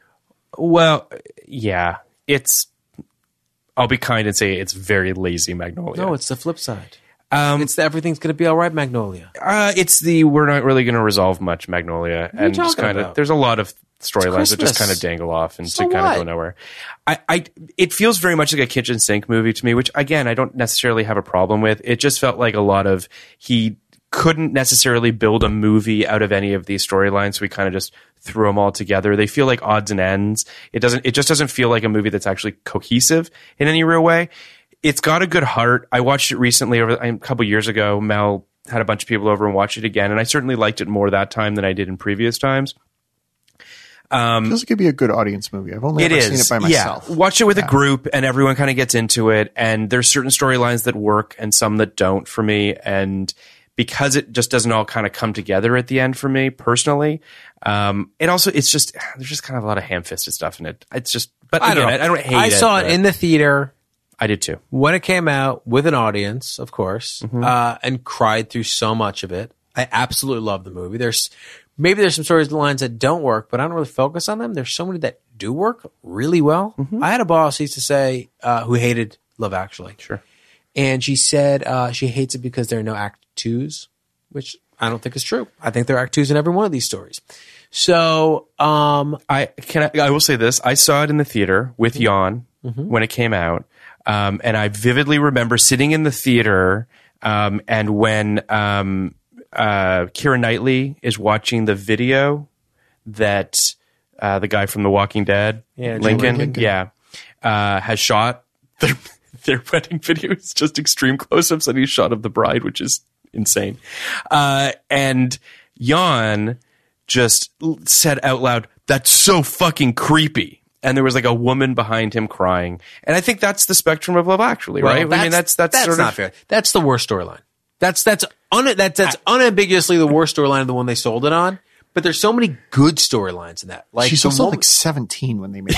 Speaker 3: Well, yeah, it's. I'll be kind and say it's very lazy Magnolia.
Speaker 2: No, it's the flip side.
Speaker 3: um,
Speaker 2: It's the everything's going to be all right, Magnolia.
Speaker 3: Uh, it's the we're not really going to resolve much Magnolia,
Speaker 2: are you
Speaker 3: and just
Speaker 2: talking
Speaker 3: kind of
Speaker 2: about?
Speaker 3: there's a lot of storylines that just
Speaker 2: Christmas.
Speaker 3: kind of dangle off and
Speaker 2: So
Speaker 3: to kind of go
Speaker 2: what?
Speaker 3: nowhere. I, I it feels very much like a kitchen sink movie to me, which again I don't necessarily have a problem with. It just felt like a lot of he couldn't necessarily build a movie out of any of these storylines, so we kind of just threw them all together. They feel like odds and ends. It doesn't. It just doesn't feel like a movie that's actually cohesive in any real way it's got a good heart. I watched it recently over a couple years ago. Mel had a bunch of people over and watched it again, and I certainly liked it more that time than I did in previous times.
Speaker 4: Feels like it'd be a good audience movie. I've only
Speaker 3: um, It
Speaker 4: ever
Speaker 3: is.
Speaker 4: seen it by myself.
Speaker 3: Yeah. Watch it with a group and everyone kind of gets into it. And there's certain storylines that work and some that don't for me. And because it just doesn't all kind of come together at the end for me personally, um, it also, it's just, there's just kind of a lot of ham fisted stuff in it. It's just, but again, I don't, I, don't hate
Speaker 2: I saw it
Speaker 3: but
Speaker 2: in the theater
Speaker 3: I did too.
Speaker 2: when it came out with an audience, of course, uh, and cried through so much of it. I absolutely love the movie. There's maybe there's some stories lines that don't work, but I don't really focus on them. There's so many that do work really well. I had a boss who used to say uh, who hated Love Actually,
Speaker 3: Sure.
Speaker 2: and she said uh, she hates it because there are no act twos, which I don't think is true. I think there are act twos in every one of these stories. So um,
Speaker 3: I can. I, I will say this. I saw it in the theater with Jan when it came out, um, and I vividly remember sitting in the theater. Um, and when um, uh, Kira Knightley is watching the video that uh, the guy from The Walking Dead, Lincoln, yeah, uh, has shot, their their wedding video is just extreme close-ups and he shot of the bride, which is insane. Uh, and Jan just l- said out loud, "That's so fucking creepy." And there was like a woman behind him crying, and I think that's the spectrum of love, actually, right? I mean, that's that's, sort
Speaker 2: not
Speaker 3: of
Speaker 2: fair. That's the worst storyline. That's that's un, that's that's unambiguously the worst storyline of the one they sold it on. But there's so many good storylines in that. Like
Speaker 4: She's
Speaker 2: the
Speaker 4: also
Speaker 2: woman-
Speaker 4: like 17 when they made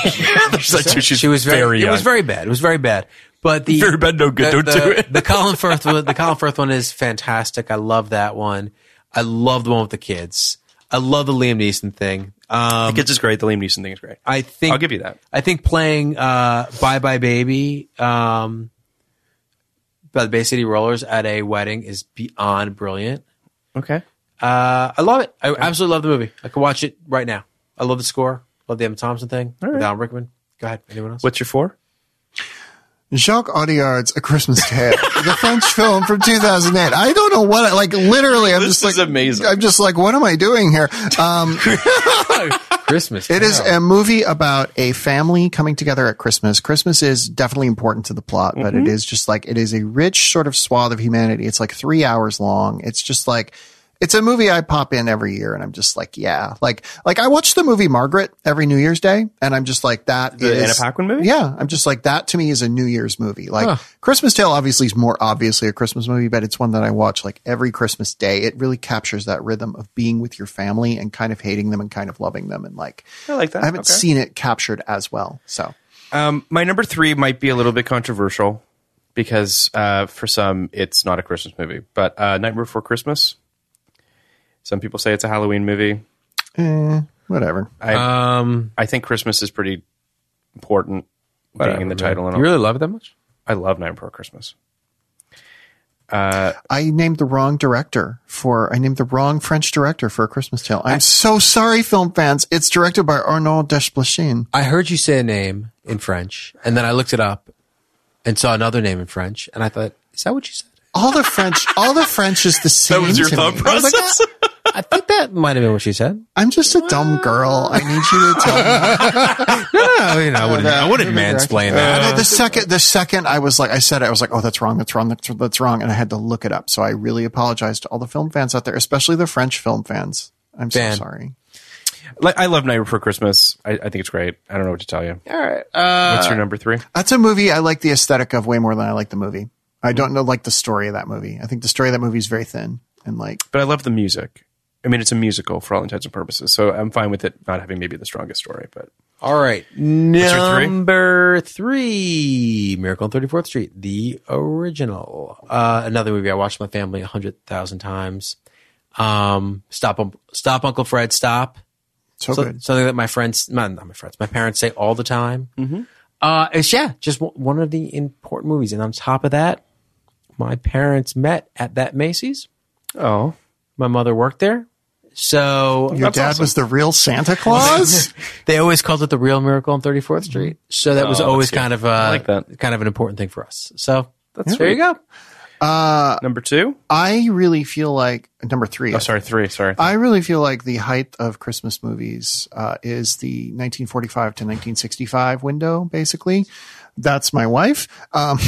Speaker 4: it.
Speaker 3: She's like, dude, she's
Speaker 2: she was very, it
Speaker 3: young.
Speaker 2: was very bad. It was very bad. But the
Speaker 3: Very bad, no good.
Speaker 2: The,
Speaker 3: Don't
Speaker 2: the-
Speaker 3: do it.
Speaker 2: the Colin Firth one, the Colin Firth one is fantastic. I love that one. I love the one with the kids. I love the Liam Neeson thing. Um,
Speaker 3: The kids is great. The Liam Neeson thing is great.
Speaker 2: I think
Speaker 3: I'll give you that.
Speaker 2: I think playing uh, "Bye Bye Baby" um, by the Bay City Rollers at a wedding is beyond brilliant.
Speaker 3: Okay.
Speaker 2: Uh, I love it. I absolutely love the movie. I could watch it right now. I love the score. Love the Emma Thompson thing with Alan Rickman. Go ahead. Anyone else?
Speaker 3: What's your four?
Speaker 4: Jacques Audiard's A Christmas Tale, the French film from 2008. I don't know what, I, like, literally, I'm
Speaker 3: This
Speaker 4: just like,
Speaker 3: is amazing.
Speaker 4: I'm just like, what am I doing here? Um,
Speaker 2: Christmas?
Speaker 4: It is a movie about a family coming together at Christmas. Christmas is definitely important to the plot, but
Speaker 3: Mm-hmm.
Speaker 4: it is just like it is a rich sort of swath of humanity. It's like three hours long. It's just like it's a movie I pop in every year, and I'm just like, yeah, like like I watch the movie Margaret every New Year's Day, and I'm just like that is
Speaker 3: The Anna Paquin movie?
Speaker 4: Yeah, I'm just like that to me is a New Year's movie. Like Christmas Tale obviously is more obviously a Christmas movie, but it's one that I watch like every Christmas day. It really captures that rhythm of being with your family and kind of hating them and kind of loving them, and like
Speaker 3: I like that.
Speaker 4: I haven't
Speaker 3: Okay.
Speaker 4: seen it captured as well. So
Speaker 3: Um, my number three might be a little bit controversial because uh, for some it's not a Christmas movie, but uh, Nightmare Before Christmas. Some people say it's a Halloween movie.
Speaker 4: Eh, whatever.
Speaker 2: Um,
Speaker 3: I think Christmas is pretty important, being in the title and all.
Speaker 2: you really love it that much?
Speaker 3: I love Nightmare Before Christmas.
Speaker 4: I named the wrong director for I named the wrong French director for a Christmas Tale. I'm so sorry, film fans. It's directed by Arnaud Desplechin.
Speaker 2: I heard you say a name in French, and then I looked it up and saw another name in French, and I thought, is that what you said?
Speaker 4: All the French, all the French is the same.
Speaker 3: was your
Speaker 4: to
Speaker 3: thought
Speaker 4: me. I was like,
Speaker 3: process?
Speaker 2: I think that might have been what she said.
Speaker 4: I'm just a dumb girl. I need you to tell me.
Speaker 2: Oh, you know, I wouldn't, I wouldn't mansplain that.
Speaker 4: And the second, the second I was like, I said, it, I was like, oh, that's wrong, that's wrong, that's, that's wrong, and I had to look it up. So I really apologize to all the film fans out there, especially the French film fans. I'm
Speaker 2: Fan.
Speaker 4: so sorry.
Speaker 3: Like, I love Nightmare Before Christmas. I, I think it's great. I don't know what to tell you.
Speaker 2: All right. Uh,
Speaker 3: What's your number three?
Speaker 4: That's a movie I like the aesthetic of way more than I like the movie. I don't know like the story of that movie. I think the story of that movie is very thin and like
Speaker 3: But I love the music. I mean, it's a musical for all intents and purposes, so I'm fine with it not having maybe the strongest story. But
Speaker 2: all right.
Speaker 3: your three?
Speaker 2: Number three, Miracle on 34th Street, the original. Uh, another movie I watched with my family a hundred thousand times. Um, stop, Unc- stop, Uncle Fred, stop.
Speaker 4: so,
Speaker 2: So-
Speaker 4: good.
Speaker 2: Something that my friends, not, not my friends, my parents say all the time.
Speaker 4: Mm-hmm.
Speaker 2: Uh, it's yeah, just w- one of the important movies. And on top of that, my parents met at that Macy's.
Speaker 3: oh,
Speaker 2: My mother worked there, so
Speaker 4: Your dad was the real Santa Claus?
Speaker 2: they always called it the real miracle on 34th Street. So that was
Speaker 3: Oh, that's
Speaker 2: always
Speaker 3: good.
Speaker 2: kind of uh,
Speaker 3: I like that.
Speaker 2: kind of an important thing for us. So that's there you go.
Speaker 3: number two?
Speaker 4: I really feel like number three.
Speaker 3: Oh, sorry, three. Sorry.
Speaker 4: I really feel like the height of Christmas movies uh, is the 1945 to 1965 window, basically. That's my wife. Um,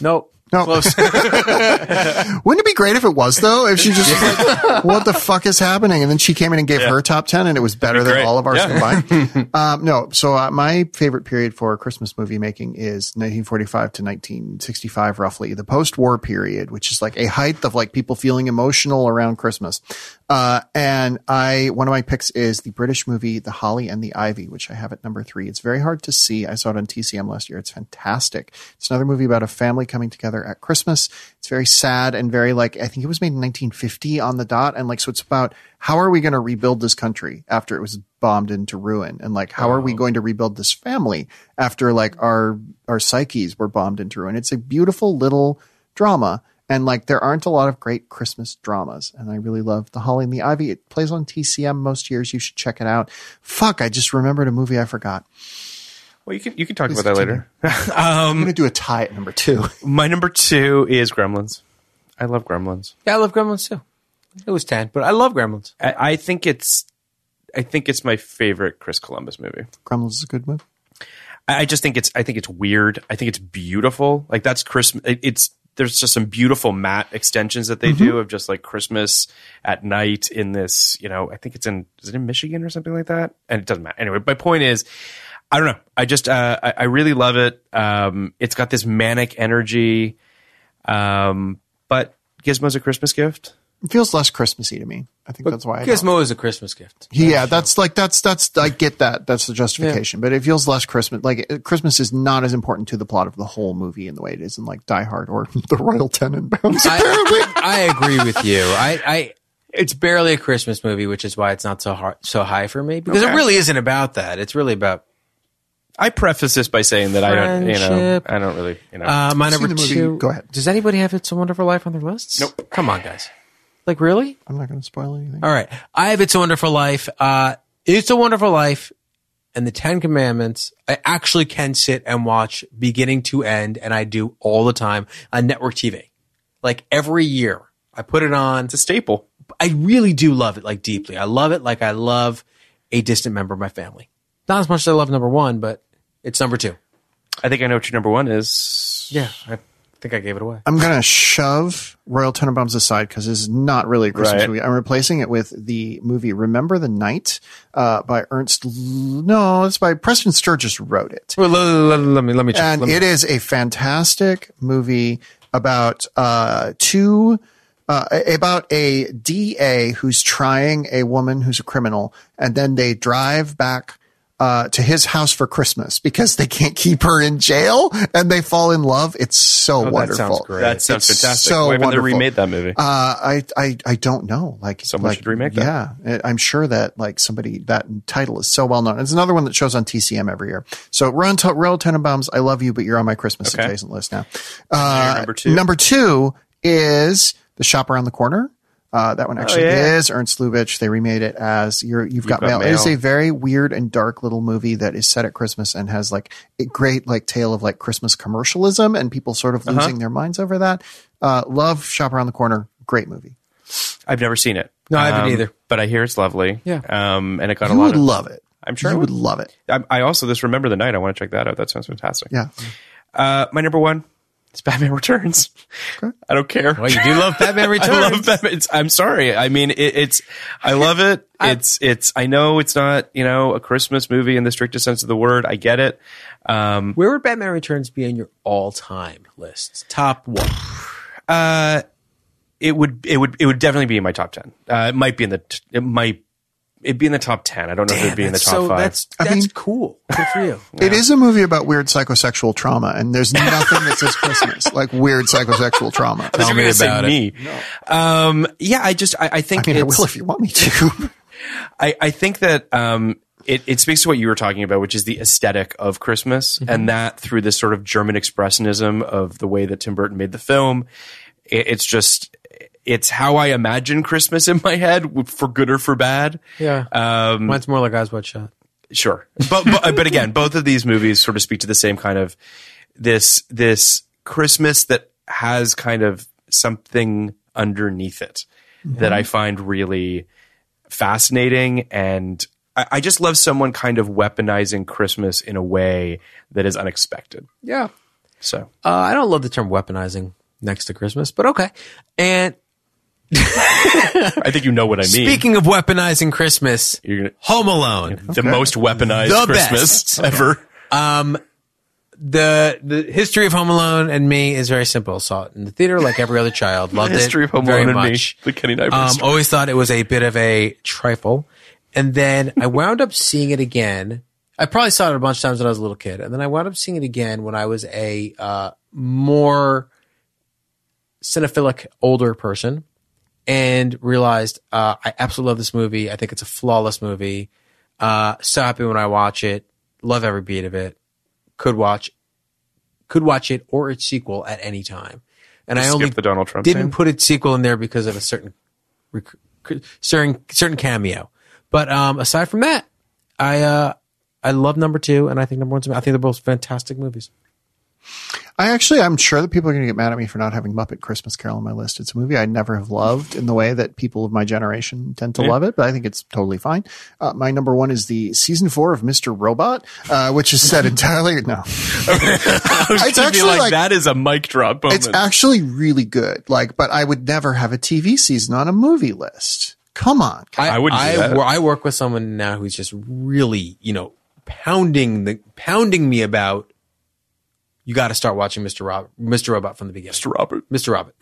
Speaker 2: Nope.
Speaker 4: no. Wouldn't it be great if it was though? If she just was like, what the fuck is happening? And then she came in and gave her top 10 and it was better than
Speaker 3: great.
Speaker 4: all of ours combined. um, no. So uh, my favorite period for Christmas movie making is 1945 to 1965, roughly the post-war period, which is like a height of like people feeling emotional around Christmas. Uh, and I, one of my picks is the British movie, The Holly and the Ivy, which I have at number three. It's very hard to see. I saw it on TCM last year. It's fantastic. It's another movie about a family coming together at Christmas. It's very sad and very like, I think it was made in 1950 on the dot. And like, so it's about how are we going to rebuild this country after it was bombed into ruin? And like, how are we going to rebuild this family after like our, our psyches were bombed into ruin? It's a beautiful little drama. And like, there aren't a lot of great Christmas dramas. And I really love The Holly and the Ivy. It plays on TCM most years. You should check it out. Fuck, I just remembered a movie I forgot.
Speaker 3: Well, you can you can talk about that later.
Speaker 4: I'm going to do a tie at number two.
Speaker 3: My number two is Gremlins. I love Gremlins.
Speaker 2: Yeah, I love Gremlins too. It was ten, but I love Gremlins.
Speaker 3: I, I think it's I think it's my favorite Chris Columbus movie.
Speaker 4: Gremlins is a good movie.
Speaker 3: I I just think it's I think it's weird. I think it's beautiful. Like that's Christmas. It's there's just some beautiful matte extensions that they
Speaker 2: Mm-hmm.
Speaker 3: do of just like Christmas at night in this. You know, I think it's in is it in Michigan or something like that. And it doesn't matter anyway. My point is, I don't know. I just uh, I, I really love it. Um, it's got this manic energy. Um, but Gizmo's a Christmas gift.
Speaker 4: It feels less Christmassy to me. I think that's why. I don't.
Speaker 2: Gizmo is a Christmas gift.
Speaker 4: Yeah, that's like that's that's I get that. That's the justification, but it feels less Christmas. Like uh, Christmas is not as important to the plot of the whole movie in the way it is in like Die Hard or The Royal Tenenbaums.
Speaker 2: I, uh, I agree with you. I, I it's barely a Christmas movie, which is why it's not so hard, so high for me because it really isn't about that. It's really about
Speaker 3: I preface this by saying that I don't, you know,
Speaker 2: Friendship.
Speaker 3: I don't really, you know.
Speaker 2: uh, my
Speaker 4: seen
Speaker 2: number
Speaker 4: the movie.
Speaker 2: two.
Speaker 4: Go ahead.
Speaker 2: Does anybody have "It's a Wonderful Life" on their lists? Nope. Come on, guys. Like really?
Speaker 4: I'm not going to spoil anything.
Speaker 2: All right. I have It's a Wonderful Life. Uh, it's a Wonderful Life and the Ten Commandments. I actually can sit and watch beginning to end, and I do all the time on network TV. Like every year, I put it on.
Speaker 3: it's a staple.
Speaker 2: I really do love it, like deeply. I love it like I love a distant member of my family. Not as much as I love number one, but it's number two.
Speaker 3: I think I know what your number one is.
Speaker 2: Yeah. I think I gave it away.
Speaker 4: I'm gonna shove Royal Tenenbaums aside because this is not really a Christmas
Speaker 3: Right.
Speaker 4: movie. I'm replacing it with the movie Remember the Night uh, by Ernst. L- no, it's by Preston Sturges wrote it,
Speaker 2: Well, let, let- let me let me check.
Speaker 4: and
Speaker 2: Let me-
Speaker 4: it is a fantastic movie about uh, two. Uh, about a DA who's trying a woman who's a criminal, and then they drive back uh, to his house for Christmas because they can't keep her in jail, and they fall in love. It's so
Speaker 2: that
Speaker 4: wonderful.
Speaker 2: sounds great.
Speaker 3: Oh, That sounds
Speaker 4: It's
Speaker 3: fantastic.
Speaker 4: so
Speaker 3: Why haven't they
Speaker 4: wonderful.
Speaker 3: remade that movie?
Speaker 4: Uh, I, I, I don't know. Like
Speaker 3: Someone
Speaker 4: like,
Speaker 3: should remake that.
Speaker 4: Yeah, I- I'm sure that like somebody that title is so well known. It's another one that shows on TCM every year. So Ron T- Royal Tenenbaums, I love you, but you're on my Christmas
Speaker 3: Okay.
Speaker 4: adjacent list now. Uh,
Speaker 3: number two.
Speaker 4: Number two is the shop around the corner. Uh, that one
Speaker 3: Oh,
Speaker 4: actually is Ernst Lubitsch. They remade it as your, you've, got, mail. It is a very weird and dark little movie that is set at Christmas and has like a great like tale of like Christmas commercialism and people sort of
Speaker 3: Uh-huh.
Speaker 4: losing their minds over that. Uh, love shop around the corner. Great movie.
Speaker 3: I've never seen it.
Speaker 2: No, I haven't
Speaker 3: Um,
Speaker 2: either.
Speaker 3: But I hear it's lovely.
Speaker 2: Yeah.
Speaker 3: Um, and it got
Speaker 4: You
Speaker 3: a lot
Speaker 4: would
Speaker 3: of.
Speaker 4: love it.
Speaker 3: I'm sure
Speaker 4: you
Speaker 3: I
Speaker 4: would
Speaker 3: would.
Speaker 4: love it.
Speaker 3: I, I also this remember the night. I want to check that out. That sounds fantastic.
Speaker 4: Yeah.
Speaker 3: Uh, my number one is Batman Returns. I don't care.
Speaker 2: well, you do love Batman Returns.
Speaker 3: I love Batman. It's, I'm sorry. I mean, it, it's. I love it. It's. It's. I know it's not. You know, a Christmas movie in the strictest sense of the word. I get it. Um,
Speaker 2: Where would Batman Returns be on your all-time list? Top one.
Speaker 3: Uh, it would. It would. It would definitely be in my top ten. Uh, it might be in the. t- It might. It'd be in the top ten. I don't know if it'd be in the
Speaker 2: That's
Speaker 3: top
Speaker 2: so
Speaker 3: five.
Speaker 2: that's
Speaker 4: I
Speaker 2: that's
Speaker 4: mean-
Speaker 2: cool. Good for you.
Speaker 4: It is a movie about weird psychosexual trauma, and there's nothing that says Christmas like weird psychosexual trauma.
Speaker 3: I was
Speaker 2: me
Speaker 3: gonna say
Speaker 2: about it.
Speaker 3: me. Um, yeah, I just. I, I
Speaker 4: I
Speaker 3: think.
Speaker 4: mean, I
Speaker 3: it's-
Speaker 4: will if you want me to.
Speaker 3: I, I think that um, it, it speaks to what you were talking about, which is the aesthetic of Christmas,
Speaker 2: Mm-hmm.
Speaker 3: and that through this sort of German expressionism of the way that Tim Burton made the film, it, it's just it's how I imagine Christmas in my head, w- for good or for bad.
Speaker 2: Yeah.
Speaker 3: Um,
Speaker 2: Mine's more like Eyes Wide Shut.
Speaker 3: sure but, but but again both of these movies sort of speak to the same kind of this this christmas that has kind of something underneath it
Speaker 2: Mm-hmm.
Speaker 3: that i find really fascinating and I, I just love someone kind of weaponizing christmas in a way that is unexpected
Speaker 2: Yeah.
Speaker 3: so
Speaker 2: Uh, I don't love the term weaponizing next to Christmas, but okay. And
Speaker 3: i think you know what i mean
Speaker 2: speaking of weaponizing Christmas,
Speaker 3: You're gonna,
Speaker 2: Home Alone.
Speaker 3: the most weaponized
Speaker 2: The
Speaker 3: christmas
Speaker 2: best.
Speaker 3: ever
Speaker 2: The the history of Home Alone and me is very simple. Saw it in the theater like every other child. Loved
Speaker 3: history
Speaker 2: it
Speaker 3: of home
Speaker 2: very
Speaker 3: alone and me
Speaker 2: much.
Speaker 3: the kenny Diver
Speaker 2: Um,
Speaker 3: story.
Speaker 2: always thought it was a bit of a trifle. And then I wound up seeing it again. I probably saw it a bunch of times when I was a little kid. And then I wound up seeing it again when I was a uh, more cinephilic older person and realized uh, I absolutely love this movie. I think it's a flawless movie. Uh, so happy when I watch it. Love every beat of it. Could watch, could watch it or its sequel at any time. And I
Speaker 3: Skip
Speaker 2: only
Speaker 3: the Donald Trump
Speaker 2: didn't
Speaker 3: scene.
Speaker 2: put its sequel in there because of a certain rec- certain certain cameo. But um, aside from that, I uh, I love number two, and I think number one's. I think they're both fantastic movies.
Speaker 4: I actually, I'm sure that people are going to get mad at me for not having Muppet Christmas Carol on my list. It's a movie I never have loved in the way that people of my generation tend to love it, but I think it's totally fine. Uh, my number one is the season four of Mr. Robot, uh, which is set entirely, no,
Speaker 3: it's
Speaker 4: actually
Speaker 3: actually like,
Speaker 4: like-
Speaker 3: that is a mic drop moment.
Speaker 4: it's actually really good. Like, but I would never have a TV season on a movie list. Come on.
Speaker 3: I wouldn't do
Speaker 2: I,
Speaker 3: that.
Speaker 2: wor- I work with someone now who's just really, you know, pounding the pounding me about. You got to start watching Mr. Rob, Mr. Robot from the beginning.
Speaker 3: Mr. Robert.
Speaker 2: Mr. Robot.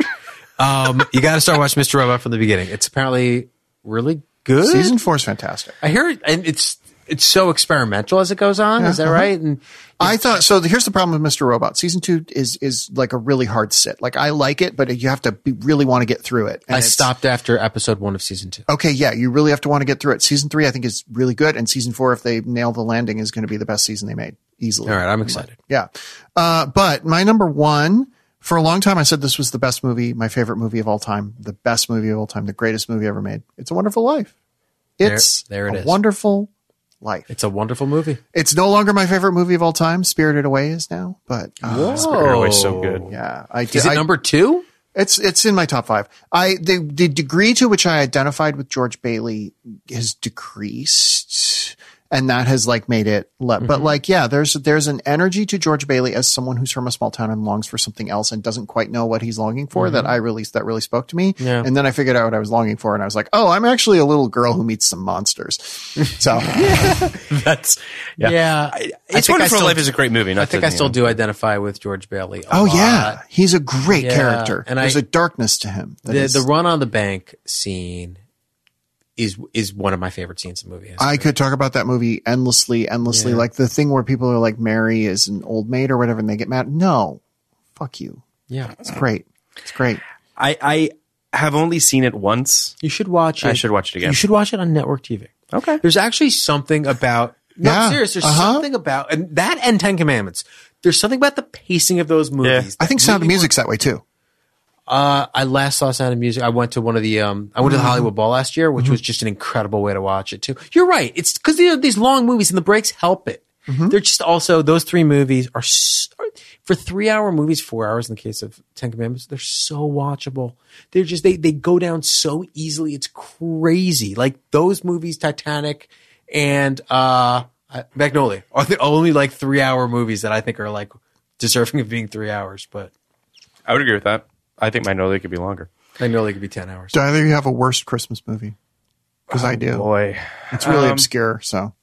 Speaker 2: um, you got to start watching Mr. Robot from the beginning. It's apparently really good.
Speaker 4: Season four is fantastic.
Speaker 2: I hear it, and it's it's so experimental as it goes on. is that
Speaker 4: uh-huh.
Speaker 2: right? And
Speaker 4: I thought so. Here's the problem with Mr. Robot. Season two is is like a really hard sit. Like I like it, but you have to be, really want to get through it. And
Speaker 2: I
Speaker 4: it's-
Speaker 2: stopped after episode one of season two.
Speaker 4: Okay, yeah, you really have to want to get through it. Season three, I think, is really good, and season four, if they nail the landing, is going to be the best season they made easily.
Speaker 2: All right, I'm excited.
Speaker 4: Yeah. Uh, but my number one, for a long time, I said this was the best movie, my favorite movie of all time, the best movie of all time, the greatest movie ever made. It's a Wonderful Life. It's
Speaker 2: there it
Speaker 4: a
Speaker 2: is.
Speaker 4: Wonderful Life.
Speaker 2: It's a wonderful movie.
Speaker 4: It's no longer my favorite movie of all time. Spirited Away is now, but uh,
Speaker 3: Always so good.
Speaker 2: Oh.
Speaker 4: yeah, I did.
Speaker 2: Is it
Speaker 4: I-
Speaker 2: number two?
Speaker 4: it's it's in my top five. I the the degree to which I identified with George Bailey has decreased, and that has like made it. Le-
Speaker 2: Mm-hmm.
Speaker 4: But like, yeah, there's there's an energy to George Bailey as someone who's from a small town and longs for something else and doesn't quite know what he's longing for.
Speaker 2: Mm-hmm.
Speaker 4: That I released that really spoke to me. And then I figured out what I was longing for, and I was like, oh, I'm actually a little girl who meets some monsters. So
Speaker 3: That's yeah.
Speaker 2: Yeah.
Speaker 3: I-
Speaker 2: I
Speaker 3: it's
Speaker 2: think I
Speaker 3: Wonderful
Speaker 2: still-
Speaker 3: Life is a great movie. not
Speaker 2: I think
Speaker 3: to,
Speaker 2: I still
Speaker 3: you know.
Speaker 2: do identify with George Bailey. a
Speaker 4: oh
Speaker 2: lot.
Speaker 4: yeah, he's a great
Speaker 2: Yeah,
Speaker 4: character.
Speaker 2: and
Speaker 4: And there's
Speaker 2: I-
Speaker 4: a darkness to him. that
Speaker 2: the
Speaker 4: is-
Speaker 2: the run on the bank scene is is one of my favorite scenes in movie history.
Speaker 4: I could talk about that movie endlessly, endlessly. Like the thing where people are like, Mary is an old maid or whatever, and they get mad. No, fuck you.
Speaker 2: yeah,
Speaker 4: It's great. It's great.
Speaker 3: I, I have only seen it once.
Speaker 2: you should watch it.
Speaker 3: I should watch it again.
Speaker 2: You should watch it on network TV.
Speaker 3: Okay.
Speaker 2: There's actually something about no,
Speaker 4: Yeah.
Speaker 2: I'm serious. There's
Speaker 4: Uh-huh.
Speaker 2: something about and that and Ten Commandments. There's something about the pacing of those movies.
Speaker 4: I think Sound of Music's that way too.
Speaker 2: Uh, I last saw Sound of Music. I went to one of the um, I went
Speaker 4: Mm-hmm.
Speaker 2: to the Hollywood Bowl last year, which was just an incredible way to watch it too. You're right. It's because you know, these long movies and the breaks help it.
Speaker 4: Mm-hmm.
Speaker 2: They're just also those three movies are, s are- for three hour movies, four hours in the case of Ten Commandments. They're so watchable. They're just they they go down so easily. It's crazy. Like those movies, Titanic and uh I- Magnolia, are the only like three hour movies that I think are like deserving of being three hours. But
Speaker 3: I would agree with that. I think Magnolia could be longer.
Speaker 2: Magnolia could be ten hours.
Speaker 4: Do either of you have a worst Christmas movie? Because I do.
Speaker 3: Boy,
Speaker 4: It's really obscure. So,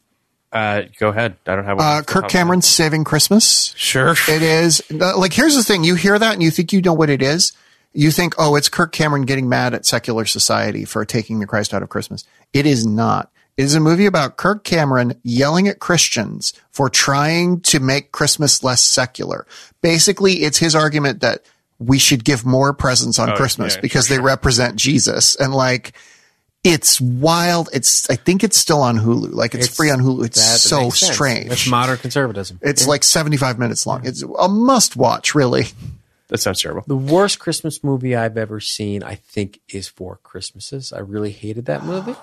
Speaker 3: uh, go ahead. I don't have. one
Speaker 4: uh,
Speaker 3: off the top
Speaker 4: Kirk
Speaker 3: of my head.
Speaker 4: Cameron's Saving Christmas.
Speaker 3: Sure.
Speaker 4: It is uh, like here's the thing: you hear that and you think you know what it is. You think, oh, it's Kirk Cameron getting mad at secular society for taking the Christ out of Christmas. It is not. It is a movie about Kirk Cameron yelling at Christians for trying to make Christmas less secular. Basically, it's his argument that we should give more presents on Christmas
Speaker 3: Oh, yeah,
Speaker 4: because they represent Jesus. And like, it's wild. It's, I think it's still on Hulu. Like, it's, free on Hulu. It's
Speaker 2: That
Speaker 4: so
Speaker 2: makes sense.
Speaker 4: strange.
Speaker 2: That's modern conservatism.
Speaker 4: It's like 75 minutes long. It's a must watch, really.
Speaker 3: That sounds terrible.
Speaker 2: the worst Christmas movie I've ever seen, I think, is Four Christmases. I really hated that movie.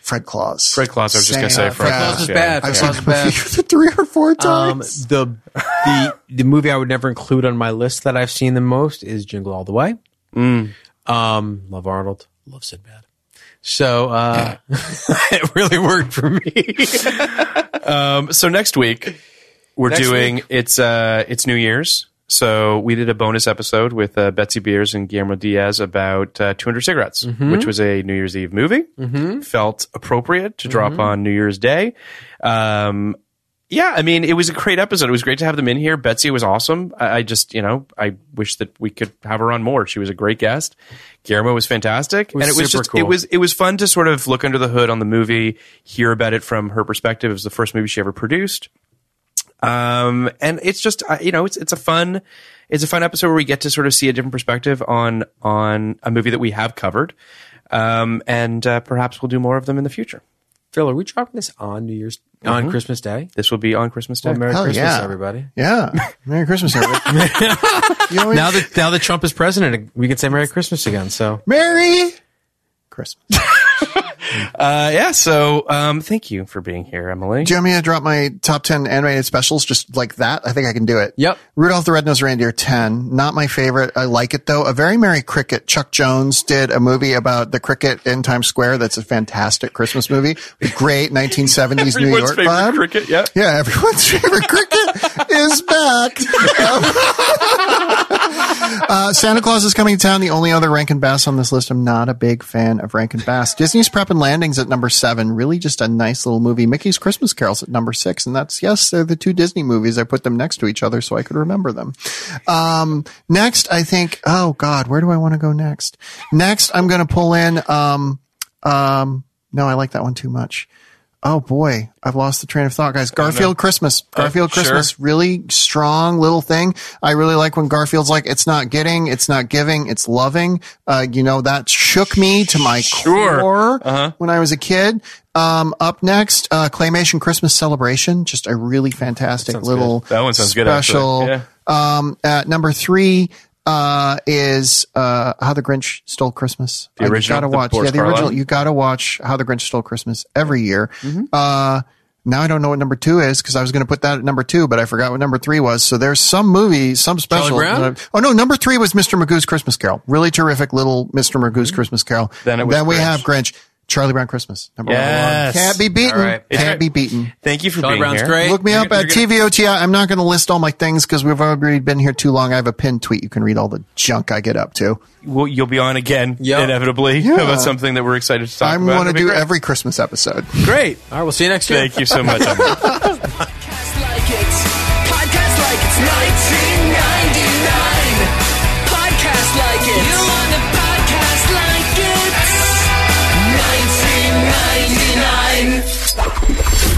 Speaker 4: Fred Claus.
Speaker 3: Fred Claus. I was just going to say
Speaker 4: Same.
Speaker 3: Fred
Speaker 4: Yeah.
Speaker 3: Claus.
Speaker 2: Claus is
Speaker 3: yeah.
Speaker 2: bad.
Speaker 4: I've
Speaker 2: Fred
Speaker 4: seen
Speaker 2: Claus
Speaker 4: that
Speaker 2: bad.
Speaker 4: movie three or four
Speaker 2: Um,
Speaker 4: times.
Speaker 2: the the the movie I would never include on my list that I've seen the most is Jingle All the Way.
Speaker 3: Mm.
Speaker 2: Um, love Arnold, love Sinbad. So uh, it really worked for me.
Speaker 3: Um, so next week we're
Speaker 2: Next
Speaker 3: doing it's uh it's New Year's. So we did a bonus episode with uh, Betsy Beers and Guillermo Diaz about uh, 200 Cigarettes, which was a New Year's Eve movie. Felt appropriate to drop on New Year's Day. Um, yeah, I mean, it was a great episode. It was great to have them in here. Betsy was awesome. I, I just, you know, I wish that we could have her on more. She was a great guest. Guillermo was fantastic,
Speaker 2: was
Speaker 3: and it was
Speaker 2: super
Speaker 3: just
Speaker 2: cool.
Speaker 3: it was it was fun to sort of look under the hood on the movie, hear about it from her perspective. It was the first movie she ever produced, um, and it's just uh, you know, it's it's a fun it's a fun episode where we get to sort of see a different perspective on on a movie that we have covered, um, and uh, perhaps we'll do more of them in the future.
Speaker 2: Phil, are we dropping this on New Year's
Speaker 3: Mm-hmm.
Speaker 2: on Christmas Day?
Speaker 3: This will be on Christmas Day.
Speaker 2: Well, Merry
Speaker 4: Hell
Speaker 2: Christmas,
Speaker 4: yeah.
Speaker 2: everybody.
Speaker 4: yeah. Merry Christmas, everybody. You always-
Speaker 2: Now that now that Trump is president, we can say Merry Christmas again. So
Speaker 4: Merry Christmas. Do
Speaker 3: Uh, yeah, so um, thank you for being here, Emily.
Speaker 4: you want me to drop my top 10 animated specials just like that? I think I can do it.
Speaker 2: Yep.
Speaker 4: Rudolph the Red-Nosed Reindeer 10. Not my favorite. I like it though. A Very Merry Cricket. Chuck Jones did a movie about the cricket in Times Square. That's a fantastic Christmas movie. Great 1970s New York
Speaker 3: favorite
Speaker 4: vibe.
Speaker 3: cricket, yeah.
Speaker 4: Yeah, everyone's favorite cricket is back. Um, uh, Santa Claus is coming to town. The only other Rankin Bass on this list. I'm not a big fan of Rankin Bass. Disney's Prep and Landings at number seven. Really just a nice little movie. Mickey's Christmas Carol's at number six. And that's, yes, they're the two Disney movies. I put them next to each other so I could remember them. Um, next, I think, oh God, where do I want to go next? Next, I'm going to pull in, um, um, no, I like that one too much. Oh boy, I've lost the train of thought, guys. Garfield Christmas.
Speaker 3: Uh,
Speaker 4: Garfield Christmas. Really strong little thing. I really like when Garfield's like, it's not getting, it's not giving, it's loving. Uh, you know, that shook me to my core
Speaker 3: Uh-huh.
Speaker 4: when I was a kid. Um, up next, uh, Claymation Christmas Celebration. Just a really fantastic little
Speaker 3: That one sounds good, actually.
Speaker 4: special.
Speaker 3: Yeah.
Speaker 4: Um, at number three, uh, is uh, How the Grinch Stole Christmas.
Speaker 3: The
Speaker 4: Uh, you
Speaker 3: original,
Speaker 4: gotta
Speaker 3: the
Speaker 4: watch.
Speaker 3: Boris
Speaker 4: yeah, the original.
Speaker 3: Karloff? Mm-hmm.
Speaker 4: You gotta watch How the Grinch Stole Christmas every year. Uh, now I don't know what number two is because I was going to put that at number two, but I forgot what number three was. So there's some movie, some special.
Speaker 2: Brown?
Speaker 4: that I- oh no, number three was Mr. Magoo's Christmas Carol. Really terrific little Mr. Magoo's Christmas Carol.
Speaker 3: Mm-hmm. Then it was
Speaker 4: we
Speaker 3: Grinch.
Speaker 4: have Grinch. Charlie Brown Christmas. Number
Speaker 3: Yes.
Speaker 4: one. Can't be beaten.
Speaker 3: All right.
Speaker 4: Can't
Speaker 3: It's-
Speaker 4: be beaten.
Speaker 3: Thank you for
Speaker 2: Charlie
Speaker 3: being
Speaker 2: Brown's
Speaker 3: here.
Speaker 2: great.
Speaker 4: Look me
Speaker 3: You're-
Speaker 4: up at
Speaker 3: you're gonna-
Speaker 4: TVOTI. I'm not going to list all my things because we've already been here too long. I have a pinned tweet. You can read all the junk I get up to.
Speaker 3: Well, you'll be on again
Speaker 2: Yeah.
Speaker 3: inevitably about something that we're excited to talk
Speaker 4: I
Speaker 3: about.
Speaker 4: want to
Speaker 3: It'll be
Speaker 4: do
Speaker 3: great.
Speaker 4: every Christmas episode.
Speaker 3: Great.
Speaker 2: All right, we'll see you next year.
Speaker 3: Thank you so much. Emily.
Speaker 1: Podcast like it. Podcast like it's 1999. Podcast like it. You want a podcast like it's 1999.